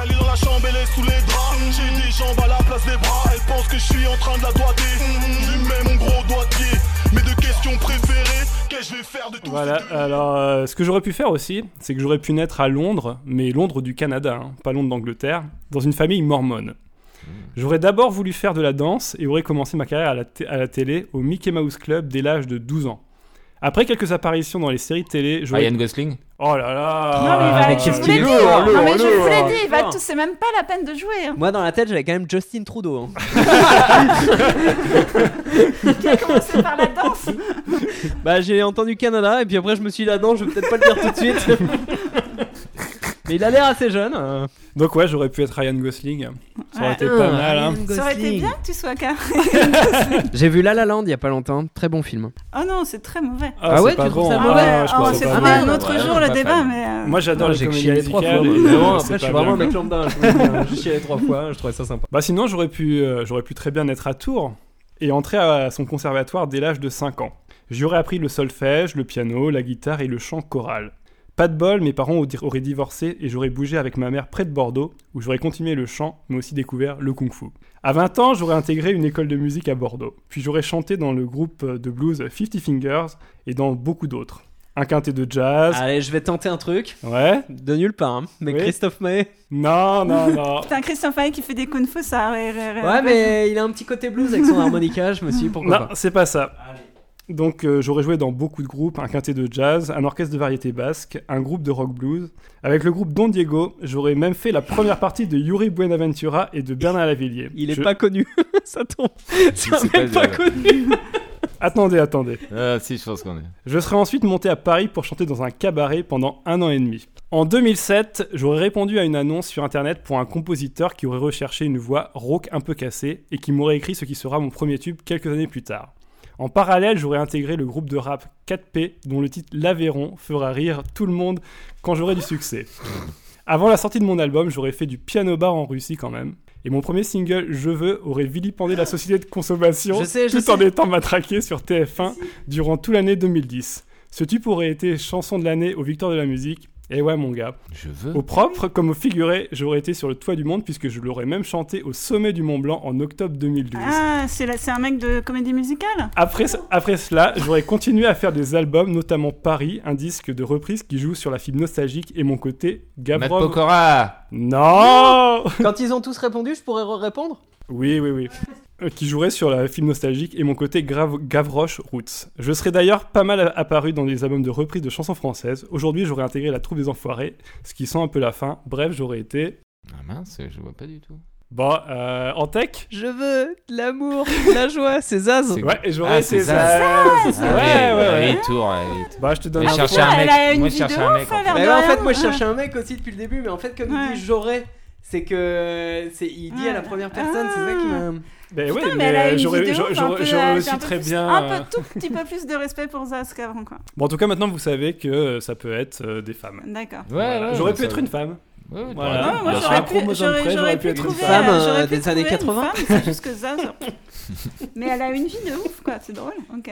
[SPEAKER 10] Elle est dans la chambre, elle est sous les draps. J'ai des jambes à la place des bras. Elle pense que je suis en train de la doigter. Lui mets mon gros doigtier. Mes deux questions préférées, qu'est-ce que je vais faire de tout
[SPEAKER 2] Voilà, alors euh, ce que j'aurais pu faire aussi, c'est que j'aurais pu naître à Londres, mais Londres du Canada, hein, pas Londres d'Angleterre, dans une famille mormone.
[SPEAKER 6] Hmm.
[SPEAKER 2] J'aurais d'abord voulu faire de la danse et aurais commencé ma carrière à la, t- à la télé au Mickey Mouse Club dès l'âge de 12 ans. Après quelques apparitions dans les séries télé, j'aurais...
[SPEAKER 6] Ryan Gosling
[SPEAKER 2] Oh là là
[SPEAKER 7] Non, mais il va-
[SPEAKER 2] mais
[SPEAKER 7] je
[SPEAKER 2] Ah, qu'est-ce
[SPEAKER 7] vous l'ai
[SPEAKER 2] qu'il
[SPEAKER 7] dit.
[SPEAKER 2] est lourd,
[SPEAKER 7] Non, mais je
[SPEAKER 2] lourd,
[SPEAKER 7] vous l'ai
[SPEAKER 2] lourd.
[SPEAKER 7] dit, il va tout- c'est même pas la peine de jouer. hein.
[SPEAKER 5] Moi, dans la tête, j'avais quand même Justin Trudeau. hein.
[SPEAKER 7] Qui a commencé par la danse.
[SPEAKER 5] bah, j'ai entendu Canada, et puis après, je me suis dit, ah non, je vais peut-être pas le dire tout de suite. mais il a l'air assez jeune. euh.
[SPEAKER 2] Donc ouais, j'aurais pu être Ryan Gosling. Ça aurait
[SPEAKER 7] Ouais.
[SPEAKER 2] été
[SPEAKER 5] Ah,
[SPEAKER 2] pas mal, hein.
[SPEAKER 7] Ça aurait été bien que tu sois car.
[SPEAKER 5] J'ai vu La La Land il y a pas longtemps, très bon film.
[SPEAKER 7] Oh non, c'est très mauvais.
[SPEAKER 5] Ah
[SPEAKER 2] c'est
[SPEAKER 5] ouais,
[SPEAKER 2] pas
[SPEAKER 5] tu trouves
[SPEAKER 2] bon.
[SPEAKER 5] ça
[SPEAKER 7] Ah
[SPEAKER 5] bon
[SPEAKER 7] ouais,
[SPEAKER 2] Ah, je
[SPEAKER 7] ah,
[SPEAKER 2] pense que
[SPEAKER 7] c'est
[SPEAKER 2] c'est pas
[SPEAKER 7] pas
[SPEAKER 2] mal.
[SPEAKER 7] un autre
[SPEAKER 6] Ouais,
[SPEAKER 7] jour
[SPEAKER 6] pas
[SPEAKER 7] le
[SPEAKER 6] fan.
[SPEAKER 7] débat, mais. euh,
[SPEAKER 2] Moi j'adore les
[SPEAKER 5] j'ai
[SPEAKER 2] comédies
[SPEAKER 5] chialé trois
[SPEAKER 2] musicales.
[SPEAKER 5] fois.
[SPEAKER 2] et non, c'est
[SPEAKER 5] après, je suis
[SPEAKER 2] pas
[SPEAKER 5] vraiment un
[SPEAKER 2] bien.
[SPEAKER 5] mec lambda. Je vous le dis, hein, J'ai chialé trois fois, je trouvais ça sympa.
[SPEAKER 2] Bah sinon j'aurais pu, euh, j'aurais pu très bien être à Tours et entrer à son conservatoire dès l'âge de 5 ans. J'y aurais appris le solfège, le piano, la guitare et le chant choral. Pas de bol, mes parents au- auraient divorcé et j'aurais bougé avec ma mère près de Bordeaux où j'aurais continué le chant mais aussi découvert le kung-fu. À 20 ans, j'aurais intégré une école de musique à Bordeaux. Puis j'aurais chanté dans le groupe de blues 50 Fingers et dans beaucoup d'autres. Un quintet de jazz.
[SPEAKER 5] Allez, je vais tenter un truc.
[SPEAKER 2] Ouais.
[SPEAKER 5] De nulle part, hein. mais
[SPEAKER 2] Oui.
[SPEAKER 5] Christophe Maé.
[SPEAKER 2] Non, non, non.
[SPEAKER 7] Putain, Christian Fay qui fait des kung fu, ça. Ouais,
[SPEAKER 5] Ouais, mais il a un petit côté blues avec son harmonica, je me suis dit pourquoi
[SPEAKER 2] Non,
[SPEAKER 5] pas.
[SPEAKER 2] c'est pas ça. Donc euh, j'aurais joué dans beaucoup de groupes, un quintet de jazz, un orchestre de variété basque, un groupe de rock blues. Avec le groupe Don Diego, j'aurais même fait la première partie de Yuri Buenaventura et de Bernard Lavillier.
[SPEAKER 5] Il est
[SPEAKER 2] Je-
[SPEAKER 5] pas connu, ça tombe. C'est un
[SPEAKER 6] C'est
[SPEAKER 5] mec
[SPEAKER 6] pas
[SPEAKER 5] pas
[SPEAKER 6] de-
[SPEAKER 5] connu.
[SPEAKER 2] Attendez, attendez.
[SPEAKER 6] Ah si, je pense qu'on est.
[SPEAKER 2] Je serais ensuite monté à Paris pour chanter dans un cabaret pendant un an et demi. En 2007, j'aurais répondu à une annonce sur internet pour un compositeur qui aurait recherché une voix rock un peu cassée et qui m'aurait écrit ce qui sera mon premier tube quelques années plus tard. En parallèle, j'aurais intégré le groupe de rap 4P dont le titre L'Aveyron fera rire tout le monde quand j'aurai du succès. Avant la sortie de mon album, j'aurais fait du piano bar en Russie quand même. Et mon premier single, Je veux, aurait vilipendé la société de consommation
[SPEAKER 5] Je sais, je
[SPEAKER 2] tout en
[SPEAKER 5] sais.
[SPEAKER 2] étant matraqué sur TF1 durant toute l'année 2010. Ce tube aurait été chanson de l'année aux victoires de la musique. Et ouais mon gars,
[SPEAKER 6] Je veux.
[SPEAKER 2] au propre comme au figuré, j'aurais été sur le toit du monde puisque je l'aurais même chanté au sommet du Mont Blanc en octobre 2012.
[SPEAKER 7] Ah, c'est la- c'est un mec de comédie musicale
[SPEAKER 2] Après, ce- après cela, j'aurais continué à faire des albums, notamment Paris, un disque de reprise qui joue sur la fibre nostalgique et mon côté
[SPEAKER 6] Matt
[SPEAKER 2] Gavrov.
[SPEAKER 6] Pokora
[SPEAKER 2] Non
[SPEAKER 5] Quand ils ont tous répondu, je pourrais répondre
[SPEAKER 2] Oui, oui, oui. Euh, Qui jouerait sur la film nostalgique et mon côté grave- Gavroche Roots. Je serais d'ailleurs pas mal apparu dans des albums de reprise de chansons françaises. Aujourd'hui, j'aurais intégré la troupe des enfoirés, ce qui sent un peu la fin. Bref, j'aurais été.
[SPEAKER 6] Ah mince, je vois pas du tout.
[SPEAKER 2] Bon, euh, en tech
[SPEAKER 5] Je veux de l'amour, de la joie, c'est Zaz.
[SPEAKER 2] Ouais, et j'aurais
[SPEAKER 6] Ah,
[SPEAKER 2] été.
[SPEAKER 6] c'est ça.
[SPEAKER 2] Ouais, ouais, ouais.
[SPEAKER 6] Allez, Ah, tour, allez. tour.
[SPEAKER 2] Bah, je te donne
[SPEAKER 6] Mais
[SPEAKER 2] un
[SPEAKER 6] chercher
[SPEAKER 7] Ouais,
[SPEAKER 6] un
[SPEAKER 7] Elle
[SPEAKER 6] mec.
[SPEAKER 7] a une
[SPEAKER 6] Moi, je
[SPEAKER 7] vidéo,
[SPEAKER 6] cherchais un mec.
[SPEAKER 7] ça a l'air
[SPEAKER 5] Bah
[SPEAKER 7] de
[SPEAKER 5] ouais, en
[SPEAKER 7] rien. Ah.
[SPEAKER 5] fait, moi je cherchais un mec aussi depuis le début, mais en fait, comme il
[SPEAKER 7] Ouais.
[SPEAKER 5] dit j'aurais, c'est que c'est il dit à la
[SPEAKER 7] Ouais. Ah.
[SPEAKER 5] première personne, c'est ça qui m'a.
[SPEAKER 2] Ben
[SPEAKER 7] Putain,
[SPEAKER 2] oui,
[SPEAKER 7] mais,
[SPEAKER 2] mais,
[SPEAKER 7] elle a une
[SPEAKER 2] j'aurais,
[SPEAKER 7] vidéo,
[SPEAKER 2] j'aurais-
[SPEAKER 7] enfin, un
[SPEAKER 2] j'aurais-
[SPEAKER 7] peu,
[SPEAKER 2] j'aurais
[SPEAKER 7] euh,
[SPEAKER 2] aussi
[SPEAKER 7] un peu
[SPEAKER 2] très
[SPEAKER 7] plus-
[SPEAKER 2] bien. euh,
[SPEAKER 7] Un peu, tout petit peu plus de respect pour Zaz qu'avant, quoi.
[SPEAKER 2] Bon, en tout cas, maintenant vous savez que euh, ça peut être euh, des femmes.
[SPEAKER 7] D'accord.
[SPEAKER 6] Ouais, ouais,
[SPEAKER 2] j'aurais
[SPEAKER 6] bah,
[SPEAKER 2] pu
[SPEAKER 6] ça-
[SPEAKER 2] être une femme.
[SPEAKER 6] Ouais,
[SPEAKER 7] Non,
[SPEAKER 2] Voilà.
[SPEAKER 6] ouais, t'aurais-
[SPEAKER 7] moi
[SPEAKER 2] Ah,
[SPEAKER 3] Ah,
[SPEAKER 2] bien
[SPEAKER 7] j'aurais
[SPEAKER 2] sûr. Un
[SPEAKER 7] pu,
[SPEAKER 2] chromosome
[SPEAKER 7] j'aurais-
[SPEAKER 2] près,
[SPEAKER 7] j'aurais pu
[SPEAKER 2] être une
[SPEAKER 7] trouver
[SPEAKER 5] femme,
[SPEAKER 7] euh, j'aurais
[SPEAKER 5] euh,
[SPEAKER 7] pu
[SPEAKER 5] des
[SPEAKER 7] trouver
[SPEAKER 5] années
[SPEAKER 7] une
[SPEAKER 5] 80.
[SPEAKER 7] femme, C'est juste que Zaz. Mais elle a une vie de ouf, quoi. C'est drôle. Ok.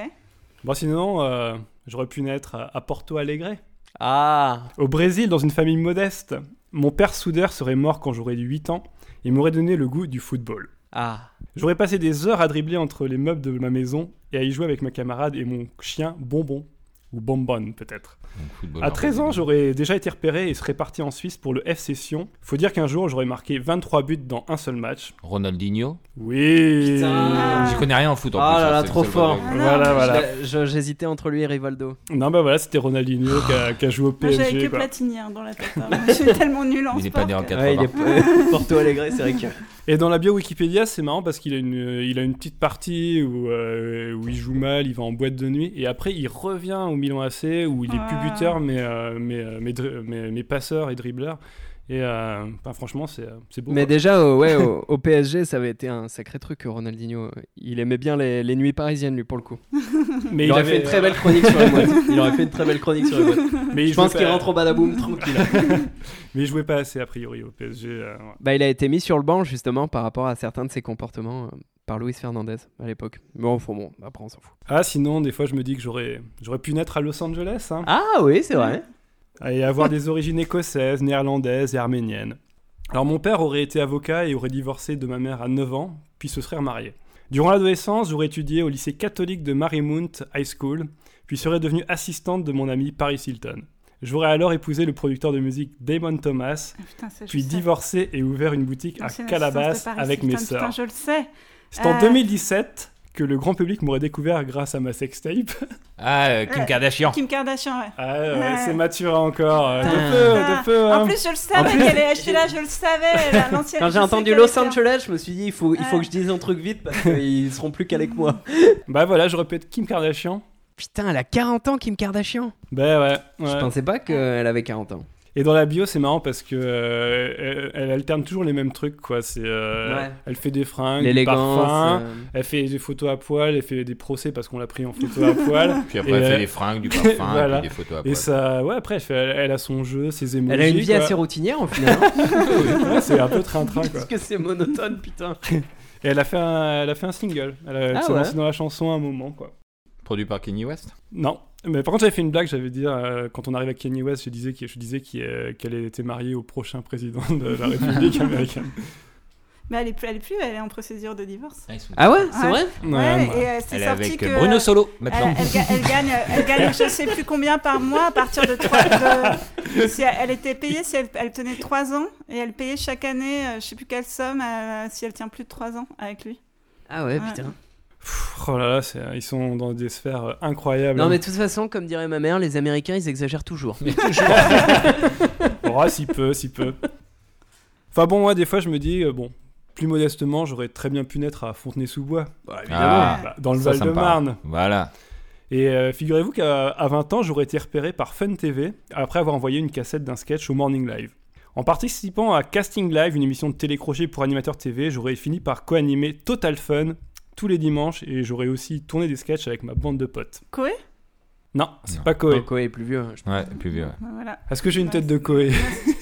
[SPEAKER 2] Bon, sinon, euh, j'aurais pu naître à- à Porto Alegre.
[SPEAKER 5] Ah,
[SPEAKER 2] Au Brésil, dans une famille modeste, mon père soudeur serait mort quand j'aurais eu 8 ans et m'aurait donné le goût du football.
[SPEAKER 5] ah.
[SPEAKER 2] J'aurais passé des heures à dribbler entre les meubles de ma maison et à y jouer avec ma camarade et mon chien Bonbon. Ou Bonbonne, peut-être.
[SPEAKER 6] footballeur.
[SPEAKER 2] À 13 ans, j'aurais déjà été repéré et serais parti en Suisse pour le FC Sion. Faut dire qu'un jour, j'aurais marqué 23 buts dans un seul match.
[SPEAKER 6] Ronaldinho.
[SPEAKER 2] Oui
[SPEAKER 5] Putain.
[SPEAKER 6] J'y connais rien en foot en
[SPEAKER 5] Ah
[SPEAKER 6] plus.
[SPEAKER 5] là
[SPEAKER 6] hein,
[SPEAKER 5] là,
[SPEAKER 6] c'est
[SPEAKER 5] trop
[SPEAKER 6] le seul
[SPEAKER 5] fort.
[SPEAKER 6] problème.
[SPEAKER 7] Ah non,
[SPEAKER 2] Voilà, voilà.
[SPEAKER 5] Je- je- J'hésitais entre lui et Rivaldo.
[SPEAKER 2] Non, bah voilà, c'était Ronaldinho qui a, qui a joué au
[SPEAKER 7] Moi j'avais
[SPEAKER 2] PSG.
[SPEAKER 7] que
[SPEAKER 2] quoi.
[SPEAKER 7] Platini hein, dans la tête. hein. Je suis tellement nul en
[SPEAKER 6] Il est
[SPEAKER 7] sport.
[SPEAKER 6] pas né en
[SPEAKER 7] que-
[SPEAKER 6] 80.
[SPEAKER 5] Ouais, il est Porto Alegre, c'est vrai que.
[SPEAKER 2] Et dans la bio Wikipédia, c'est marrant parce qu'il a une, euh, il a une petite partie où, euh, où il joue mal, il va en boîte de nuit, et après il revient au Milan AC où il est plus
[SPEAKER 7] Ouais.
[SPEAKER 2] buteur mais, euh, mais, euh, mais, dri- mais- mais passeur et dribbleur. Et euh, bah, franchement, c'est euh, c'est beau.
[SPEAKER 5] Mais
[SPEAKER 2] quoi.
[SPEAKER 5] déjà, au- ouais, au, au PSG, ça avait été un sacré truc, Ronaldinho. Il aimait bien les, les nuits parisiennes, lui, pour le coup.
[SPEAKER 2] mais
[SPEAKER 5] il, aurait fait une très belle chronique sur les boîtes. Il aurait fait une très belle chronique sur les boîtes.
[SPEAKER 2] euh, Mais il
[SPEAKER 5] Je pense
[SPEAKER 2] jouait
[SPEAKER 5] qu'il
[SPEAKER 2] pas-
[SPEAKER 5] rentre au badaboum tranquille.
[SPEAKER 2] Mais il jouait pas assez a priori au PSG. euh, ouais.
[SPEAKER 5] Bah, il a été mis sur le banc, justement, par rapport à certains de ses comportements euh, par Luis Fernandez à l'époque. Bon, faut, bon, après, on s'en fout.
[SPEAKER 2] Ah, sinon, des fois je me dis que j'aurais j'aurais pu naître à Los Angeles. hein.
[SPEAKER 5] Ah oui, c'est vrai.
[SPEAKER 2] et avoir des origines écossaises, néerlandaises et arméniennes. Alors mon père aurait été avocat et aurait divorcé de ma mère à 9 ans, puis se serait remarié. Durant l'adolescence, j'aurais étudié au lycée catholique de Marymount High School, puis serais devenue assistante de mon ami Paris Hilton. J'aurais alors épousé le producteur de musique Damon Thomas,
[SPEAKER 7] Ah, putain, ça, je
[SPEAKER 2] puis
[SPEAKER 7] le sais.
[SPEAKER 2] divorcé et ouvert une boutique
[SPEAKER 7] Non,
[SPEAKER 2] à
[SPEAKER 7] c'est
[SPEAKER 2] Calabas
[SPEAKER 7] l'assistance de Paris
[SPEAKER 2] avec mes
[SPEAKER 7] Hilton, Putain,
[SPEAKER 2] sœurs.
[SPEAKER 7] je le sais.
[SPEAKER 2] C'est en
[SPEAKER 7] Euh.
[SPEAKER 2] 2017 que le grand public m'aurait découvert grâce à ma sextape.
[SPEAKER 6] Ah, euh, Kim
[SPEAKER 7] Ouais.
[SPEAKER 6] Kardashian.
[SPEAKER 7] Kim Kardashian, ouais.
[SPEAKER 2] Ah ouais,
[SPEAKER 7] Ouais.
[SPEAKER 2] c'est mature encore. euh, De
[SPEAKER 5] Putain.
[SPEAKER 2] peu,
[SPEAKER 7] Putain.
[SPEAKER 2] de peu. hein.
[SPEAKER 7] En plus, je le savais qu'elle est achetée là, je le savais. la- l'ancienne, hein.
[SPEAKER 5] Quand
[SPEAKER 7] je
[SPEAKER 5] j'ai
[SPEAKER 7] sais
[SPEAKER 5] entendu
[SPEAKER 7] qu'elle
[SPEAKER 5] Los
[SPEAKER 7] était-
[SPEAKER 5] Angeles, je me suis dit, il faut, il faut
[SPEAKER 7] Ouais.
[SPEAKER 5] que je dise un truc vite parce qu'ils seront plus calés que moi.
[SPEAKER 2] Bah voilà, je répète Kim Kardashian.
[SPEAKER 5] Putain, elle a 40 ans, Kim Kardashian.
[SPEAKER 2] Bah ouais. ouais.
[SPEAKER 5] Je pensais pas qu'elle avait 40 ans.
[SPEAKER 2] Et dans la bio, c'est marrant parce que euh, elle, elle alterne toujours les mêmes trucs, quoi. C'est, euh,
[SPEAKER 5] Ouais.
[SPEAKER 2] elle fait des fringues, des parfums,
[SPEAKER 5] L'élégance. euh,
[SPEAKER 2] elle fait des photos à poil, elle fait des procès parce qu'on l'a pris en photo à poil.
[SPEAKER 6] Puis
[SPEAKER 2] Et,
[SPEAKER 6] après, elle
[SPEAKER 2] euh,
[SPEAKER 6] fait des fringues, du parfum, et puis
[SPEAKER 2] voilà.
[SPEAKER 6] des photos à
[SPEAKER 2] Et
[SPEAKER 6] poil.
[SPEAKER 2] ça, ouais, après, elle, fait- elle- elle a son jeu, ses émotions.
[SPEAKER 5] Elle a une vie assez routinière en final. hein,
[SPEAKER 2] c'est un peu train-train, quoi.
[SPEAKER 5] Parce que c'est monotone, putain.
[SPEAKER 2] Et elle a fait un, elle a fait un single. Elle, a, elle
[SPEAKER 5] Ah
[SPEAKER 2] s'est
[SPEAKER 5] ouais.
[SPEAKER 2] lancée dans la chanson à un moment, quoi.
[SPEAKER 6] Produit par Kanye West.
[SPEAKER 2] Non. Mais par contre, j'avais fait une blague, j'avais dit, euh, quand on arrive à Kanye West, je disais qu'il- je disais qu'il, euh, qu'elle était mariée au prochain président de la République américaine.
[SPEAKER 7] Mais elle est plus, elle est plus, elle est en procédure de divorce.
[SPEAKER 5] Ah ouais, c'est
[SPEAKER 7] Ouais.
[SPEAKER 5] vrai
[SPEAKER 2] Ouais,
[SPEAKER 7] Ouais,
[SPEAKER 2] voilà.
[SPEAKER 7] et euh, c'est
[SPEAKER 6] Elle est
[SPEAKER 7] sorti
[SPEAKER 6] avec
[SPEAKER 7] que.
[SPEAKER 6] Bruno Solo
[SPEAKER 7] elle,
[SPEAKER 6] maintenant.
[SPEAKER 7] elle ga- elle gagne, elle gagne je sais plus combien par mois à partir de 3 de- si elle, elle était payée si elle, elle tenait 3 ans et elle payait chaque année euh, je sais plus quelle somme euh, si elle tient plus de 3 ans avec lui.
[SPEAKER 5] Ah
[SPEAKER 7] Ouais.
[SPEAKER 5] ouais, putain.
[SPEAKER 2] Pff, Oh là là, c'est- ils sont dans des sphères euh, incroyables.
[SPEAKER 5] Non, mais de toute façon, comme dirait ma mère, les Américains, ils exagèrent toujours.
[SPEAKER 2] Oh, si peu, si peu. Enfin bon, moi, des fois, je me dis, euh, bon, plus modestement, j'aurais très bien pu naître à Fontenay-sous-Bois,
[SPEAKER 6] Ah,
[SPEAKER 2] bah, dans le
[SPEAKER 6] ça, ça me parle.
[SPEAKER 2] Val-de-Marne.
[SPEAKER 6] Voilà.
[SPEAKER 2] Et euh, figurez-vous qu'à à 20 ans, j'aurais été repéré par Fun TV après avoir envoyé une cassette d'un sketch au Morning Live. En participant à Casting Live, une émission de télécrochet pour animateur TV, j'aurais fini par co-animer Total Fun tous les dimanches et j'aurais aussi tourné des sketchs avec ma bande de potes.
[SPEAKER 7] Koé
[SPEAKER 2] Non, c'est
[SPEAKER 6] Non.
[SPEAKER 2] pas Koé.
[SPEAKER 5] Pourquoi il est plus vieux hein, je-
[SPEAKER 6] Ouais, plus vieux. ouais.
[SPEAKER 7] Voilà.
[SPEAKER 2] Est-ce que j'ai une tête de Koé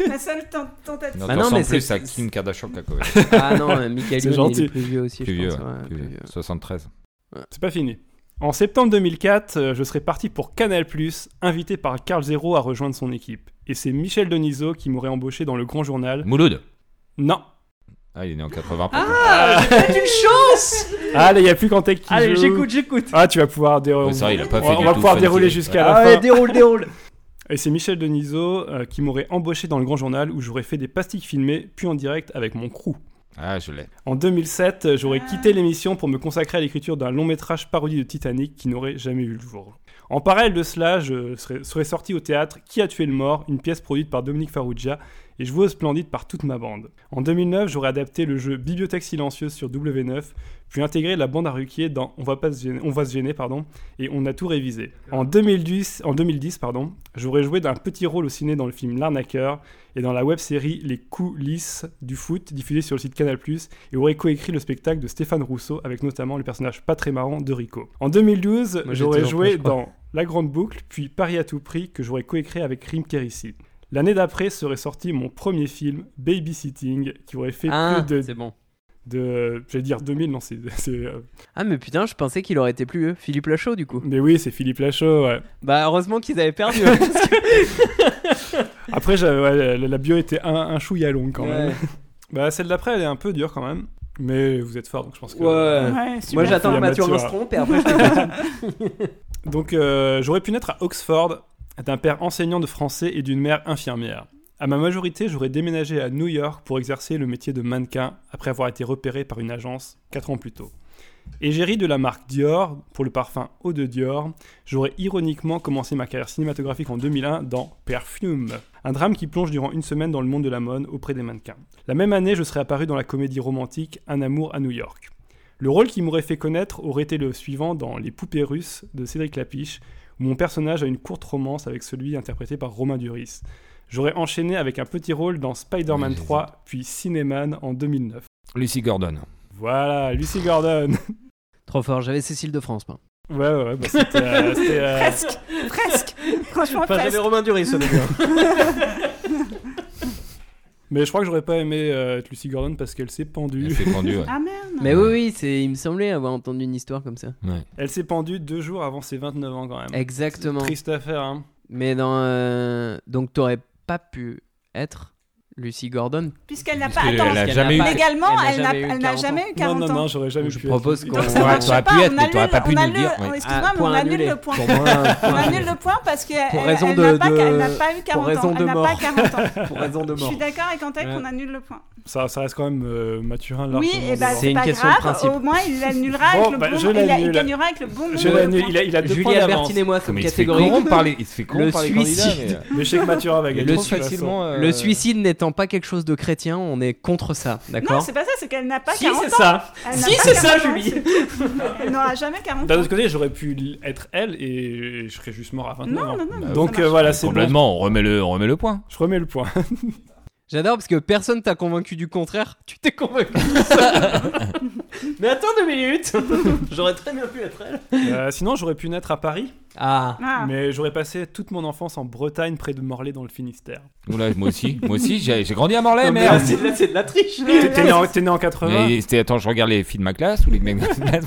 [SPEAKER 7] La seule ten- tentative.
[SPEAKER 6] Non,
[SPEAKER 5] Bah
[SPEAKER 6] t'en
[SPEAKER 5] non,
[SPEAKER 6] sens
[SPEAKER 5] mais
[SPEAKER 6] plus
[SPEAKER 5] c'est-
[SPEAKER 6] à Kim Kardashian qu'à Kobe.
[SPEAKER 5] Ah non, euh, Michael
[SPEAKER 2] C'est
[SPEAKER 5] Youn, il
[SPEAKER 2] gentil.
[SPEAKER 5] est plus vieux aussi,
[SPEAKER 6] Plus
[SPEAKER 5] je
[SPEAKER 6] vieux,
[SPEAKER 5] pense. ouais,
[SPEAKER 6] plus
[SPEAKER 5] plus
[SPEAKER 6] vieux.
[SPEAKER 5] vieux.
[SPEAKER 6] 73.
[SPEAKER 2] C'est pas fini. En septembre 2004, euh, je serais parti pour Canal+, invité par Carl Zero à rejoindre son équipe. Et c'est Michel Denisot qui m'aurait embauché dans Le Grand Journal.
[SPEAKER 6] Mouloud.
[SPEAKER 2] Non.
[SPEAKER 6] Ah, il est né en 80.
[SPEAKER 5] une chance
[SPEAKER 2] Allez, il n'y a plus qu'en tech qui
[SPEAKER 5] Allez,
[SPEAKER 2] joue.
[SPEAKER 5] j'écoute, j'écoute.
[SPEAKER 2] Ah, tu vas pouvoir dérouler.
[SPEAKER 6] Ouais, c'est vrai, il a pas fait
[SPEAKER 2] on
[SPEAKER 6] du
[SPEAKER 2] va
[SPEAKER 6] tout
[SPEAKER 2] pouvoir
[SPEAKER 6] Fun
[SPEAKER 2] dérouler
[SPEAKER 6] TV.
[SPEAKER 2] jusqu'à
[SPEAKER 5] Ah
[SPEAKER 2] la
[SPEAKER 5] ouais,
[SPEAKER 2] fin.
[SPEAKER 5] déroule, déroule.
[SPEAKER 2] Et c'est Michel Denisot euh, qui m'aurait embauché dans Le Grand Journal où j'aurais fait des pastilles filmées, puis en direct avec mon crew.
[SPEAKER 6] Ah, je l'ai.
[SPEAKER 2] En 2007, euh, j'aurais quitté l'émission pour me consacrer à l'écriture d'un long métrage parodie de Titanic qui n'aurait jamais vu le jour. En parallèle de cela, je serais, serais sorti au théâtre Qui a tué le mort, une pièce produite par Dominique Farrugia et jouée au Splendide par toute ma bande. En 2009, j'aurais adapté le jeu Bibliothèque silencieuse sur W9, puis intégré la bande à Ruquier dans On va, pas se gêner, on va se gêner pardon, et on a tout révisé. En 2010, en 2010 pardon, j'aurais joué d'un petit rôle au ciné dans le film L'arnaqueur et dans la web-série Les coulisses du foot diffusée sur le site Canal+ et aurait coécrit le spectacle de Stéphane Rousseau avec notamment le personnage pas très marrant de Rico. En 2012,
[SPEAKER 5] Moi, j'ai
[SPEAKER 2] j'aurais
[SPEAKER 5] toujours pas,
[SPEAKER 2] joué
[SPEAKER 5] je crois.
[SPEAKER 2] dans La Grande Boucle, puis Paris à tout prix, que j'aurais coécrit avec Rim Kérissi. L'année d'après serait sorti mon premier film, Babysitting, qui aurait fait
[SPEAKER 5] Ah,
[SPEAKER 2] plus de,
[SPEAKER 5] c'est bon.
[SPEAKER 2] de j'allais dire 2000, non, c'est, c'est, euh,
[SPEAKER 5] Ah, mais putain, je pensais qu'il aurait été plus vieux. Philippe Lachaud, du coup.
[SPEAKER 2] mais oui, c'est Philippe Lachaud. ouais.
[SPEAKER 5] Bah, heureusement qu'ils avaient perdu. hein, parce que-
[SPEAKER 2] Après, j'avais- ouais, la, la bio était un, un chouïa longue quand même.
[SPEAKER 5] Ouais.
[SPEAKER 2] Bah, celle d'après, elle est un peu dure quand même, mais vous êtes fort, donc je pense que.
[SPEAKER 6] Ah.
[SPEAKER 5] Ouais.
[SPEAKER 7] Ouais, super.
[SPEAKER 5] Moi, j'attends
[SPEAKER 2] Il y
[SPEAKER 5] que
[SPEAKER 2] a
[SPEAKER 5] Mathieu
[SPEAKER 2] Mathieu,
[SPEAKER 5] se trompe et après, je t'écoute.
[SPEAKER 2] Donc euh, j'aurais pu naître à Oxford, d'un père enseignant de français et d'une mère infirmière. À ma majorité, j'aurais déménagé à New York pour exercer le métier de mannequin après avoir été repéré par une agence 4 ans plus tôt. Égérie de la marque Dior pour le parfum Eau de Dior, j'aurais ironiquement commencé ma carrière cinématographique en 2001 dans Perfume, un drame qui plonge durant une semaine dans le monde de la mode auprès des mannequins. La même année, je serais apparu dans la comédie romantique Un amour à New York. Le rôle qui m'aurait fait connaître aurait été le suivant dans Les poupées russes de Cédric Lapiche, où mon personnage a une courte romance avec celui interprété par Romain Duris. J'aurais enchaîné avec un petit rôle dans Spider-Man
[SPEAKER 6] Oui, j'hésite.
[SPEAKER 2] 3, puis Cinéman en 2009.
[SPEAKER 6] Lucy Gordon.
[SPEAKER 2] Voilà, Lucy Gordon.
[SPEAKER 5] Trop fort, j'avais Cécile de France. moi.
[SPEAKER 2] Ouais, ouais, ouais, bah, c'était, euh, c'était, euh,
[SPEAKER 7] Presque, presque. Franchement,
[SPEAKER 5] Enfin,
[SPEAKER 7] presque.
[SPEAKER 5] j'avais Romain Duris au début.
[SPEAKER 2] Mais je crois que j'aurais pas aimé euh, être Lucy Gordon parce qu'elle s'est
[SPEAKER 6] Elle
[SPEAKER 2] pendue.
[SPEAKER 6] s'est pendue, ouais.
[SPEAKER 7] Ah merde.
[SPEAKER 5] Mais oui, oui, c'est... il me semblait avoir
[SPEAKER 6] Ah,
[SPEAKER 5] entendu une histoire comme ça.
[SPEAKER 2] Elle s'est pendue deux jours avant ses 29 ans quand même.
[SPEAKER 5] Exactement.
[SPEAKER 2] Triste affaire, hein.
[SPEAKER 5] Mais dans. euh, Donc, t'aurais pas pu être Lucy Gordon.
[SPEAKER 7] Puisqu'elle n'a pas.
[SPEAKER 6] Parce que
[SPEAKER 7] Attends,
[SPEAKER 6] elle a
[SPEAKER 5] parce
[SPEAKER 6] jamais
[SPEAKER 5] qu'elle
[SPEAKER 6] eu-
[SPEAKER 5] n'a pas-
[SPEAKER 7] légalement, elle n'a-
[SPEAKER 5] eu
[SPEAKER 7] elle n'a
[SPEAKER 5] 40 ans.
[SPEAKER 7] jamais eu
[SPEAKER 2] Non,
[SPEAKER 7] 40
[SPEAKER 2] non, non,
[SPEAKER 7] ans.
[SPEAKER 2] j'aurais jamais
[SPEAKER 6] Je
[SPEAKER 2] pu.
[SPEAKER 5] propose
[SPEAKER 2] être-
[SPEAKER 5] qu'on-
[SPEAKER 7] Donc ça
[SPEAKER 5] Ouais,
[SPEAKER 7] marche
[SPEAKER 6] t'aurais
[SPEAKER 7] pas.
[SPEAKER 6] pu être,
[SPEAKER 7] on
[SPEAKER 6] mais t'aurais
[SPEAKER 7] annule-
[SPEAKER 6] pas pu
[SPEAKER 7] on
[SPEAKER 6] nous le
[SPEAKER 7] annule-
[SPEAKER 6] dire, ouais.
[SPEAKER 7] Excuse-moi,
[SPEAKER 5] Ah,
[SPEAKER 7] mais on
[SPEAKER 5] point
[SPEAKER 7] annule
[SPEAKER 5] annulé.
[SPEAKER 7] le point.
[SPEAKER 5] Pour moi, un point
[SPEAKER 7] On annule
[SPEAKER 5] annulé.
[SPEAKER 7] le point parce qu'elle
[SPEAKER 5] Pour raison
[SPEAKER 7] elle
[SPEAKER 5] de-
[SPEAKER 7] n'a pas,
[SPEAKER 5] de-
[SPEAKER 7] elle n'a pas eu 40
[SPEAKER 5] raison
[SPEAKER 7] ans.
[SPEAKER 5] de
[SPEAKER 7] Elle n'a pas
[SPEAKER 5] mort.
[SPEAKER 7] 40 ans.
[SPEAKER 5] pour raison de
[SPEAKER 7] Je
[SPEAKER 5] mort.
[SPEAKER 7] suis d'accord avec Antec,
[SPEAKER 5] Ouais.
[SPEAKER 7] on annule le point.
[SPEAKER 2] Ça, ça reste quand même euh, Mathurin largement.
[SPEAKER 7] Oui, et bah
[SPEAKER 2] devant.
[SPEAKER 5] C'est
[SPEAKER 7] c'est
[SPEAKER 5] une
[SPEAKER 7] pas
[SPEAKER 5] question de
[SPEAKER 7] grave.
[SPEAKER 5] principe.
[SPEAKER 7] Au moins, il annulera avec
[SPEAKER 2] Bon,
[SPEAKER 7] le
[SPEAKER 2] bah,
[SPEAKER 7] bon
[SPEAKER 2] je
[SPEAKER 7] il a- Il
[SPEAKER 2] l'annule.
[SPEAKER 7] gagnera avec le bon nombre.
[SPEAKER 2] Je
[SPEAKER 7] de
[SPEAKER 2] l'annule,
[SPEAKER 7] points.
[SPEAKER 2] il a, il a deux
[SPEAKER 5] Julie
[SPEAKER 2] points d'avance.
[SPEAKER 5] Albertine et moi
[SPEAKER 6] Mais
[SPEAKER 5] sommes
[SPEAKER 6] il se fait
[SPEAKER 5] catégoriques.
[SPEAKER 6] corrompre par les, il se fait corrompre
[SPEAKER 5] Le
[SPEAKER 6] par les candidats,
[SPEAKER 5] suicide.
[SPEAKER 6] mais, euh,
[SPEAKER 2] Mais je sais que Mathurin va
[SPEAKER 6] il
[SPEAKER 2] gagner.
[SPEAKER 6] est
[SPEAKER 2] de
[SPEAKER 6] trop
[SPEAKER 2] toute façon.
[SPEAKER 6] facilement. euh,
[SPEAKER 5] Le suicide n'étant pas quelque chose de chrétien, on est contre ça,
[SPEAKER 7] Non,
[SPEAKER 5] d'accord
[SPEAKER 7] c'est pas ça, c'est qu'elle n'a pas
[SPEAKER 5] Si,
[SPEAKER 7] 40 ans.
[SPEAKER 5] c'est ça.
[SPEAKER 7] Elle n'a
[SPEAKER 5] Si,
[SPEAKER 7] pas
[SPEAKER 5] c'est ça,
[SPEAKER 7] 40 ans,
[SPEAKER 5] Julie.
[SPEAKER 7] c'est- Elle n'aura jamais 40
[SPEAKER 2] D'un
[SPEAKER 7] ans.
[SPEAKER 2] autre côté, j'aurais pu l- être elle et je serais juste mort à 29
[SPEAKER 7] Non,
[SPEAKER 2] ans.
[SPEAKER 7] non, non. non,
[SPEAKER 2] Donc
[SPEAKER 7] ça
[SPEAKER 2] euh,
[SPEAKER 7] marche.
[SPEAKER 2] voilà, c'est bon.
[SPEAKER 6] Complètement, on remet le, on remet le point.
[SPEAKER 2] Je remets le point.
[SPEAKER 5] J'adore parce que personne t'a convaincu du contraire, tu t'es convaincu. Mais attends deux minutes J'aurais très bien pu être elle.
[SPEAKER 2] Euh, sinon, j'aurais pu naître à Paris,
[SPEAKER 5] Ah,
[SPEAKER 7] Ah.
[SPEAKER 2] mais j'aurais passé toute mon enfance en Bretagne, près de Morlaix, dans le Finistère.
[SPEAKER 6] Oula, moi aussi, moi aussi, j'ai j'ai grandi à Morlaix,
[SPEAKER 5] non, mais
[SPEAKER 6] merde.
[SPEAKER 5] là, c'est là, c'est de la triche.
[SPEAKER 2] T'es t'es né, en- t'es né en 80
[SPEAKER 6] Mais c'était, attends, je regarde les filles de ma classe ou les mecs de ma classe.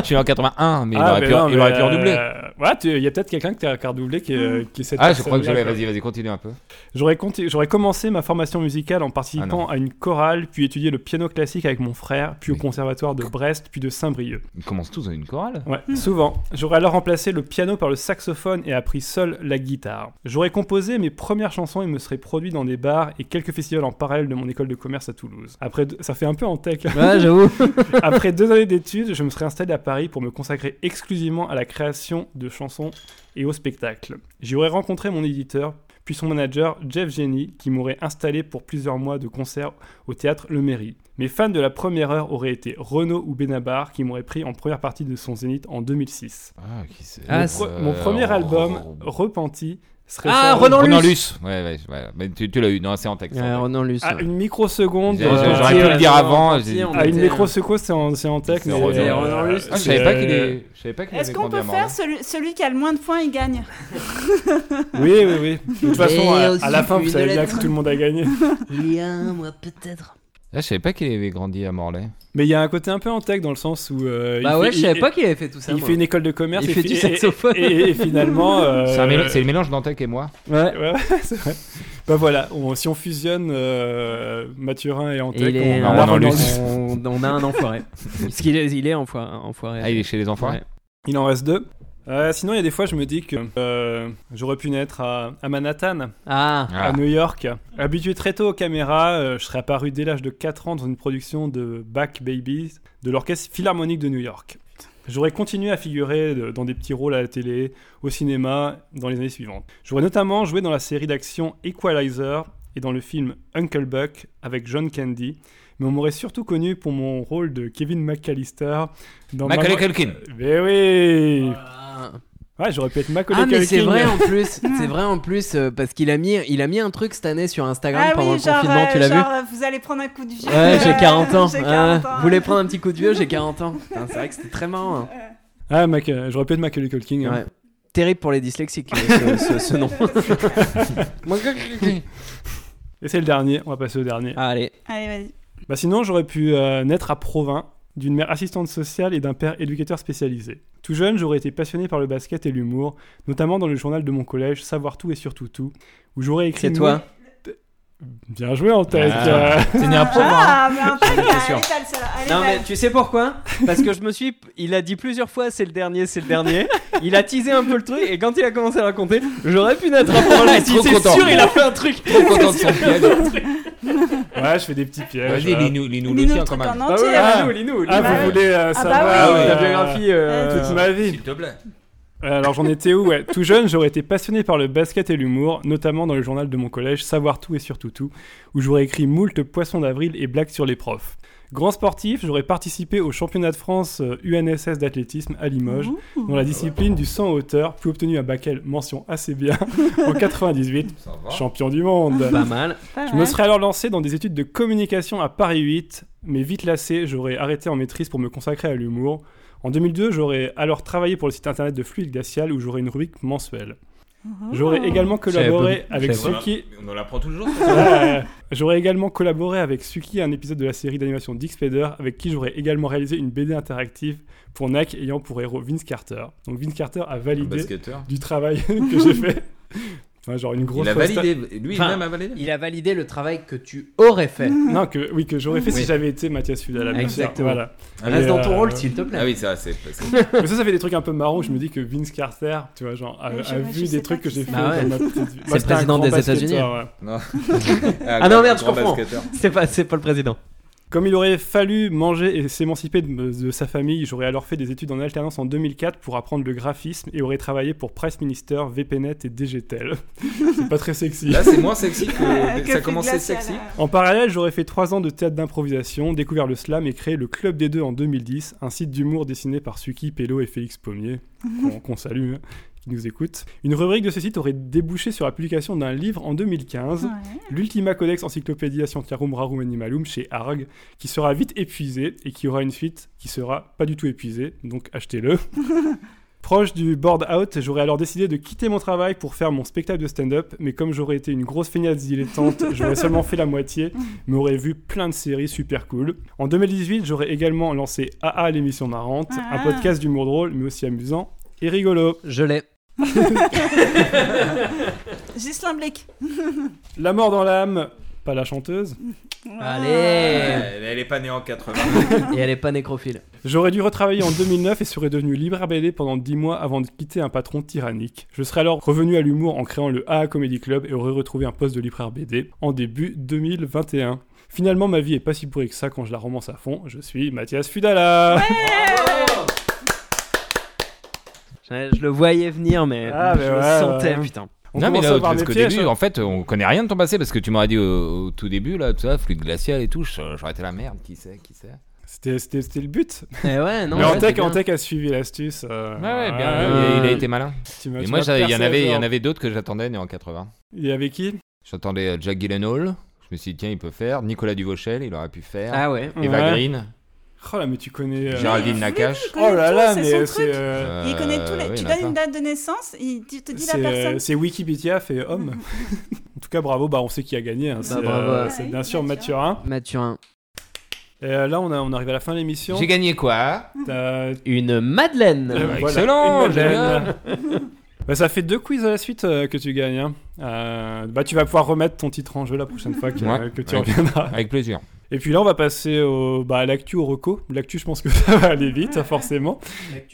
[SPEAKER 6] Je suis en 81, mais il
[SPEAKER 2] Ah,
[SPEAKER 6] aurait
[SPEAKER 2] mais
[SPEAKER 6] pu,
[SPEAKER 2] non,
[SPEAKER 6] il
[SPEAKER 2] mais,
[SPEAKER 6] aurait pu
[SPEAKER 2] euh,
[SPEAKER 6] redoubler.
[SPEAKER 2] voilà, tu- il y a peut-être quelqu'un qui a qui a redoublé qui, est, euh, qui est cette
[SPEAKER 6] Ah, je crois que
[SPEAKER 2] personne-là,
[SPEAKER 6] j'avais.
[SPEAKER 2] quoi.
[SPEAKER 6] Vas-y, vas-y, continue un peu.
[SPEAKER 2] J'aurais conti- j'aurais commencé ma formation musicale
[SPEAKER 6] Ah,
[SPEAKER 2] en participant à une chorale, puis étudié le piano classique avec mon frère, puis au
[SPEAKER 6] Mais-
[SPEAKER 2] conservatoire de Brest, puis de Saint-Brieuc.
[SPEAKER 6] Ils commencent tous dans une chorale.
[SPEAKER 2] Ouais, souvent. J'aurais alors remplacé le piano par le saxophone et appris seul la guitare. J'aurais composé mes premières chansons et me serais produit dans des bars et quelques festivals en parallèle de mon école de commerce à Toulouse. Après, deux- ça fait un peu en tech.
[SPEAKER 5] Ouais, j'avoue.
[SPEAKER 2] Après deux années d'études, je me serais installé à Paris pour me consacrer exclusivement à la création de chansons et au spectacle. J'y aurais rencontré mon éditeur, puis son manager Jeff Jenny, qui m'aurait installé pour plusieurs mois de concerts au théâtre Le Mairie. Mes fans de la première heure auraient été Renaud ou Benabar, qui m'auraient pris en première partie de son Zénith en 2006.
[SPEAKER 6] Ah, qui c'est euh,
[SPEAKER 5] Ah,
[SPEAKER 2] mon,
[SPEAKER 5] c'est-
[SPEAKER 2] pre- mon premier album, Repenti, serait
[SPEAKER 5] Ah,
[SPEAKER 2] sorti-
[SPEAKER 5] Renan
[SPEAKER 6] Renan
[SPEAKER 5] Luce.
[SPEAKER 6] Luce. Ouais, ouais, ouais. Mais tu, tu l'as eu, non, c'est en texte. c'est
[SPEAKER 5] Ouais,
[SPEAKER 6] en texte.
[SPEAKER 5] Renan Luce.
[SPEAKER 7] Ah,
[SPEAKER 2] à
[SPEAKER 5] ouais.
[SPEAKER 2] une microseconde.
[SPEAKER 6] J'ai-
[SPEAKER 2] euh,
[SPEAKER 6] J'aurais pu
[SPEAKER 5] ouais,
[SPEAKER 6] le dire
[SPEAKER 5] ouais,
[SPEAKER 6] avant.
[SPEAKER 5] ouais,
[SPEAKER 6] j'ai-
[SPEAKER 5] on
[SPEAKER 2] à une
[SPEAKER 5] était-
[SPEAKER 2] micro-secousse, c'est en, c'est en tech.
[SPEAKER 6] C'est
[SPEAKER 2] mais,
[SPEAKER 6] Renan-
[SPEAKER 2] euh,
[SPEAKER 5] Renan Luce.
[SPEAKER 6] Ah, je savais pas qu'il
[SPEAKER 2] c'est- euh,
[SPEAKER 6] est. Je savais pas qu'il
[SPEAKER 7] Est-ce
[SPEAKER 6] avait
[SPEAKER 7] qu'on
[SPEAKER 6] grandi à
[SPEAKER 7] peut faire
[SPEAKER 6] Morlaix.
[SPEAKER 7] celui, celui qui a le moins de points, il gagne
[SPEAKER 2] Oui, oui, oui. De toute façon,
[SPEAKER 1] Et
[SPEAKER 2] à,
[SPEAKER 1] aussi
[SPEAKER 2] à la fin,
[SPEAKER 1] plus
[SPEAKER 2] vous
[SPEAKER 1] de
[SPEAKER 2] savez bien
[SPEAKER 1] lettres.
[SPEAKER 2] que tout le monde a gagné.
[SPEAKER 1] Il y a un mois peut-être.
[SPEAKER 6] Ah, je savais pas qu'il avait grandi à Morlaix.
[SPEAKER 2] Mais il y a un côté un peu en tech dans le sens où. euh,
[SPEAKER 5] Bah
[SPEAKER 2] il
[SPEAKER 5] ouais,
[SPEAKER 2] fait-
[SPEAKER 5] je savais
[SPEAKER 2] il-
[SPEAKER 5] pas qu'il avait fait tout ça.
[SPEAKER 2] Il
[SPEAKER 5] moi.
[SPEAKER 2] fait une école de commerce.
[SPEAKER 5] Il
[SPEAKER 2] et
[SPEAKER 5] fait
[SPEAKER 2] fi-
[SPEAKER 5] du
[SPEAKER 2] et-
[SPEAKER 5] saxophone.
[SPEAKER 2] Et, et- et finalement. euh,
[SPEAKER 6] C'est un mél- c'est le mélange d'Antec et moi.
[SPEAKER 5] Ouais.
[SPEAKER 2] Ouais, ouais, c'est vrai. Bah voilà, on- si on fusionne euh, Mathurin et
[SPEAKER 5] Et
[SPEAKER 2] Antec,
[SPEAKER 5] il
[SPEAKER 2] on
[SPEAKER 5] est
[SPEAKER 6] Non,
[SPEAKER 2] aura
[SPEAKER 5] un-
[SPEAKER 6] Renan
[SPEAKER 2] Renan
[SPEAKER 6] Luce.
[SPEAKER 2] Luce.
[SPEAKER 5] on, on a un enfoiré. Parce qu'il est, il est enfoi- enfoiré.
[SPEAKER 6] Ah, il est chez les enfants.
[SPEAKER 5] Ouais.
[SPEAKER 2] Il en reste deux. Euh, sinon, il y a des fois, je me dis que euh, j'aurais pu naître à, à Manhattan,
[SPEAKER 5] Ah,
[SPEAKER 6] Ah.
[SPEAKER 2] à New York. Habitué très tôt aux caméras, euh, je serais apparu dès l'âge de 4 ans dans une production de Back Babies de l'Orchestre Philharmonique de New York. J'aurais continué à figurer de- dans des petits rôles à la télé, au cinéma, dans les années suivantes. J'aurais notamment joué dans la série d'action Equalizer et dans le film Uncle Buck avec John Candy, mais on m'aurait surtout connu pour mon rôle de Kevin McAllister dans
[SPEAKER 6] Macaulay
[SPEAKER 2] Maman-
[SPEAKER 6] Culkin.
[SPEAKER 2] Mais oui
[SPEAKER 5] Ah.
[SPEAKER 2] Ouais, j'aurais pu être Macaulay
[SPEAKER 5] Ah, mais c'est
[SPEAKER 2] Culkin.
[SPEAKER 5] vrai en plus, c'est vrai en plus euh, parce qu'il a mis, il a mis un truc cette année sur Instagram
[SPEAKER 7] Ah
[SPEAKER 5] pendant
[SPEAKER 7] oui,
[SPEAKER 5] le
[SPEAKER 7] genre,
[SPEAKER 5] confinement.
[SPEAKER 7] euh,
[SPEAKER 5] tu l'as vu
[SPEAKER 7] genre, euh, vous allez prendre un coup de vieux.
[SPEAKER 5] Ouais, j'ai
[SPEAKER 7] Euh,
[SPEAKER 5] 40 ans.
[SPEAKER 7] j'ai
[SPEAKER 5] Ah,
[SPEAKER 7] 40 ans.
[SPEAKER 5] vous voulez prendre un petit coup de vieux J'ai 40 ans. Putain, c'est vrai que c'était très marrant. hein.
[SPEAKER 2] Ah, Mac- euh, j'aurais pu être Macaulay Culkin. hein.
[SPEAKER 5] Ouais. Terrible pour les dyslexiques, euh, ce, ce- ce nom.
[SPEAKER 2] Et c'est le dernier, on va passer au dernier.
[SPEAKER 5] Ah, allez,
[SPEAKER 7] Allez, vas-y.
[SPEAKER 2] Bah sinon, j'aurais pu euh, naître à Provins, d'une mère assistante sociale et d'un père éducateur spécialisé. Tout jeune, j'aurais été passionné par le basket et l'humour, notamment dans le journal de mon collège Savoir tout et surtout tout, où j'aurais écrit.
[SPEAKER 5] c'est toi.
[SPEAKER 2] Bien joué en tête.
[SPEAKER 6] Ah.
[SPEAKER 2] euh.
[SPEAKER 6] C'est né à Provins.
[SPEAKER 7] Ah, mais en fait,
[SPEAKER 6] Bien sûr.
[SPEAKER 7] allez, Val, celle-là. Allez,
[SPEAKER 5] Non mais
[SPEAKER 7] Val.
[SPEAKER 5] tu sais pourquoi Parce que je me suis, il a dit plusieurs fois c'est le dernier, c'est le dernier. Il a teasé un peu le truc et quand il a commencé à raconter, j'aurais pu naître à Provins. Je me suis dit,
[SPEAKER 6] Trop
[SPEAKER 5] c'est
[SPEAKER 6] content.
[SPEAKER 5] sûr, il a fait un truc.
[SPEAKER 6] Trop content de son piège.
[SPEAKER 2] Ouais, je fais des petits pièges.
[SPEAKER 6] Vas-y,
[SPEAKER 2] Euh, voilà.
[SPEAKER 6] lis-nous lis-nous le
[SPEAKER 7] Dis-nous le
[SPEAKER 6] tien hein, quand
[SPEAKER 7] truc
[SPEAKER 6] même.
[SPEAKER 7] en
[SPEAKER 5] Bah
[SPEAKER 7] entier.
[SPEAKER 5] ouais,
[SPEAKER 2] Ah.
[SPEAKER 5] lis-nous, lis-nous,
[SPEAKER 2] Ah,
[SPEAKER 5] lis-nous.
[SPEAKER 7] Bah
[SPEAKER 2] vous
[SPEAKER 7] oui.
[SPEAKER 2] voulez euh,
[SPEAKER 7] bah
[SPEAKER 2] savoir
[SPEAKER 7] oui.
[SPEAKER 2] euh,
[SPEAKER 5] Ta Ah biographie. euh,
[SPEAKER 2] toute ma vie.
[SPEAKER 6] S'il te plaît.
[SPEAKER 2] Euh, Alors j'en étais où ouais. Tout jeune, j'aurais été passionné par le basket et l'humour, notamment dans le journal de mon collège Savoir tout et surtout tout, où j'aurais écrit moult poissons d'avril et blagues sur les profs. Grand sportif, j'aurais participé au championnat de France euh, UNSS d'athlétisme à Limoges, dans la discipline du 100 en hauteur, puis obtenu à Bakel, mention assez bien, en 98,
[SPEAKER 6] Ça va.
[SPEAKER 2] champion du monde.
[SPEAKER 5] Pas mal.
[SPEAKER 7] Pas
[SPEAKER 2] Je me
[SPEAKER 7] mal.
[SPEAKER 2] serais alors lancé dans des études de communication à Paris 8, mais vite lassé, j'aurais arrêté en maîtrise pour me consacrer à l'humour. En 2002, j'aurais alors travaillé pour le site internet de Fluide Glacial où j'aurais une rubrique mensuelle. J'aurais également collaboré avec
[SPEAKER 5] j'avais
[SPEAKER 2] Suki.
[SPEAKER 6] On en apprend toujours.
[SPEAKER 2] Ouais. J'aurais également collaboré avec Suki à un épisode de la série d'animation Dixpeder, avec qui j'aurais également réalisé une BD interactive pour NAC ayant pour héros Vince Carter. Donc Vince Carter a validé
[SPEAKER 6] Basketteur.
[SPEAKER 2] du travail que j'ai fait. Ouais, genre une grosse
[SPEAKER 4] Il a
[SPEAKER 2] fausse
[SPEAKER 4] validé. Lui,
[SPEAKER 5] Enfin,
[SPEAKER 4] il-même a validé.
[SPEAKER 5] Il a validé le travail que tu aurais fait.
[SPEAKER 2] tête. Non, que, oui, que j'aurais fait si
[SPEAKER 5] Oui.
[SPEAKER 2] j'avais été Mathias Fudel. bien sûr.
[SPEAKER 5] Exactement.
[SPEAKER 2] Voilà.
[SPEAKER 5] Reste
[SPEAKER 2] Mais,
[SPEAKER 5] dans ton
[SPEAKER 2] euh,
[SPEAKER 5] rôle, s'il te plaît.
[SPEAKER 4] Ah oui, ça, c'est. c'est-
[SPEAKER 2] Mais ça, ça fait des trucs un peu marrons. Je me dis que Vince Carter, tu vois, genre, a,
[SPEAKER 7] Mais Ah je-
[SPEAKER 2] a
[SPEAKER 7] je
[SPEAKER 2] vu
[SPEAKER 7] sais
[SPEAKER 2] des
[SPEAKER 7] pas
[SPEAKER 2] trucs que
[SPEAKER 7] qui
[SPEAKER 2] j'ai
[SPEAKER 7] c'est.
[SPEAKER 2] fait
[SPEAKER 5] Ah ouais.
[SPEAKER 2] dans ma petite vie. Moi,
[SPEAKER 5] C'est le
[SPEAKER 2] c'était un
[SPEAKER 5] président
[SPEAKER 2] grand
[SPEAKER 5] des
[SPEAKER 2] basketteur,
[SPEAKER 5] États-Unis.
[SPEAKER 2] ouais.
[SPEAKER 5] Ah non, merde, je
[SPEAKER 4] grand
[SPEAKER 5] comprends.
[SPEAKER 4] basketteur.
[SPEAKER 5] C'est pas, c'est pas le président.
[SPEAKER 2] Comme il aurait fallu manger et s'émanciper de, de sa famille, j'aurais alors fait des études en alternance en 2004 pour apprendre le graphisme et aurais travaillé pour Press Minister, VPNet et DGTEL. C'est pas très sexy.
[SPEAKER 4] Là, c'est moins sexy que.
[SPEAKER 7] Ah, Que
[SPEAKER 4] ça
[SPEAKER 7] plus
[SPEAKER 4] commençait
[SPEAKER 7] glacial,
[SPEAKER 4] sexy.
[SPEAKER 7] euh.
[SPEAKER 2] En parallèle, j'aurais fait 3 ans de théâtre d'improvisation, découvert le slam et créé le Club des Deux en 2010, un site d'humour dessiné par Suki, Pélo et Félix Pommier, qu'on qu'on salue, hein, qui nous écoute. Une rubrique de ce site aurait débouché sur la publication d'un livre en 2015,
[SPEAKER 7] hein. Ouais.
[SPEAKER 2] l'Ultima Codex Encyclopédia Scientiarum Rarum Animalum chez ARG, qui sera vite épuisé et qui aura une suite qui sera pas du tout épuisée, donc achetez-le. Proche du board out, j'aurais alors décidé de quitter mon travail pour faire mon spectacle de stand-up, mais comme j'aurais été une grosse feignasse dilettante, j'aurais seulement fait la moitié, mais aurais vu plein de séries super cool. En 2018, j'aurais également lancé AA l'émission marrante, un
[SPEAKER 7] Ah.
[SPEAKER 2] podcast d'humour drôle, mais aussi amusant et rigolo.
[SPEAKER 5] Je l'ai.
[SPEAKER 7] Ghislain Blake.
[SPEAKER 2] La mort dans l'âme, pas la chanteuse.
[SPEAKER 3] Ah.
[SPEAKER 5] Allez
[SPEAKER 4] Elle elle est pas née en 80.
[SPEAKER 5] Et elle est pas nécrophile.
[SPEAKER 2] J'aurais dû retravailler en 2009 et serais devenu libraire BD pendant 10 mois avant de quitter un patron tyrannique. Je serais alors revenu à l'humour en créant le AA Comedy Club et aurais retrouvé un poste de libraire BD en début 2021. Finalement, ma vie est pas si pourrie que ça quand je la romance à fond. Je suis Mathias Fudala
[SPEAKER 5] Je, je le voyais venir, mais
[SPEAKER 2] Ah,
[SPEAKER 5] je
[SPEAKER 2] mais
[SPEAKER 5] le
[SPEAKER 2] ouais,
[SPEAKER 5] sentais,
[SPEAKER 2] ouais.
[SPEAKER 5] putain.
[SPEAKER 2] On
[SPEAKER 6] non, mais
[SPEAKER 2] commence
[SPEAKER 6] là,
[SPEAKER 2] à voir
[SPEAKER 6] parce
[SPEAKER 2] mes
[SPEAKER 6] qu'au
[SPEAKER 2] pièges,
[SPEAKER 6] début,
[SPEAKER 2] hein.
[SPEAKER 6] en fait, on connaît rien de ton passé parce que tu m'aurais dit au, au tout début, là, tout ça, fluide glacial et tout, je- j'aurais été la merde, qui sait, qui sait.
[SPEAKER 2] C'était- C'était c'était le but.
[SPEAKER 5] Eh ouais, non,
[SPEAKER 2] Mais
[SPEAKER 5] ouais,
[SPEAKER 2] en tech,
[SPEAKER 5] c'est
[SPEAKER 2] en
[SPEAKER 5] bien.
[SPEAKER 2] tech a suivi l'astuce. euh,
[SPEAKER 6] Ouais, ouais, bien,
[SPEAKER 5] ouais.
[SPEAKER 6] Ah. il, a, il a été malin.
[SPEAKER 2] tu m'as-
[SPEAKER 6] Et
[SPEAKER 2] tu
[SPEAKER 6] moi,
[SPEAKER 2] m'as
[SPEAKER 6] j'avais- il y en
[SPEAKER 2] percé,
[SPEAKER 6] avait, il y en
[SPEAKER 2] genre.
[SPEAKER 6] avait d'autres que j'attendais nés en 80.
[SPEAKER 2] Il y avait qui
[SPEAKER 6] J'attendais euh, Jack Gyllenhaal, je me suis dit, tiens, il peut faire. Nicolas Duvauchel, il aurait pu faire.
[SPEAKER 5] Ah ouais.
[SPEAKER 6] Eva
[SPEAKER 2] Ouais.
[SPEAKER 6] Green,
[SPEAKER 2] Oh là, mais tu connais. euh,
[SPEAKER 6] Géraldine Nakache.
[SPEAKER 7] Il connaît
[SPEAKER 2] Oh là
[SPEAKER 7] tout,
[SPEAKER 2] là,
[SPEAKER 7] c'est
[SPEAKER 2] mais
[SPEAKER 7] son truc.
[SPEAKER 2] c'est. euh,
[SPEAKER 7] Il connaît tout.
[SPEAKER 6] Euh,
[SPEAKER 7] les-
[SPEAKER 6] oui,
[SPEAKER 7] tu
[SPEAKER 6] il y en a
[SPEAKER 7] donnes une
[SPEAKER 6] plein.
[SPEAKER 7] date de naissance, il te- te dit la
[SPEAKER 2] C'est,
[SPEAKER 7] personne.
[SPEAKER 2] euh, C'est Wikipédia fait homme. en tout cas, bravo. Bah, on sait qui a gagné. hein. c'est
[SPEAKER 5] bravo.
[SPEAKER 2] euh, c'est
[SPEAKER 7] Ouais,
[SPEAKER 2] bien sûr Mathurin.
[SPEAKER 7] Mathurin.
[SPEAKER 5] Mathurin.
[SPEAKER 2] Et euh, là, on, a- on arrive à la fin de l'émission.
[SPEAKER 6] J'ai gagné quoi
[SPEAKER 2] T'as-
[SPEAKER 5] Une Madeleine.
[SPEAKER 2] Euh, voilà,
[SPEAKER 6] Excellent,
[SPEAKER 2] une
[SPEAKER 6] génial.
[SPEAKER 2] madeleine. Bah, ça fait deux quiz à la suite euh, que tu gagnes. hein. Euh, bah, tu vas pouvoir remettre ton titre en jeu la prochaine fois que, euh,
[SPEAKER 6] Ouais.
[SPEAKER 2] que tu
[SPEAKER 6] Ouais.
[SPEAKER 2] reviendras.
[SPEAKER 6] Avec plaisir.
[SPEAKER 2] Et puis là, on va passer au, bah, à l'actu au reco. L'actu, je pense que ça va aller vite, hein, forcément.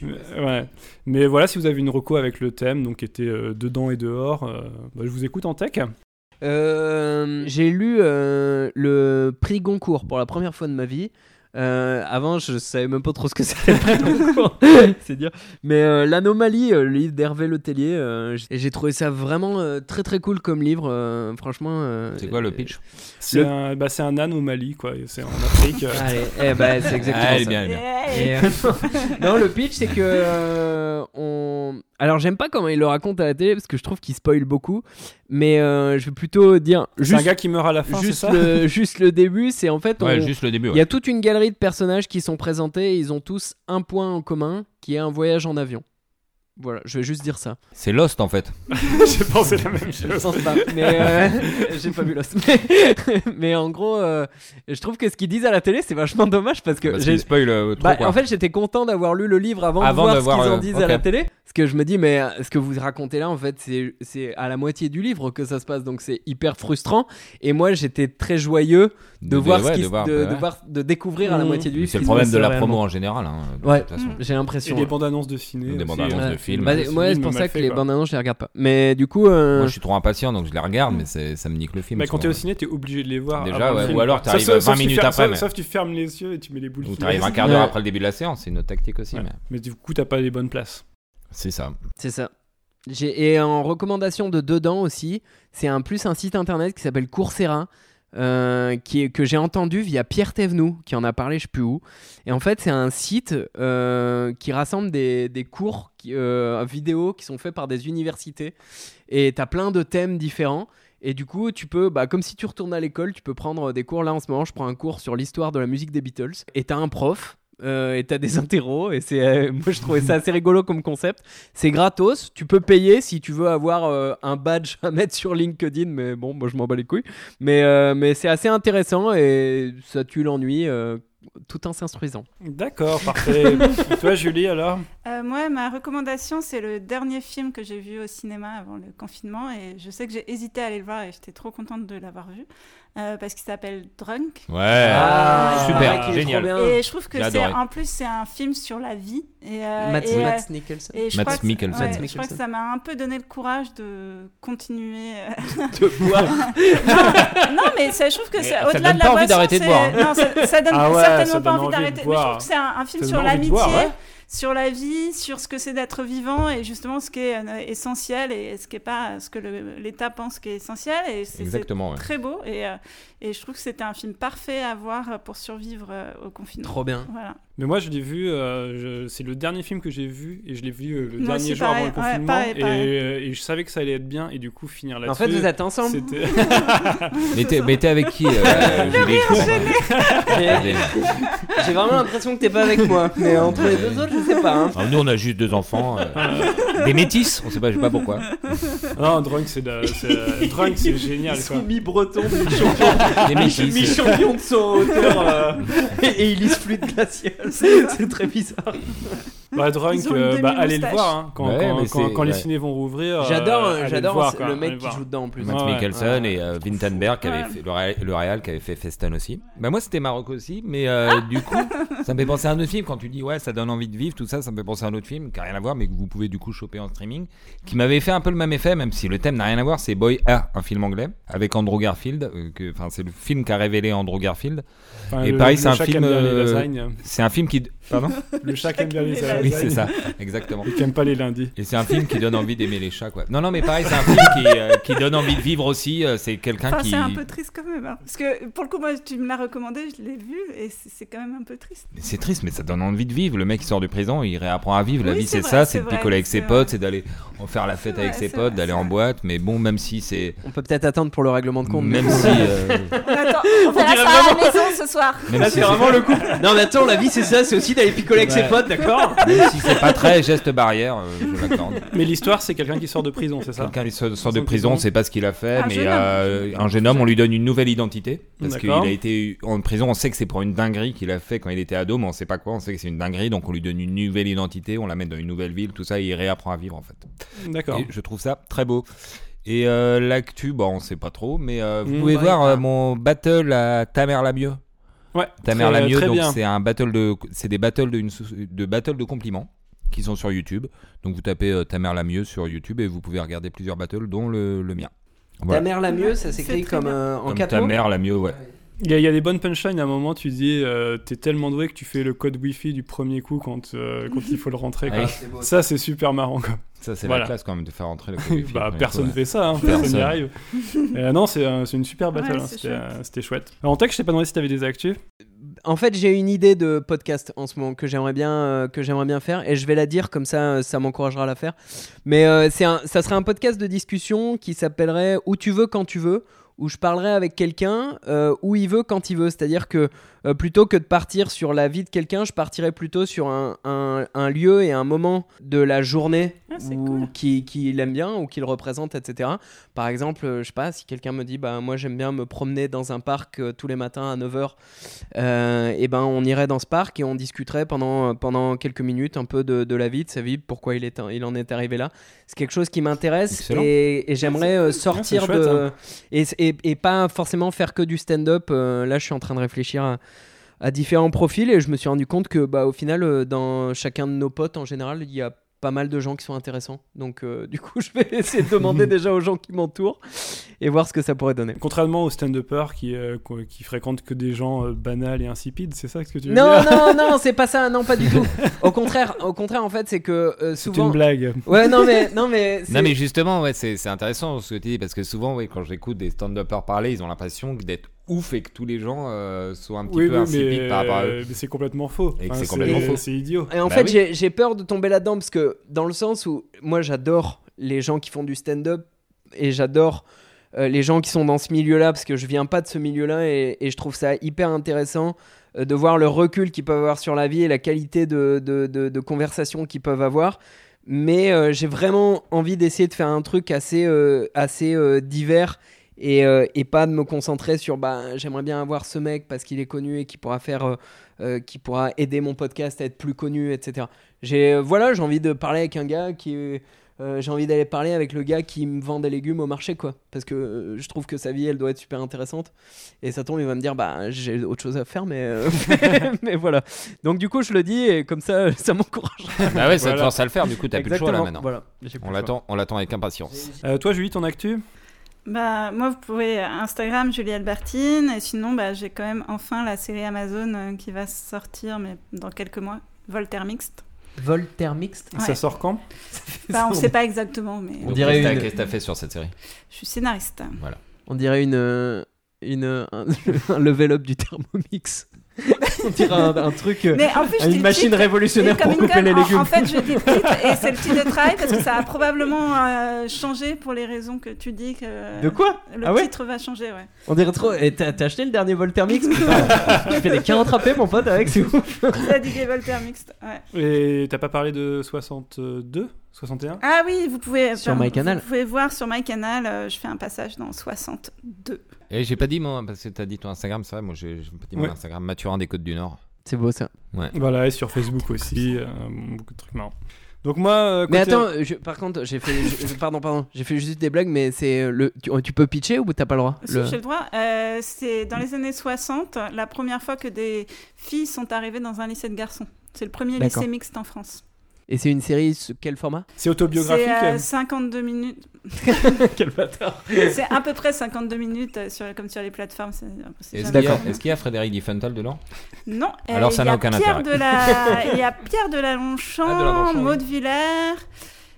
[SPEAKER 2] Euh, ouais. Mais voilà, si vous avez une reco avec le thème, donc qui était euh, dedans et dehors, euh, bah, je vous écoute en tech.
[SPEAKER 5] Euh, j'ai lu euh, le prix Goncourt pour la première fois de ma vie. Euh, avant, je savais même pas trop ce que c'était le prix Goncourt, c'est dire. Mais euh, l'anomalie, euh, le livre d'Hervé Letellier, euh, j- et j'ai trouvé ça vraiment euh, très très cool comme livre. euh, franchement, euh,
[SPEAKER 6] C'est quoi le pitch
[SPEAKER 2] C'est
[SPEAKER 5] Le-
[SPEAKER 2] un, bah, c'est un âne au Mali, quoi. et C'est en Afrique. euh.
[SPEAKER 5] Allez, eh ben, c'est exactement
[SPEAKER 6] Ah, elle est
[SPEAKER 5] ça.
[SPEAKER 6] bien, elle est bien.
[SPEAKER 7] Yeah.
[SPEAKER 5] Et, euh, non, le pitch, c'est que. euh, on... Alors, j'aime pas comment il le raconte à la télé parce que je trouve qu'il spoil beaucoup. Mais euh, je vais plutôt dire
[SPEAKER 2] C'est un
[SPEAKER 5] juste,
[SPEAKER 2] gars qui meurt à la fin, c'est
[SPEAKER 5] juste,
[SPEAKER 2] ça
[SPEAKER 5] le, juste le début. C'est en fait. On...
[SPEAKER 6] Ouais, juste le début.
[SPEAKER 5] Il y
[SPEAKER 6] Ouais.
[SPEAKER 5] a toute une galerie de personnages qui sont présentés et ils ont tous un point en commun qui est un voyage en avion. Voilà, je vais juste dire ça.
[SPEAKER 6] C'est Lost en fait.
[SPEAKER 2] J'ai pensé la même
[SPEAKER 5] Je le
[SPEAKER 2] chose.
[SPEAKER 5] sens pas, mais euh, j'ai pas vu l'os. Mais, mais en gros, euh, je trouve que ce qu'ils disent à la télé, c'est vachement dommage parce que
[SPEAKER 6] Parce
[SPEAKER 5] j'ai-
[SPEAKER 6] qu'il spoil euh, trop.
[SPEAKER 5] Bah,
[SPEAKER 6] quoi.
[SPEAKER 5] en fait, j'étais content d'avoir lu le livre avant,
[SPEAKER 6] Avant
[SPEAKER 5] de voir
[SPEAKER 6] d'avoir,
[SPEAKER 5] ce qu'ils en
[SPEAKER 6] euh,
[SPEAKER 5] disent
[SPEAKER 6] ok.
[SPEAKER 5] à la télé. Parce que je me dis, mais euh, ce que vous racontez là, en fait, c'est- c'est à la moitié du livre que ça se passe, donc c'est hyper frustrant. Et moi, j'étais très joyeux de, voir, ce
[SPEAKER 6] ouais,
[SPEAKER 5] qui,
[SPEAKER 6] de
[SPEAKER 5] se-
[SPEAKER 6] voir, bah
[SPEAKER 5] de,
[SPEAKER 6] ouais.
[SPEAKER 5] de voir- de découvrir à la
[SPEAKER 2] Mmh.
[SPEAKER 5] moitié du livre.
[SPEAKER 6] C'est
[SPEAKER 5] ce
[SPEAKER 6] le
[SPEAKER 5] qui se
[SPEAKER 6] problème de
[SPEAKER 5] passe
[SPEAKER 6] la
[SPEAKER 5] réellement.
[SPEAKER 6] promo en général. hein, de
[SPEAKER 5] Ouais. Mm.
[SPEAKER 6] toute façon.
[SPEAKER 5] J'ai l'impression.
[SPEAKER 2] Et les
[SPEAKER 5] ouais.
[SPEAKER 2] bandes annonces de ciné.
[SPEAKER 6] Des
[SPEAKER 2] aussi,
[SPEAKER 6] bandes-annonces
[SPEAKER 2] euh,
[SPEAKER 6] de films.
[SPEAKER 5] Bah,
[SPEAKER 2] de
[SPEAKER 5] ouais, c'est
[SPEAKER 2] films
[SPEAKER 5] pour
[SPEAKER 2] mal
[SPEAKER 5] ça que
[SPEAKER 2] faits,
[SPEAKER 5] les
[SPEAKER 2] quoi.
[SPEAKER 5] bandes annonces, je les regarde pas. Mais du coup, euh,
[SPEAKER 6] Moi, je suis trop impatient, donc je la regarde, mais c'est- ça me nique le film.
[SPEAKER 2] Mais Bah, quand
[SPEAKER 6] parce
[SPEAKER 2] t'es au
[SPEAKER 6] que-
[SPEAKER 2] ciné, t'es obligé de les voir.
[SPEAKER 6] Déjà,
[SPEAKER 2] avant le
[SPEAKER 6] ouais,
[SPEAKER 2] film.
[SPEAKER 6] ou alors t'arrives
[SPEAKER 2] Sauf- sauf
[SPEAKER 6] 20
[SPEAKER 2] si tu
[SPEAKER 6] minutes
[SPEAKER 2] fermes-
[SPEAKER 6] après,
[SPEAKER 2] sauf-
[SPEAKER 6] mais-
[SPEAKER 2] Sauf tu fermes les yeux et tu mets les boules.
[SPEAKER 6] Ou
[SPEAKER 2] qui-
[SPEAKER 6] t'arrives un quart d'heure
[SPEAKER 5] Ouais.
[SPEAKER 6] après le début de la séance, c'est une autre tactique aussi.
[SPEAKER 2] Ouais.
[SPEAKER 6] mais
[SPEAKER 2] Mais du coup, t'as pas les bonnes places.
[SPEAKER 6] C'est ça.
[SPEAKER 5] c'est ça. J'ai- Et en recommandation de dedans aussi, c'est un plus un site internet qui s'appelle Coursera. euh, qui est- que j'ai entendu via Pierre Thévenoud, qui en a parlé je sais plus où. Et en fait, c'est un site euh, qui rassemble des, des cours qui- euh, vidéo qui sont faits par des universités. Et tu as plein de thèmes différents. Et du coup, tu peux, bah, comme si tu retournes à l'école, tu peux prendre des cours. Là, en ce moment, je prends un cours sur l'histoire de la musique des Beatles. Et tu as un prof. euh, et t'as des interros et c'est euh, moi je trouvais ça assez rigolo comme concept c'est gratos tu peux payer si tu veux avoir euh, un badge à mettre sur LinkedIn mais bon moi je m'en bats les couilles mais, euh, mais c'est assez intéressant et ça tue l'ennui euh, tout en s'instruisant.
[SPEAKER 2] D'accord, parfait. Et toi, Julie, alors
[SPEAKER 7] Euh, moi, ma recommandation, c'est le dernier film que j'ai vu au cinéma avant le confinement. Et je sais que j'ai hésité à aller le voir et j'étais trop contente de l'avoir vu. euh, parce qu'il s'appelle Drunk.
[SPEAKER 6] Ouais.
[SPEAKER 2] Ah,
[SPEAKER 6] super,
[SPEAKER 5] il est trop
[SPEAKER 6] génial.
[SPEAKER 5] bien.
[SPEAKER 7] Et je trouve que
[SPEAKER 6] J'ai
[SPEAKER 7] c'est.
[SPEAKER 6] adoré.
[SPEAKER 7] En plus, c'est un film sur la vie. Et, euh,
[SPEAKER 5] Matt,
[SPEAKER 7] et, euh,
[SPEAKER 5] Matt Nicholson.
[SPEAKER 7] et je
[SPEAKER 6] Matt
[SPEAKER 7] crois que-
[SPEAKER 6] Mikkelsen.
[SPEAKER 7] ouais,
[SPEAKER 5] Matt
[SPEAKER 7] je crois que
[SPEAKER 5] Mikkelsen.
[SPEAKER 7] ça m'a un peu donné le courage de continuer. euh,
[SPEAKER 5] De boire.
[SPEAKER 7] non, mais ça, je trouve que
[SPEAKER 6] Mais
[SPEAKER 7] c'est
[SPEAKER 6] ça
[SPEAKER 7] au-delà
[SPEAKER 6] donne
[SPEAKER 7] de la
[SPEAKER 6] pas envie
[SPEAKER 7] boisson,
[SPEAKER 6] d'arrêter de
[SPEAKER 7] c'est-
[SPEAKER 6] boire, hein.
[SPEAKER 7] Non, ça, ça donne
[SPEAKER 2] Ah ouais,
[SPEAKER 7] certainement
[SPEAKER 2] ça
[SPEAKER 7] pas
[SPEAKER 2] donne
[SPEAKER 7] envie
[SPEAKER 2] envie de
[SPEAKER 7] d'arrêter. Mais je
[SPEAKER 2] boire.
[SPEAKER 7] trouve que c'est un, un film
[SPEAKER 2] Ça
[SPEAKER 7] sur
[SPEAKER 2] donne envie de boire,
[SPEAKER 7] l'amitié,
[SPEAKER 2] ouais.
[SPEAKER 7] sur la vie, sur ce que c'est d'être vivant et justement ce qui est euh, essentiel et ce qui est pas ce que le- l'État pense qui est essentiel. Et c'est- c'est
[SPEAKER 6] Exactement, ouais.
[SPEAKER 7] très beau et, euh, et je trouve que c'était un film parfait à voir euh, pour survivre euh, au confinement.
[SPEAKER 5] Trop bien.
[SPEAKER 7] Voilà.
[SPEAKER 2] Mais moi, je l'ai vu, euh, je- c'est le dernier film que j'ai vu, et je l'ai vu euh, le
[SPEAKER 7] Moi
[SPEAKER 2] dernier
[SPEAKER 7] aussi,
[SPEAKER 2] jour avant le
[SPEAKER 7] pareil. Ouais,
[SPEAKER 2] confinement,
[SPEAKER 7] pareil, pareil.
[SPEAKER 2] Et, euh, et je savais que ça allait être bien, et du coup, finir
[SPEAKER 5] En
[SPEAKER 2] là-dessus.
[SPEAKER 5] fait, vous êtes ensemble.
[SPEAKER 2] C'était.
[SPEAKER 6] Mais t'es mais t'es avec qui euh, Julie, je comprends pas.
[SPEAKER 5] J'ai j'ai vraiment l'impression que t'es pas avec moi. Mais entre les deux autres, je sais pas. hein.
[SPEAKER 6] Ah, Nous, on a juste deux enfants. euh, des métis, on sait pas, je sais pas pourquoi.
[SPEAKER 2] non, Drunk, c'est de- c'est de- Drunk, c'est génial.
[SPEAKER 5] Ils
[SPEAKER 2] quoi.
[SPEAKER 5] sont mi-bretons, mi-champions
[SPEAKER 7] Ah,
[SPEAKER 6] Des métis.
[SPEAKER 5] mi champions de saut en hauteur. euh, et, et ils lisent fluide glaciale. C'est très bizarre.
[SPEAKER 2] Bah, Drunk,
[SPEAKER 7] Ils ont une
[SPEAKER 2] euh, bah,
[SPEAKER 7] demi-moustache.
[SPEAKER 2] allez le voir hein, quand,
[SPEAKER 6] Ouais,
[SPEAKER 2] quand-
[SPEAKER 6] mais
[SPEAKER 2] quand-
[SPEAKER 6] c'est-
[SPEAKER 2] quand les
[SPEAKER 6] ouais.
[SPEAKER 2] ciné vont rouvrir. euh,
[SPEAKER 5] J'adore
[SPEAKER 2] allez
[SPEAKER 5] euh, j'adore
[SPEAKER 2] voir, quoi,
[SPEAKER 5] le
[SPEAKER 2] allez
[SPEAKER 5] mec qui
[SPEAKER 2] voir.
[SPEAKER 5] joue dedans en plus.
[SPEAKER 2] Ouais.
[SPEAKER 6] Matt Mikkelsen et euh, Vintenberg qui avait
[SPEAKER 7] Ouais.
[SPEAKER 6] fait, le, Real, le Real qui avait fait Festan aussi. Bah moi c'était Maroc aussi, mais euh,
[SPEAKER 7] Ah
[SPEAKER 6] du coup ça me fait penser à un autre film quand tu dis ouais ça donne envie de vivre tout ça, ça me fait penser à un autre film qui a rien à voir mais que vous pouvez du coup choper en streaming, qui m'avait fait un peu le même effet même si le thème n'a rien à voir, c'est Boy A, un film anglais avec Andrew Garfield, euh, que- enfin c'est le film qu'a révélé Andrew Garfield.
[SPEAKER 2] Enfin,
[SPEAKER 6] Et
[SPEAKER 2] le-
[SPEAKER 6] pareil,
[SPEAKER 2] le
[SPEAKER 6] c'est un
[SPEAKER 2] chat
[SPEAKER 6] film,
[SPEAKER 2] qui aime bien les
[SPEAKER 6] euh,
[SPEAKER 2] lasagnes.
[SPEAKER 6] C'est un film qui pardon
[SPEAKER 2] Le chat qui aime bien les
[SPEAKER 7] les
[SPEAKER 2] lasagnes.
[SPEAKER 6] oui c'est ça exactement.
[SPEAKER 2] Et qui aime pas les lundis.
[SPEAKER 6] Et c'est un film qui donne envie d'aimer les chats quoi. Non non mais pareil c'est un film qui, euh, qui donne envie de vivre aussi. euh, c'est quelqu'un
[SPEAKER 7] Enfin,
[SPEAKER 6] qui
[SPEAKER 7] c'est un peu triste quand même. hein. Parce que pour le coup, moi, tu me l'as recommandé, je l'ai vu et c'est c'est quand même un peu triste.
[SPEAKER 6] Mais C'est triste, mais ça donne envie de vivre. Le mec, il sort de prison, il réapprend à vivre. La
[SPEAKER 7] Oui,
[SPEAKER 6] vie,
[SPEAKER 7] c'est
[SPEAKER 6] c'est
[SPEAKER 7] vrai,
[SPEAKER 6] ça
[SPEAKER 7] c'est
[SPEAKER 6] c'est de
[SPEAKER 7] vrai,
[SPEAKER 6] picoler avec
[SPEAKER 7] c'est
[SPEAKER 6] ses
[SPEAKER 7] vrai.
[SPEAKER 6] potes, c'est d'aller en faire la fête
[SPEAKER 7] C'est
[SPEAKER 6] avec
[SPEAKER 7] vrai,
[SPEAKER 6] ses
[SPEAKER 7] c'est
[SPEAKER 6] potes,
[SPEAKER 7] vrai,
[SPEAKER 6] d'aller
[SPEAKER 7] c'est
[SPEAKER 6] en
[SPEAKER 7] vrai.
[SPEAKER 6] boîte. Mais bon, même si c'est.
[SPEAKER 5] On peut peut-être attendre pour le règlement de compte.
[SPEAKER 6] Même
[SPEAKER 5] mais-
[SPEAKER 6] si. euh,
[SPEAKER 7] On, attend, on verra ça à la maison ce soir.
[SPEAKER 6] même
[SPEAKER 5] Là,
[SPEAKER 6] si
[SPEAKER 5] c'est vraiment le couple. Non, mais attends, la vie, c'est ça, c'est aussi d'aller picoler avec ses potes, d'accord
[SPEAKER 6] même si c'est pas très geste barrière, euh, je l'accorde.
[SPEAKER 2] Mais l'histoire, c'est quelqu'un qui sort de prison, c'est ça
[SPEAKER 6] Quelqu'un lui sort, sort
[SPEAKER 2] Sans
[SPEAKER 6] de prison,
[SPEAKER 2] prison.
[SPEAKER 6] c'est pas ce qu'il a fait,
[SPEAKER 7] Un
[SPEAKER 6] mais
[SPEAKER 7] jeune homme.
[SPEAKER 6] euh, un jeune homme, on lui donne une nouvelle identité. Parce qu'il
[SPEAKER 2] D'accord.
[SPEAKER 6] a été en prison, on sait que c'est pour une dinguerie qu'il a fait quand il était ado, mais on sait pas quoi, on sait que c'est une dinguerie, donc on lui donne une nouvelle identité, on l'amène dans une nouvelle ville, tout ça, et il réapprend à vivre en fait.
[SPEAKER 2] D'accord.
[SPEAKER 6] Et je trouve ça très beau. Et euh, l'actu, bon, on sait pas trop, mais euh, vous
[SPEAKER 2] Mm.
[SPEAKER 6] pouvez
[SPEAKER 5] Ouais,
[SPEAKER 6] voir
[SPEAKER 5] ouais.
[SPEAKER 6] euh, mon battle à ta mère la mieux.
[SPEAKER 2] Ouais.
[SPEAKER 6] Ta mère
[SPEAKER 2] très-
[SPEAKER 6] la mieux,
[SPEAKER 2] très
[SPEAKER 6] donc
[SPEAKER 2] bien.
[SPEAKER 6] c'est un battle de, c'est des battles de, une sou- de battles de compliments qui sont sur YouTube. Donc vous tapez euh, ta mère la mieux sur YouTube et vous pouvez regarder plusieurs battles, dont le, le mien.
[SPEAKER 5] Ta
[SPEAKER 6] Voilà.
[SPEAKER 5] mère la mieux, ça
[SPEAKER 7] C'est
[SPEAKER 5] s'écrit
[SPEAKER 7] très
[SPEAKER 5] comme
[SPEAKER 7] bien.
[SPEAKER 5] euh, en
[SPEAKER 6] Comme
[SPEAKER 5] quatre
[SPEAKER 6] ta
[SPEAKER 5] mots.
[SPEAKER 6] mère la mieux, ouais.
[SPEAKER 2] Il y, a- il y a des bonnes punchlines. À un moment, tu dis euh, T'es tellement doué que tu fais le code Wi-Fi du premier coup quand, euh, quand il faut le rentrer. quoi.
[SPEAKER 6] Ah oui.
[SPEAKER 2] Ça, c'est super marrant. Quoi.
[SPEAKER 6] Ça c'est
[SPEAKER 2] Voilà.
[SPEAKER 6] la classe quand même de faire entrer le. Covid.
[SPEAKER 2] bah,
[SPEAKER 6] Ouais,
[SPEAKER 2] personne
[SPEAKER 6] ouais.
[SPEAKER 2] fait ça. hein,
[SPEAKER 6] Personne.
[SPEAKER 2] personne n'y arrive. Euh, non, c'est un- c'est une super battle.
[SPEAKER 7] Ouais,
[SPEAKER 2] hein,
[SPEAKER 7] c'est
[SPEAKER 2] C'était euh, c'était chouette. Alors, en tech, je t'ai pas demandé si t'avais des actus.
[SPEAKER 5] En fait, j'ai une idée de podcast en ce moment que j'aimerais bien euh, que j'aimerais bien faire et je vais la dire comme ça euh, ça m'encouragera à la faire. Mais euh, c'est un ça serait un podcast de discussion qui s'appellerait où tu veux quand tu veux où je parlerai avec quelqu'un euh, où il veut quand il veut, c'est-à-dire que euh, plutôt que de partir sur la vie de quelqu'un, je partirais plutôt sur un, un- un lieu et un moment de la journée
[SPEAKER 7] Ah, c'est
[SPEAKER 5] où-
[SPEAKER 7] cool.
[SPEAKER 5] qui qu'il aime bien ou qu'il représente, etc. Par exemple, euh, je sais pas, si quelqu'un me dit, bah moi j'aime bien me promener dans un parc euh, tous les matins à 9h, et ben on irait dans ce parc et on discuterait pendant, pendant quelques minutes un peu de, de la vie, de sa vie, pourquoi il, est, il en est arrivé là. C'est quelque chose qui m'intéresse
[SPEAKER 6] Excellent.
[SPEAKER 5] et, et j'aimerais euh,
[SPEAKER 2] Ouais,
[SPEAKER 5] sortir
[SPEAKER 2] Ah, c'est chouette, hein.
[SPEAKER 5] de. Et, et- et pas forcément faire que du stand-up. Euh, là, je suis en train de réfléchir à à différents profils et je me suis rendu compte que bah au final euh, dans chacun de nos potes en général il y a pas mal de gens qui sont intéressants donc euh, du coup je vais essayer de demander déjà aux gens qui m'entourent et voir ce que ça pourrait donner
[SPEAKER 2] Contrairement aux stand-uppers qui, euh, qu- qui fréquentent que des gens euh, banals et insipides, c'est ça ce que tu veux
[SPEAKER 5] non
[SPEAKER 2] dire
[SPEAKER 5] non non c'est pas ça non pas du tout au contraire au contraire en fait c'est que euh,
[SPEAKER 2] C'est une
[SPEAKER 5] souvent
[SPEAKER 2] blague.
[SPEAKER 5] ouais non mais non mais, c'est-
[SPEAKER 6] Non mais justement ouais c'est c'est intéressant ce que tu dis parce que souvent ouais quand j'écoute des stand-uppers parler ils ont l'impression que d'être ouf et que tous les gens euh, soient un petit
[SPEAKER 2] Oui,
[SPEAKER 6] peu
[SPEAKER 2] oui,
[SPEAKER 6] insipides
[SPEAKER 2] mais,
[SPEAKER 6] par rapport à eux.
[SPEAKER 2] euh, mais c'est complètement faux.
[SPEAKER 6] Et que c'est complètement faux.
[SPEAKER 2] C'est idiot.
[SPEAKER 5] Et en
[SPEAKER 6] Bah
[SPEAKER 5] fait,
[SPEAKER 6] oui.
[SPEAKER 5] j'ai- j'ai peur de tomber là-dedans parce que, dans le sens où moi j'adore les gens qui font du stand-up et j'adore euh, les gens qui sont dans ce milieu-là parce que je viens pas de ce milieu-là et, et je trouve ça hyper intéressant euh, de voir le recul qu'ils peuvent avoir sur la vie et la qualité de, de, de- de conversation qu'ils peuvent avoir. Mais euh, j'ai vraiment envie d'essayer de faire un truc assez, euh, assez euh, divers et, euh, et pas de me concentrer sur bah, j'aimerais bien avoir ce mec parce qu'il est connu et qui pourra faire euh, euh, qui pourra aider mon podcast à être plus connu etc j'ai euh, voilà j'ai envie de parler avec un gars qui euh, j'ai envie d'aller parler avec le gars qui me vend des légumes au marché quoi parce que euh, je trouve que sa vie elle doit être super intéressante et ça tombe il va me dire bah j'ai autre chose à faire mais euh, mais voilà donc du coup je le dis et comme ça ça m'encourage
[SPEAKER 6] Bah ouais, ça
[SPEAKER 2] Voilà.
[SPEAKER 6] te force à le faire, du coup, t'as plus le choix là
[SPEAKER 5] Exactement,
[SPEAKER 6] maintenant.
[SPEAKER 5] voilà. J'ai plus
[SPEAKER 6] On
[SPEAKER 5] le choix.
[SPEAKER 6] l'attend, on l'attend avec impatience.
[SPEAKER 2] Euh, toi, Julie, ton actu
[SPEAKER 3] Bah, moi, vous pouvez euh, Instagram Julie Albertine. Et sinon, bah, j'ai quand même enfin la série Amazon euh, qui va sortir, mais dans quelques mois. Voltaire Mixte.
[SPEAKER 5] Voltaire mixte
[SPEAKER 3] Ouais.
[SPEAKER 2] Ça sort quand
[SPEAKER 3] Bah, on sait pas exactement, mais
[SPEAKER 5] On
[SPEAKER 6] Donc, qu'est-ce que
[SPEAKER 5] dirait une-
[SPEAKER 6] t'as- Qu'est-ce que t'as fait sur cette série
[SPEAKER 3] je suis scénariste.
[SPEAKER 5] Euh, on dirait une euh, une euh, un, un level up du thermomix on dirait un, un truc euh,
[SPEAKER 3] Mais en plus, je dis
[SPEAKER 5] une
[SPEAKER 3] le
[SPEAKER 5] machine
[SPEAKER 3] titre,
[SPEAKER 5] révolutionnaire
[SPEAKER 3] et comme
[SPEAKER 5] pour
[SPEAKER 3] une
[SPEAKER 5] couper
[SPEAKER 3] conne,
[SPEAKER 5] les
[SPEAKER 3] en-
[SPEAKER 5] légumes
[SPEAKER 3] En, fait, je dis le titre et c'est le titre de travail parce que ça a probablement euh, changé pour les raisons que tu dis que euh,
[SPEAKER 5] de quoi
[SPEAKER 3] le
[SPEAKER 5] ah ouais
[SPEAKER 3] titre va changer, ouais.
[SPEAKER 5] On dirait trop. Et t'as t'as acheté le dernier Voltaire Mix Tu fais des 40 râpés, mon pote, avec, c'est ouf.
[SPEAKER 3] Ça dit des Voltaire Mixte. Ouais.
[SPEAKER 2] Et t'as pas parlé de 62 61
[SPEAKER 3] Ah oui, vous pouvez
[SPEAKER 5] Sur
[SPEAKER 3] pardon,
[SPEAKER 5] MyCanal.
[SPEAKER 3] Vous pouvez voir sur MyCanal. euh, je fais un passage dans 62.
[SPEAKER 6] Et j'ai pas dit, moi, parce que t'as dit ton Instagram, ça, moi, j'ai j'ai pas dit mon
[SPEAKER 2] Ouais.
[SPEAKER 6] Instagram, Mathurin des Côtes du Nord.
[SPEAKER 5] C'est beau ça.
[SPEAKER 2] Voilà, et sur Facebook aussi, euh, beaucoup de trucs marrants. Donc moi, euh,
[SPEAKER 5] Mais
[SPEAKER 2] côté-
[SPEAKER 5] attends, je- par contre, j'ai fait. je- je- pardon, pardon. J'ai fait juste des blagues, mais c'est euh, le. Tu, tu peux pitcher ou t'as pas le droit
[SPEAKER 3] Si,
[SPEAKER 5] Le-
[SPEAKER 3] j'ai le droit. Euh, c'est dans les années 60, la première fois que des filles sont arrivées dans un lycée de garçons. C'est le premier
[SPEAKER 5] D'accord.
[SPEAKER 3] lycée mixte en France.
[SPEAKER 5] Et c'est une série sous quel format
[SPEAKER 2] c'est autobiographique.
[SPEAKER 3] C'est euh, 52 minutes.
[SPEAKER 5] Quel bâtard
[SPEAKER 3] c'est à peu près 52 minutes euh, sur, comme sur les plateformes. c'est- euh, c'est
[SPEAKER 6] Est-ce
[SPEAKER 3] jamais
[SPEAKER 6] qu'il y a-
[SPEAKER 3] vraiment-
[SPEAKER 6] est-ce qu'il y a Frédéric Diffental dedans
[SPEAKER 3] Non. euh,
[SPEAKER 6] Alors, ça
[SPEAKER 3] il y a
[SPEAKER 6] n'a aucun
[SPEAKER 3] Pierre
[SPEAKER 6] intérêt.
[SPEAKER 3] De la... il y a Pierre de la
[SPEAKER 6] Ah, de la
[SPEAKER 3] Longchamp,
[SPEAKER 6] Longchamp, oui.
[SPEAKER 3] Maud Villers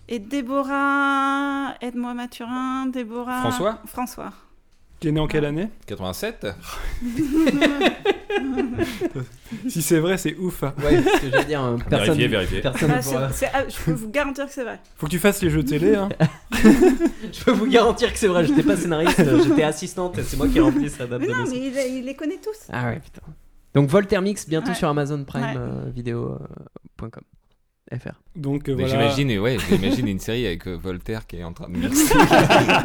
[SPEAKER 3] et Déborah. Aide-moi Mathurin, Déborah.
[SPEAKER 6] François
[SPEAKER 3] François.
[SPEAKER 2] Qui est né en quelle année
[SPEAKER 6] 87
[SPEAKER 2] Si c'est vrai, c'est ouf. hein.
[SPEAKER 5] Ouais, ce que j'allais dire.
[SPEAKER 6] Ah,
[SPEAKER 5] euh, Personne.
[SPEAKER 6] Vérifiez, vérifiez.
[SPEAKER 5] personne
[SPEAKER 3] Ah,
[SPEAKER 5] ne pourra-
[SPEAKER 3] c'est- c'est- ah, je peux vous garantir que c'est vrai.
[SPEAKER 2] Faut que tu fasses les jeux de télé. hein.
[SPEAKER 5] Je peux vous garantir que c'est vrai, j'étais pas scénariste, euh, j'étais assistante, et c'est moi qui ai rempli sa date
[SPEAKER 3] Mais
[SPEAKER 5] de
[SPEAKER 3] non,
[SPEAKER 5] naissance.
[SPEAKER 3] mais il, il les connaît tous.
[SPEAKER 5] Ah ouais, putain. Donc Voltaire Mix, bientôt
[SPEAKER 3] Ouais.
[SPEAKER 5] sur Amazon Prime
[SPEAKER 3] Ouais.
[SPEAKER 5] euh, Video, euh, point com. FR.
[SPEAKER 2] Donc euh,
[SPEAKER 6] Mais
[SPEAKER 2] voilà.
[SPEAKER 6] J'imagine, ouais, j'imagine une série avec euh, Voltaire qui est en train de Ah,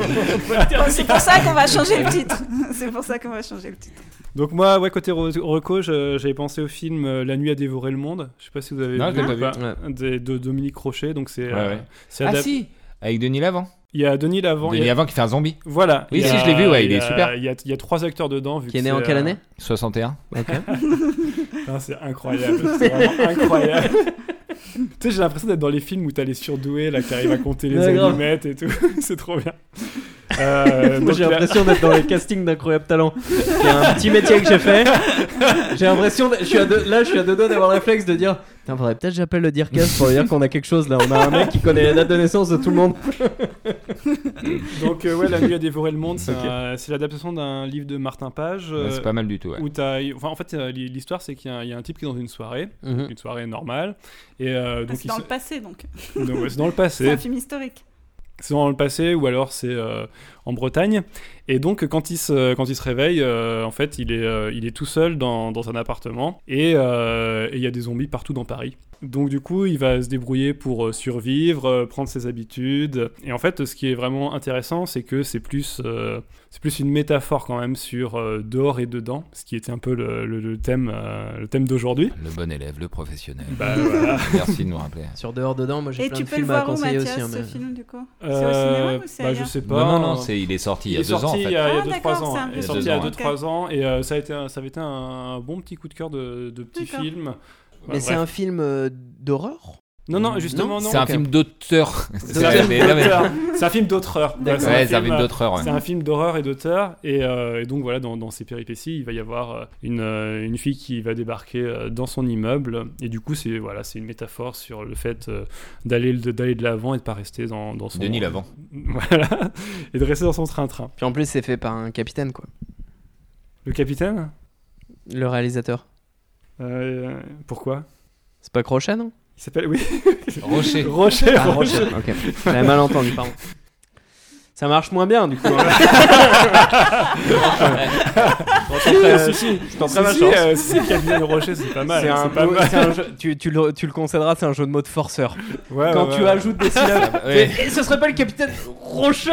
[SPEAKER 3] Bon, c'est pour ça qu'on va changer le titre. C'est pour ça qu'on va changer le titre.
[SPEAKER 2] Donc moi, ouais, côté re- reco, je- j'avais pensé au film euh, La nuit a dévoré le monde. Je sais pas si vous avez
[SPEAKER 6] Non,
[SPEAKER 2] vu.
[SPEAKER 6] je l'ai
[SPEAKER 2] ou
[SPEAKER 6] pas
[SPEAKER 5] vu.
[SPEAKER 2] pas. Des- de Dominique Crochet. Donc c'est.
[SPEAKER 6] Ouais,
[SPEAKER 2] euh,
[SPEAKER 6] ouais.
[SPEAKER 2] c'est
[SPEAKER 6] Ah
[SPEAKER 2] adap-
[SPEAKER 6] si Avec Denis Lavant.
[SPEAKER 2] Il y a Denis Lavant. il
[SPEAKER 6] Denis
[SPEAKER 2] y a-
[SPEAKER 6] Lavant qui fait un zombie.
[SPEAKER 2] Voilà.
[SPEAKER 6] Oui,
[SPEAKER 2] il y
[SPEAKER 6] si,
[SPEAKER 2] a-
[SPEAKER 6] je l'ai vu, ouais, il est
[SPEAKER 2] a-
[SPEAKER 6] super.
[SPEAKER 2] Il y, a, il y a trois acteurs dedans. Vu
[SPEAKER 5] Qui est
[SPEAKER 2] que
[SPEAKER 5] né en
[SPEAKER 2] c'est,
[SPEAKER 5] quelle
[SPEAKER 2] euh,
[SPEAKER 5] année
[SPEAKER 6] 61.
[SPEAKER 5] Ok.
[SPEAKER 2] Putain, c'est incroyable, c'est vraiment incroyable. tu sais, j'ai l'impression d'être dans les films où t'as les surdoués là qui arrivent à compter les
[SPEAKER 5] Ouais, grave.
[SPEAKER 2] allumettes et tout. c'est trop bien. Euh,
[SPEAKER 5] Moi
[SPEAKER 2] donc,
[SPEAKER 5] j'ai
[SPEAKER 2] là-
[SPEAKER 5] l'impression d'être dans les castings d'incroyable talent. C'est un petit métier que j'ai fait. J'ai l'impression, de- je suis à deux- là je suis à deux doigts d'avoir le réflexe de dire, putain faudrait peut-être que j'appelle le DIRCAS pour lui dire qu'on a quelque chose là. On a un mec qui connaît la date de naissance de tout le monde.
[SPEAKER 2] donc, euh, ouais, La nuit a dévoré le monde, c'est
[SPEAKER 5] Ok.
[SPEAKER 2] un- c'est l'adaptation d'un livre de Martin Page.
[SPEAKER 6] Ouais,
[SPEAKER 2] euh,
[SPEAKER 6] c'est pas mal du tout, ouais.
[SPEAKER 2] Où t'as, enfin, en fait, euh, li- l'histoire, c'est qu'il y, a un- il y a un type qui est dans une soirée,
[SPEAKER 5] Mhm.
[SPEAKER 2] une soirée normale, et euh,
[SPEAKER 3] Ah,
[SPEAKER 2] donc
[SPEAKER 3] c'est
[SPEAKER 2] il
[SPEAKER 3] dans
[SPEAKER 2] se-
[SPEAKER 3] le passé, donc.
[SPEAKER 2] donc, ouais, c'est dans le
[SPEAKER 3] C'est
[SPEAKER 2] passé.
[SPEAKER 3] un film historique.
[SPEAKER 2] C'est dans le passé ou alors c'est euh, en Bretagne. Et donc quand il se, quand il se réveille, euh, en fait, il est, euh, il est tout seul dans, dans un appartement et euh, et il y a des zombies partout dans Paris. Donc du coup, il va se débrouiller pour euh, survivre, euh, prendre ses habitudes. Et en fait, ce qui est vraiment intéressant, c'est que c'est plus, euh, c'est plus une métaphore quand même sur euh, dehors et dedans, ce qui était un peu le, le- le thème, euh, le thème d'aujourd'hui.
[SPEAKER 6] Le bon élève, le professionnel.
[SPEAKER 2] Bah, voilà.
[SPEAKER 6] Merci de nous rappeler.
[SPEAKER 5] Sur dehors dedans, moi j'ai
[SPEAKER 3] Et
[SPEAKER 5] plein
[SPEAKER 3] tu
[SPEAKER 5] de
[SPEAKER 3] peux le
[SPEAKER 5] films à
[SPEAKER 3] voir où,
[SPEAKER 5] conseiller
[SPEAKER 3] Mathias,
[SPEAKER 5] aussi. hein,
[SPEAKER 3] ce
[SPEAKER 5] mais-
[SPEAKER 3] film, du coup C'est au cinéma
[SPEAKER 2] Euh,
[SPEAKER 3] ou c'est
[SPEAKER 2] bah, je
[SPEAKER 3] ailleurs
[SPEAKER 2] sais pas.
[SPEAKER 6] Non, non, non,
[SPEAKER 2] hein.
[SPEAKER 6] c'est- il est sorti il y a
[SPEAKER 2] est
[SPEAKER 6] deux
[SPEAKER 2] sorti
[SPEAKER 6] ans en
[SPEAKER 2] il y
[SPEAKER 6] fait.
[SPEAKER 2] a, il y a
[SPEAKER 3] Ah,
[SPEAKER 2] deux,
[SPEAKER 3] d'accord,
[SPEAKER 2] trois ans.
[SPEAKER 3] c'est un
[SPEAKER 2] hein.
[SPEAKER 3] peu
[SPEAKER 2] Il est sorti il y
[SPEAKER 6] sorti,
[SPEAKER 2] a
[SPEAKER 6] ouais.
[SPEAKER 2] 2-3 ans et euh, ça, a été un, ça avait été un bon petit coup de cœur de, de petit
[SPEAKER 3] D'accord.
[SPEAKER 2] film.
[SPEAKER 5] Mais c'est un film euh, d'horreur
[SPEAKER 2] Non, non, justement, non.
[SPEAKER 6] C'est un
[SPEAKER 5] ok.
[SPEAKER 6] film d'auteur.
[SPEAKER 2] C'est un film d'auteur. C'est un film d'auteur. Voilà,
[SPEAKER 6] Ouais, c'est un film d'auteur. ouais.
[SPEAKER 2] C'est un film d'horreur et d'auteur. Et, euh, et donc voilà, dans, dans ces péripéties, il va y avoir euh, une, euh, une fille qui va débarquer euh, dans son immeuble. Et du coup, c'est voilà, c'est une métaphore sur le fait euh, d'aller de, d'aller de l'avant et de pas rester dans, dans son...
[SPEAKER 6] Denis Lavant.
[SPEAKER 2] Voilà. Et de rester dans son train-train.
[SPEAKER 5] Puis en plus c'est fait par un capitaine quoi.
[SPEAKER 2] Le capitaine
[SPEAKER 5] Le réalisateur.
[SPEAKER 2] Euh, Pourquoi
[SPEAKER 5] C'est pas Crochet non
[SPEAKER 2] Il s'appelle... Oui,
[SPEAKER 6] Rocher.
[SPEAKER 2] Rocher.
[SPEAKER 5] Ah Rocher. Ok. J'avais mal entendu pardon. ça marche moins bien du coup. hein.
[SPEAKER 2] Euh,
[SPEAKER 5] Euh,
[SPEAKER 2] si, si,
[SPEAKER 5] je tenterai
[SPEAKER 2] si,
[SPEAKER 5] ma
[SPEAKER 2] si,
[SPEAKER 5] chance.
[SPEAKER 2] euh, si, Camille Rocher, c'est pas mal.
[SPEAKER 5] C'est un,
[SPEAKER 2] pas
[SPEAKER 5] mot-
[SPEAKER 2] mal.
[SPEAKER 5] c'est un jeu- tu, tu le, tu le concéderas, c'est un jeu de mots de forceur.
[SPEAKER 2] Ouais,
[SPEAKER 5] Quand
[SPEAKER 2] ouais,
[SPEAKER 5] tu
[SPEAKER 2] ouais.
[SPEAKER 5] ajoutes des syllabes,
[SPEAKER 6] Ouais.
[SPEAKER 5] et ce serait pas le capitaine Rocher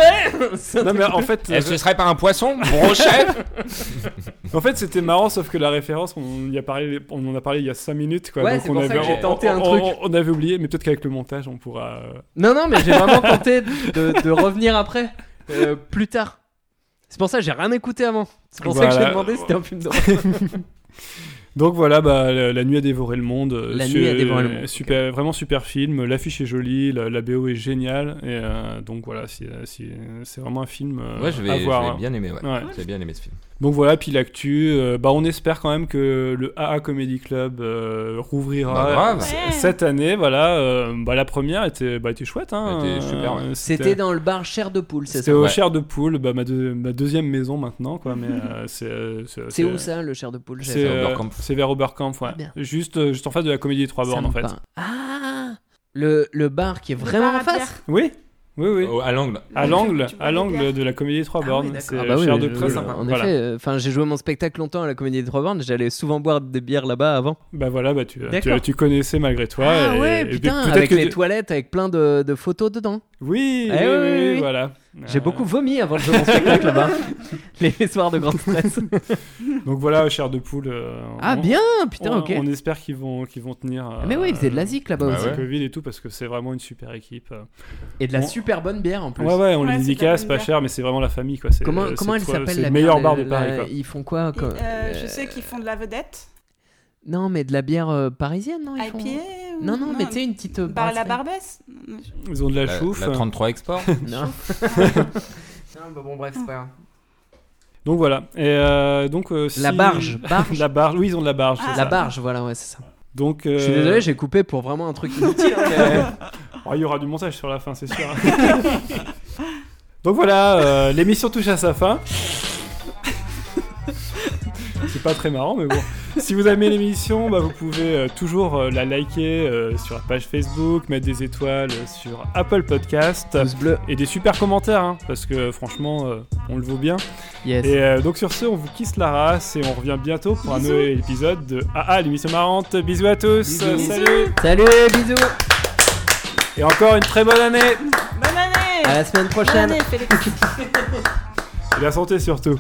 [SPEAKER 5] C'est un
[SPEAKER 2] Non,
[SPEAKER 5] truc-
[SPEAKER 2] mais en fait, euh,
[SPEAKER 6] Est-ce que ce serait pas un poisson Brochet
[SPEAKER 2] en fait c'était marrant, sauf que la référence, on, y a parlé, on en a parlé il y a 5 minutes. Quoi,
[SPEAKER 5] Ouais,
[SPEAKER 2] donc
[SPEAKER 5] c'est
[SPEAKER 2] on
[SPEAKER 5] pour ça
[SPEAKER 2] avait,
[SPEAKER 5] que j'ai
[SPEAKER 2] on-
[SPEAKER 5] tenté un
[SPEAKER 2] on- on-
[SPEAKER 5] truc.
[SPEAKER 2] On avait oublié, mais peut-être qu'avec le montage, on pourra. euh,
[SPEAKER 5] Non, non, mais j'ai vraiment tenté de, de revenir après, euh, plus tard. C'est pour ça que j'ai rien écouté avant. C'est pour ça que je
[SPEAKER 2] Voilà.
[SPEAKER 5] t'ai demandé si c'était un film de
[SPEAKER 2] Donc voilà, bah, la, la nuit a dévoré le monde. euh,
[SPEAKER 5] La nuit a dévoré le monde,
[SPEAKER 2] Super, Vraiment super film. L'affiche est jolie, la, la BO est géniale. Et euh, donc voilà, c'est- c'est c'est vraiment un film euh,
[SPEAKER 6] Ouais, je
[SPEAKER 2] à
[SPEAKER 6] vais, je
[SPEAKER 2] voir.
[SPEAKER 6] vais
[SPEAKER 2] hein.
[SPEAKER 6] bien aimer. Ouais.
[SPEAKER 2] Ouais.
[SPEAKER 6] J'ai bien aimé ce film.
[SPEAKER 2] Donc voilà, puis l'actu, euh, bah on espère quand même que le AA Comedy Club euh,
[SPEAKER 6] Bah,
[SPEAKER 2] rouvrira
[SPEAKER 6] grave.
[SPEAKER 2] c-
[SPEAKER 7] Ouais.
[SPEAKER 2] cette année. Voilà, euh, bah la première était, bah, était chouette. Hein,
[SPEAKER 6] Était super, ouais.
[SPEAKER 2] Euh,
[SPEAKER 5] C'était dans le bar Cher de Poule, c'est
[SPEAKER 2] C'était
[SPEAKER 5] ça
[SPEAKER 2] au
[SPEAKER 6] ouais.
[SPEAKER 2] Cher de Poule, bah, ma, deux- ma deuxième maison maintenant, quoi. Mais euh, c'est euh,
[SPEAKER 5] C'est où ça, le Cher de Poule j'ai-
[SPEAKER 2] C'est
[SPEAKER 6] vers
[SPEAKER 2] euh,
[SPEAKER 6] Oberkampf.
[SPEAKER 2] c'est vers Oberkampf, ouais.
[SPEAKER 5] Ah, bien.
[SPEAKER 2] juste, euh, juste en face de la Comédie des Trois
[SPEAKER 5] ça
[SPEAKER 2] Bornes,
[SPEAKER 5] me
[SPEAKER 2] en fait.
[SPEAKER 5] parle. Ah le, le bar qui est vraiment
[SPEAKER 7] bar
[SPEAKER 5] en
[SPEAKER 7] à
[SPEAKER 5] face
[SPEAKER 7] bière.
[SPEAKER 2] Oui, oui, oui.
[SPEAKER 6] Oh, à l'angle.
[SPEAKER 2] À l'angle,
[SPEAKER 7] Tu vois
[SPEAKER 2] à
[SPEAKER 7] les
[SPEAKER 2] l'angle
[SPEAKER 7] bières.
[SPEAKER 2] de la Comédie des Trois
[SPEAKER 5] Ah
[SPEAKER 2] Bornes,
[SPEAKER 5] oui, d'accord.
[SPEAKER 2] c'est
[SPEAKER 5] Ah bah oui,
[SPEAKER 2] Cher de
[SPEAKER 5] je-
[SPEAKER 2] Poule.
[SPEAKER 5] je- En
[SPEAKER 2] Voilà.
[SPEAKER 5] effet, euh, enfin j'ai joué mon spectacle longtemps à la Comédie des Trois Bornes, j'allais souvent boire des bières là-bas avant.
[SPEAKER 2] Bah voilà, bah, tu, tu,
[SPEAKER 5] D'accord.
[SPEAKER 2] tu connaissais malgré toi.
[SPEAKER 5] ah
[SPEAKER 2] et-
[SPEAKER 5] ouais,
[SPEAKER 2] et puis
[SPEAKER 5] putain,
[SPEAKER 2] peut-être
[SPEAKER 5] avec
[SPEAKER 2] que
[SPEAKER 5] les
[SPEAKER 2] tu-
[SPEAKER 5] toilettes, avec plein de, de photos dedans.
[SPEAKER 2] Oui,
[SPEAKER 5] Eh
[SPEAKER 2] oui,
[SPEAKER 5] oui,
[SPEAKER 2] oui,
[SPEAKER 5] oui, oui.
[SPEAKER 2] voilà.
[SPEAKER 5] J'ai
[SPEAKER 2] Euh,
[SPEAKER 5] beaucoup vomi avant de jouer mon spectacle là-bas. Les, les soirs de grand stress.
[SPEAKER 2] Euh, Donc voilà, Cher de Poule. euh,
[SPEAKER 5] Ah
[SPEAKER 2] on-
[SPEAKER 5] bien, putain,
[SPEAKER 2] on,
[SPEAKER 5] ok. Eh
[SPEAKER 2] On espère qu'ils vont, qu'ils vont tenir. euh,
[SPEAKER 5] Mais ouais, ils faisaient de la zik là-bas
[SPEAKER 6] bah
[SPEAKER 5] aussi.
[SPEAKER 2] c'est
[SPEAKER 6] ouais.
[SPEAKER 2] Covid et tout parce que c'est vraiment une super équipe. euh.
[SPEAKER 5] Et de la
[SPEAKER 2] On-
[SPEAKER 5] super bonne bière en plus.
[SPEAKER 2] Ouais ouais, on
[SPEAKER 7] Ouais,
[SPEAKER 2] les
[SPEAKER 7] c'est
[SPEAKER 2] dédicace,
[SPEAKER 7] pas
[SPEAKER 2] pas
[SPEAKER 7] mal.
[SPEAKER 2] cher, mais c'est vraiment la famille quoi. C'est,
[SPEAKER 5] Comment,
[SPEAKER 2] c'est
[SPEAKER 5] comment elle
[SPEAKER 2] trop-
[SPEAKER 5] s'appelle
[SPEAKER 2] C'est
[SPEAKER 5] la
[SPEAKER 2] le meilleur
[SPEAKER 5] bière,
[SPEAKER 2] bar de
[SPEAKER 5] la-
[SPEAKER 2] Paris
[SPEAKER 5] la-
[SPEAKER 2] quoi.
[SPEAKER 5] Ils font quoi
[SPEAKER 7] Et,
[SPEAKER 5] quoi
[SPEAKER 7] euh, Je
[SPEAKER 5] Euh,
[SPEAKER 7] sais qu'ils font de la vedette,
[SPEAKER 5] Non, mais de la bière euh, parisienne, non ils
[SPEAKER 7] à
[SPEAKER 5] font...
[SPEAKER 7] pied. ou-
[SPEAKER 5] Non, non, mais tu sais, une petite. euh,
[SPEAKER 7] Bar la
[SPEAKER 5] brasserie.
[SPEAKER 7] Barbès
[SPEAKER 2] Ils ont de la,
[SPEAKER 6] La,
[SPEAKER 2] chouffe.
[SPEAKER 6] la 33 Export.
[SPEAKER 5] Non.
[SPEAKER 7] Ah.
[SPEAKER 5] Non, bah bon, bref, c'est pas grave.
[SPEAKER 2] Donc voilà. Et euh, donc euh, si-
[SPEAKER 5] La barge. barge. Ah.
[SPEAKER 2] La barge, oui, ils ont de la barge. c'est
[SPEAKER 5] La...
[SPEAKER 2] ça.
[SPEAKER 5] barge, voilà, ouais, c'est ça.
[SPEAKER 2] Donc, euh,
[SPEAKER 5] Je suis désolé, j'ai coupé pour vraiment un truc inutile. hein, mais-
[SPEAKER 2] oh, il y aura du montage sur la fin, c'est sûr. Donc voilà, euh, l'émission touche à sa fin. C'est pas très marrant, mais bon. Si vous aimez l'émission, bah, vous pouvez euh, toujours euh, la liker euh, sur la page Facebook, mettre des étoiles euh, sur Apple Podcast euh,
[SPEAKER 5] Pouce bleu.
[SPEAKER 2] et des super commentaires, hein, parce que franchement, euh, on le vaut bien.
[SPEAKER 5] Yes.
[SPEAKER 2] Et euh, donc sur ce, on vous kiss la race et on revient bientôt pour un nouvel épisode de AA, l'émission marrante. Bisous à tous,
[SPEAKER 5] Bisous.
[SPEAKER 2] euh, salut
[SPEAKER 5] Salut, bisous.
[SPEAKER 2] et encore une très bonne année
[SPEAKER 7] Bonne année
[SPEAKER 5] À la semaine
[SPEAKER 7] Bonne
[SPEAKER 5] prochaine.
[SPEAKER 7] année, Félix
[SPEAKER 2] et la santé surtout.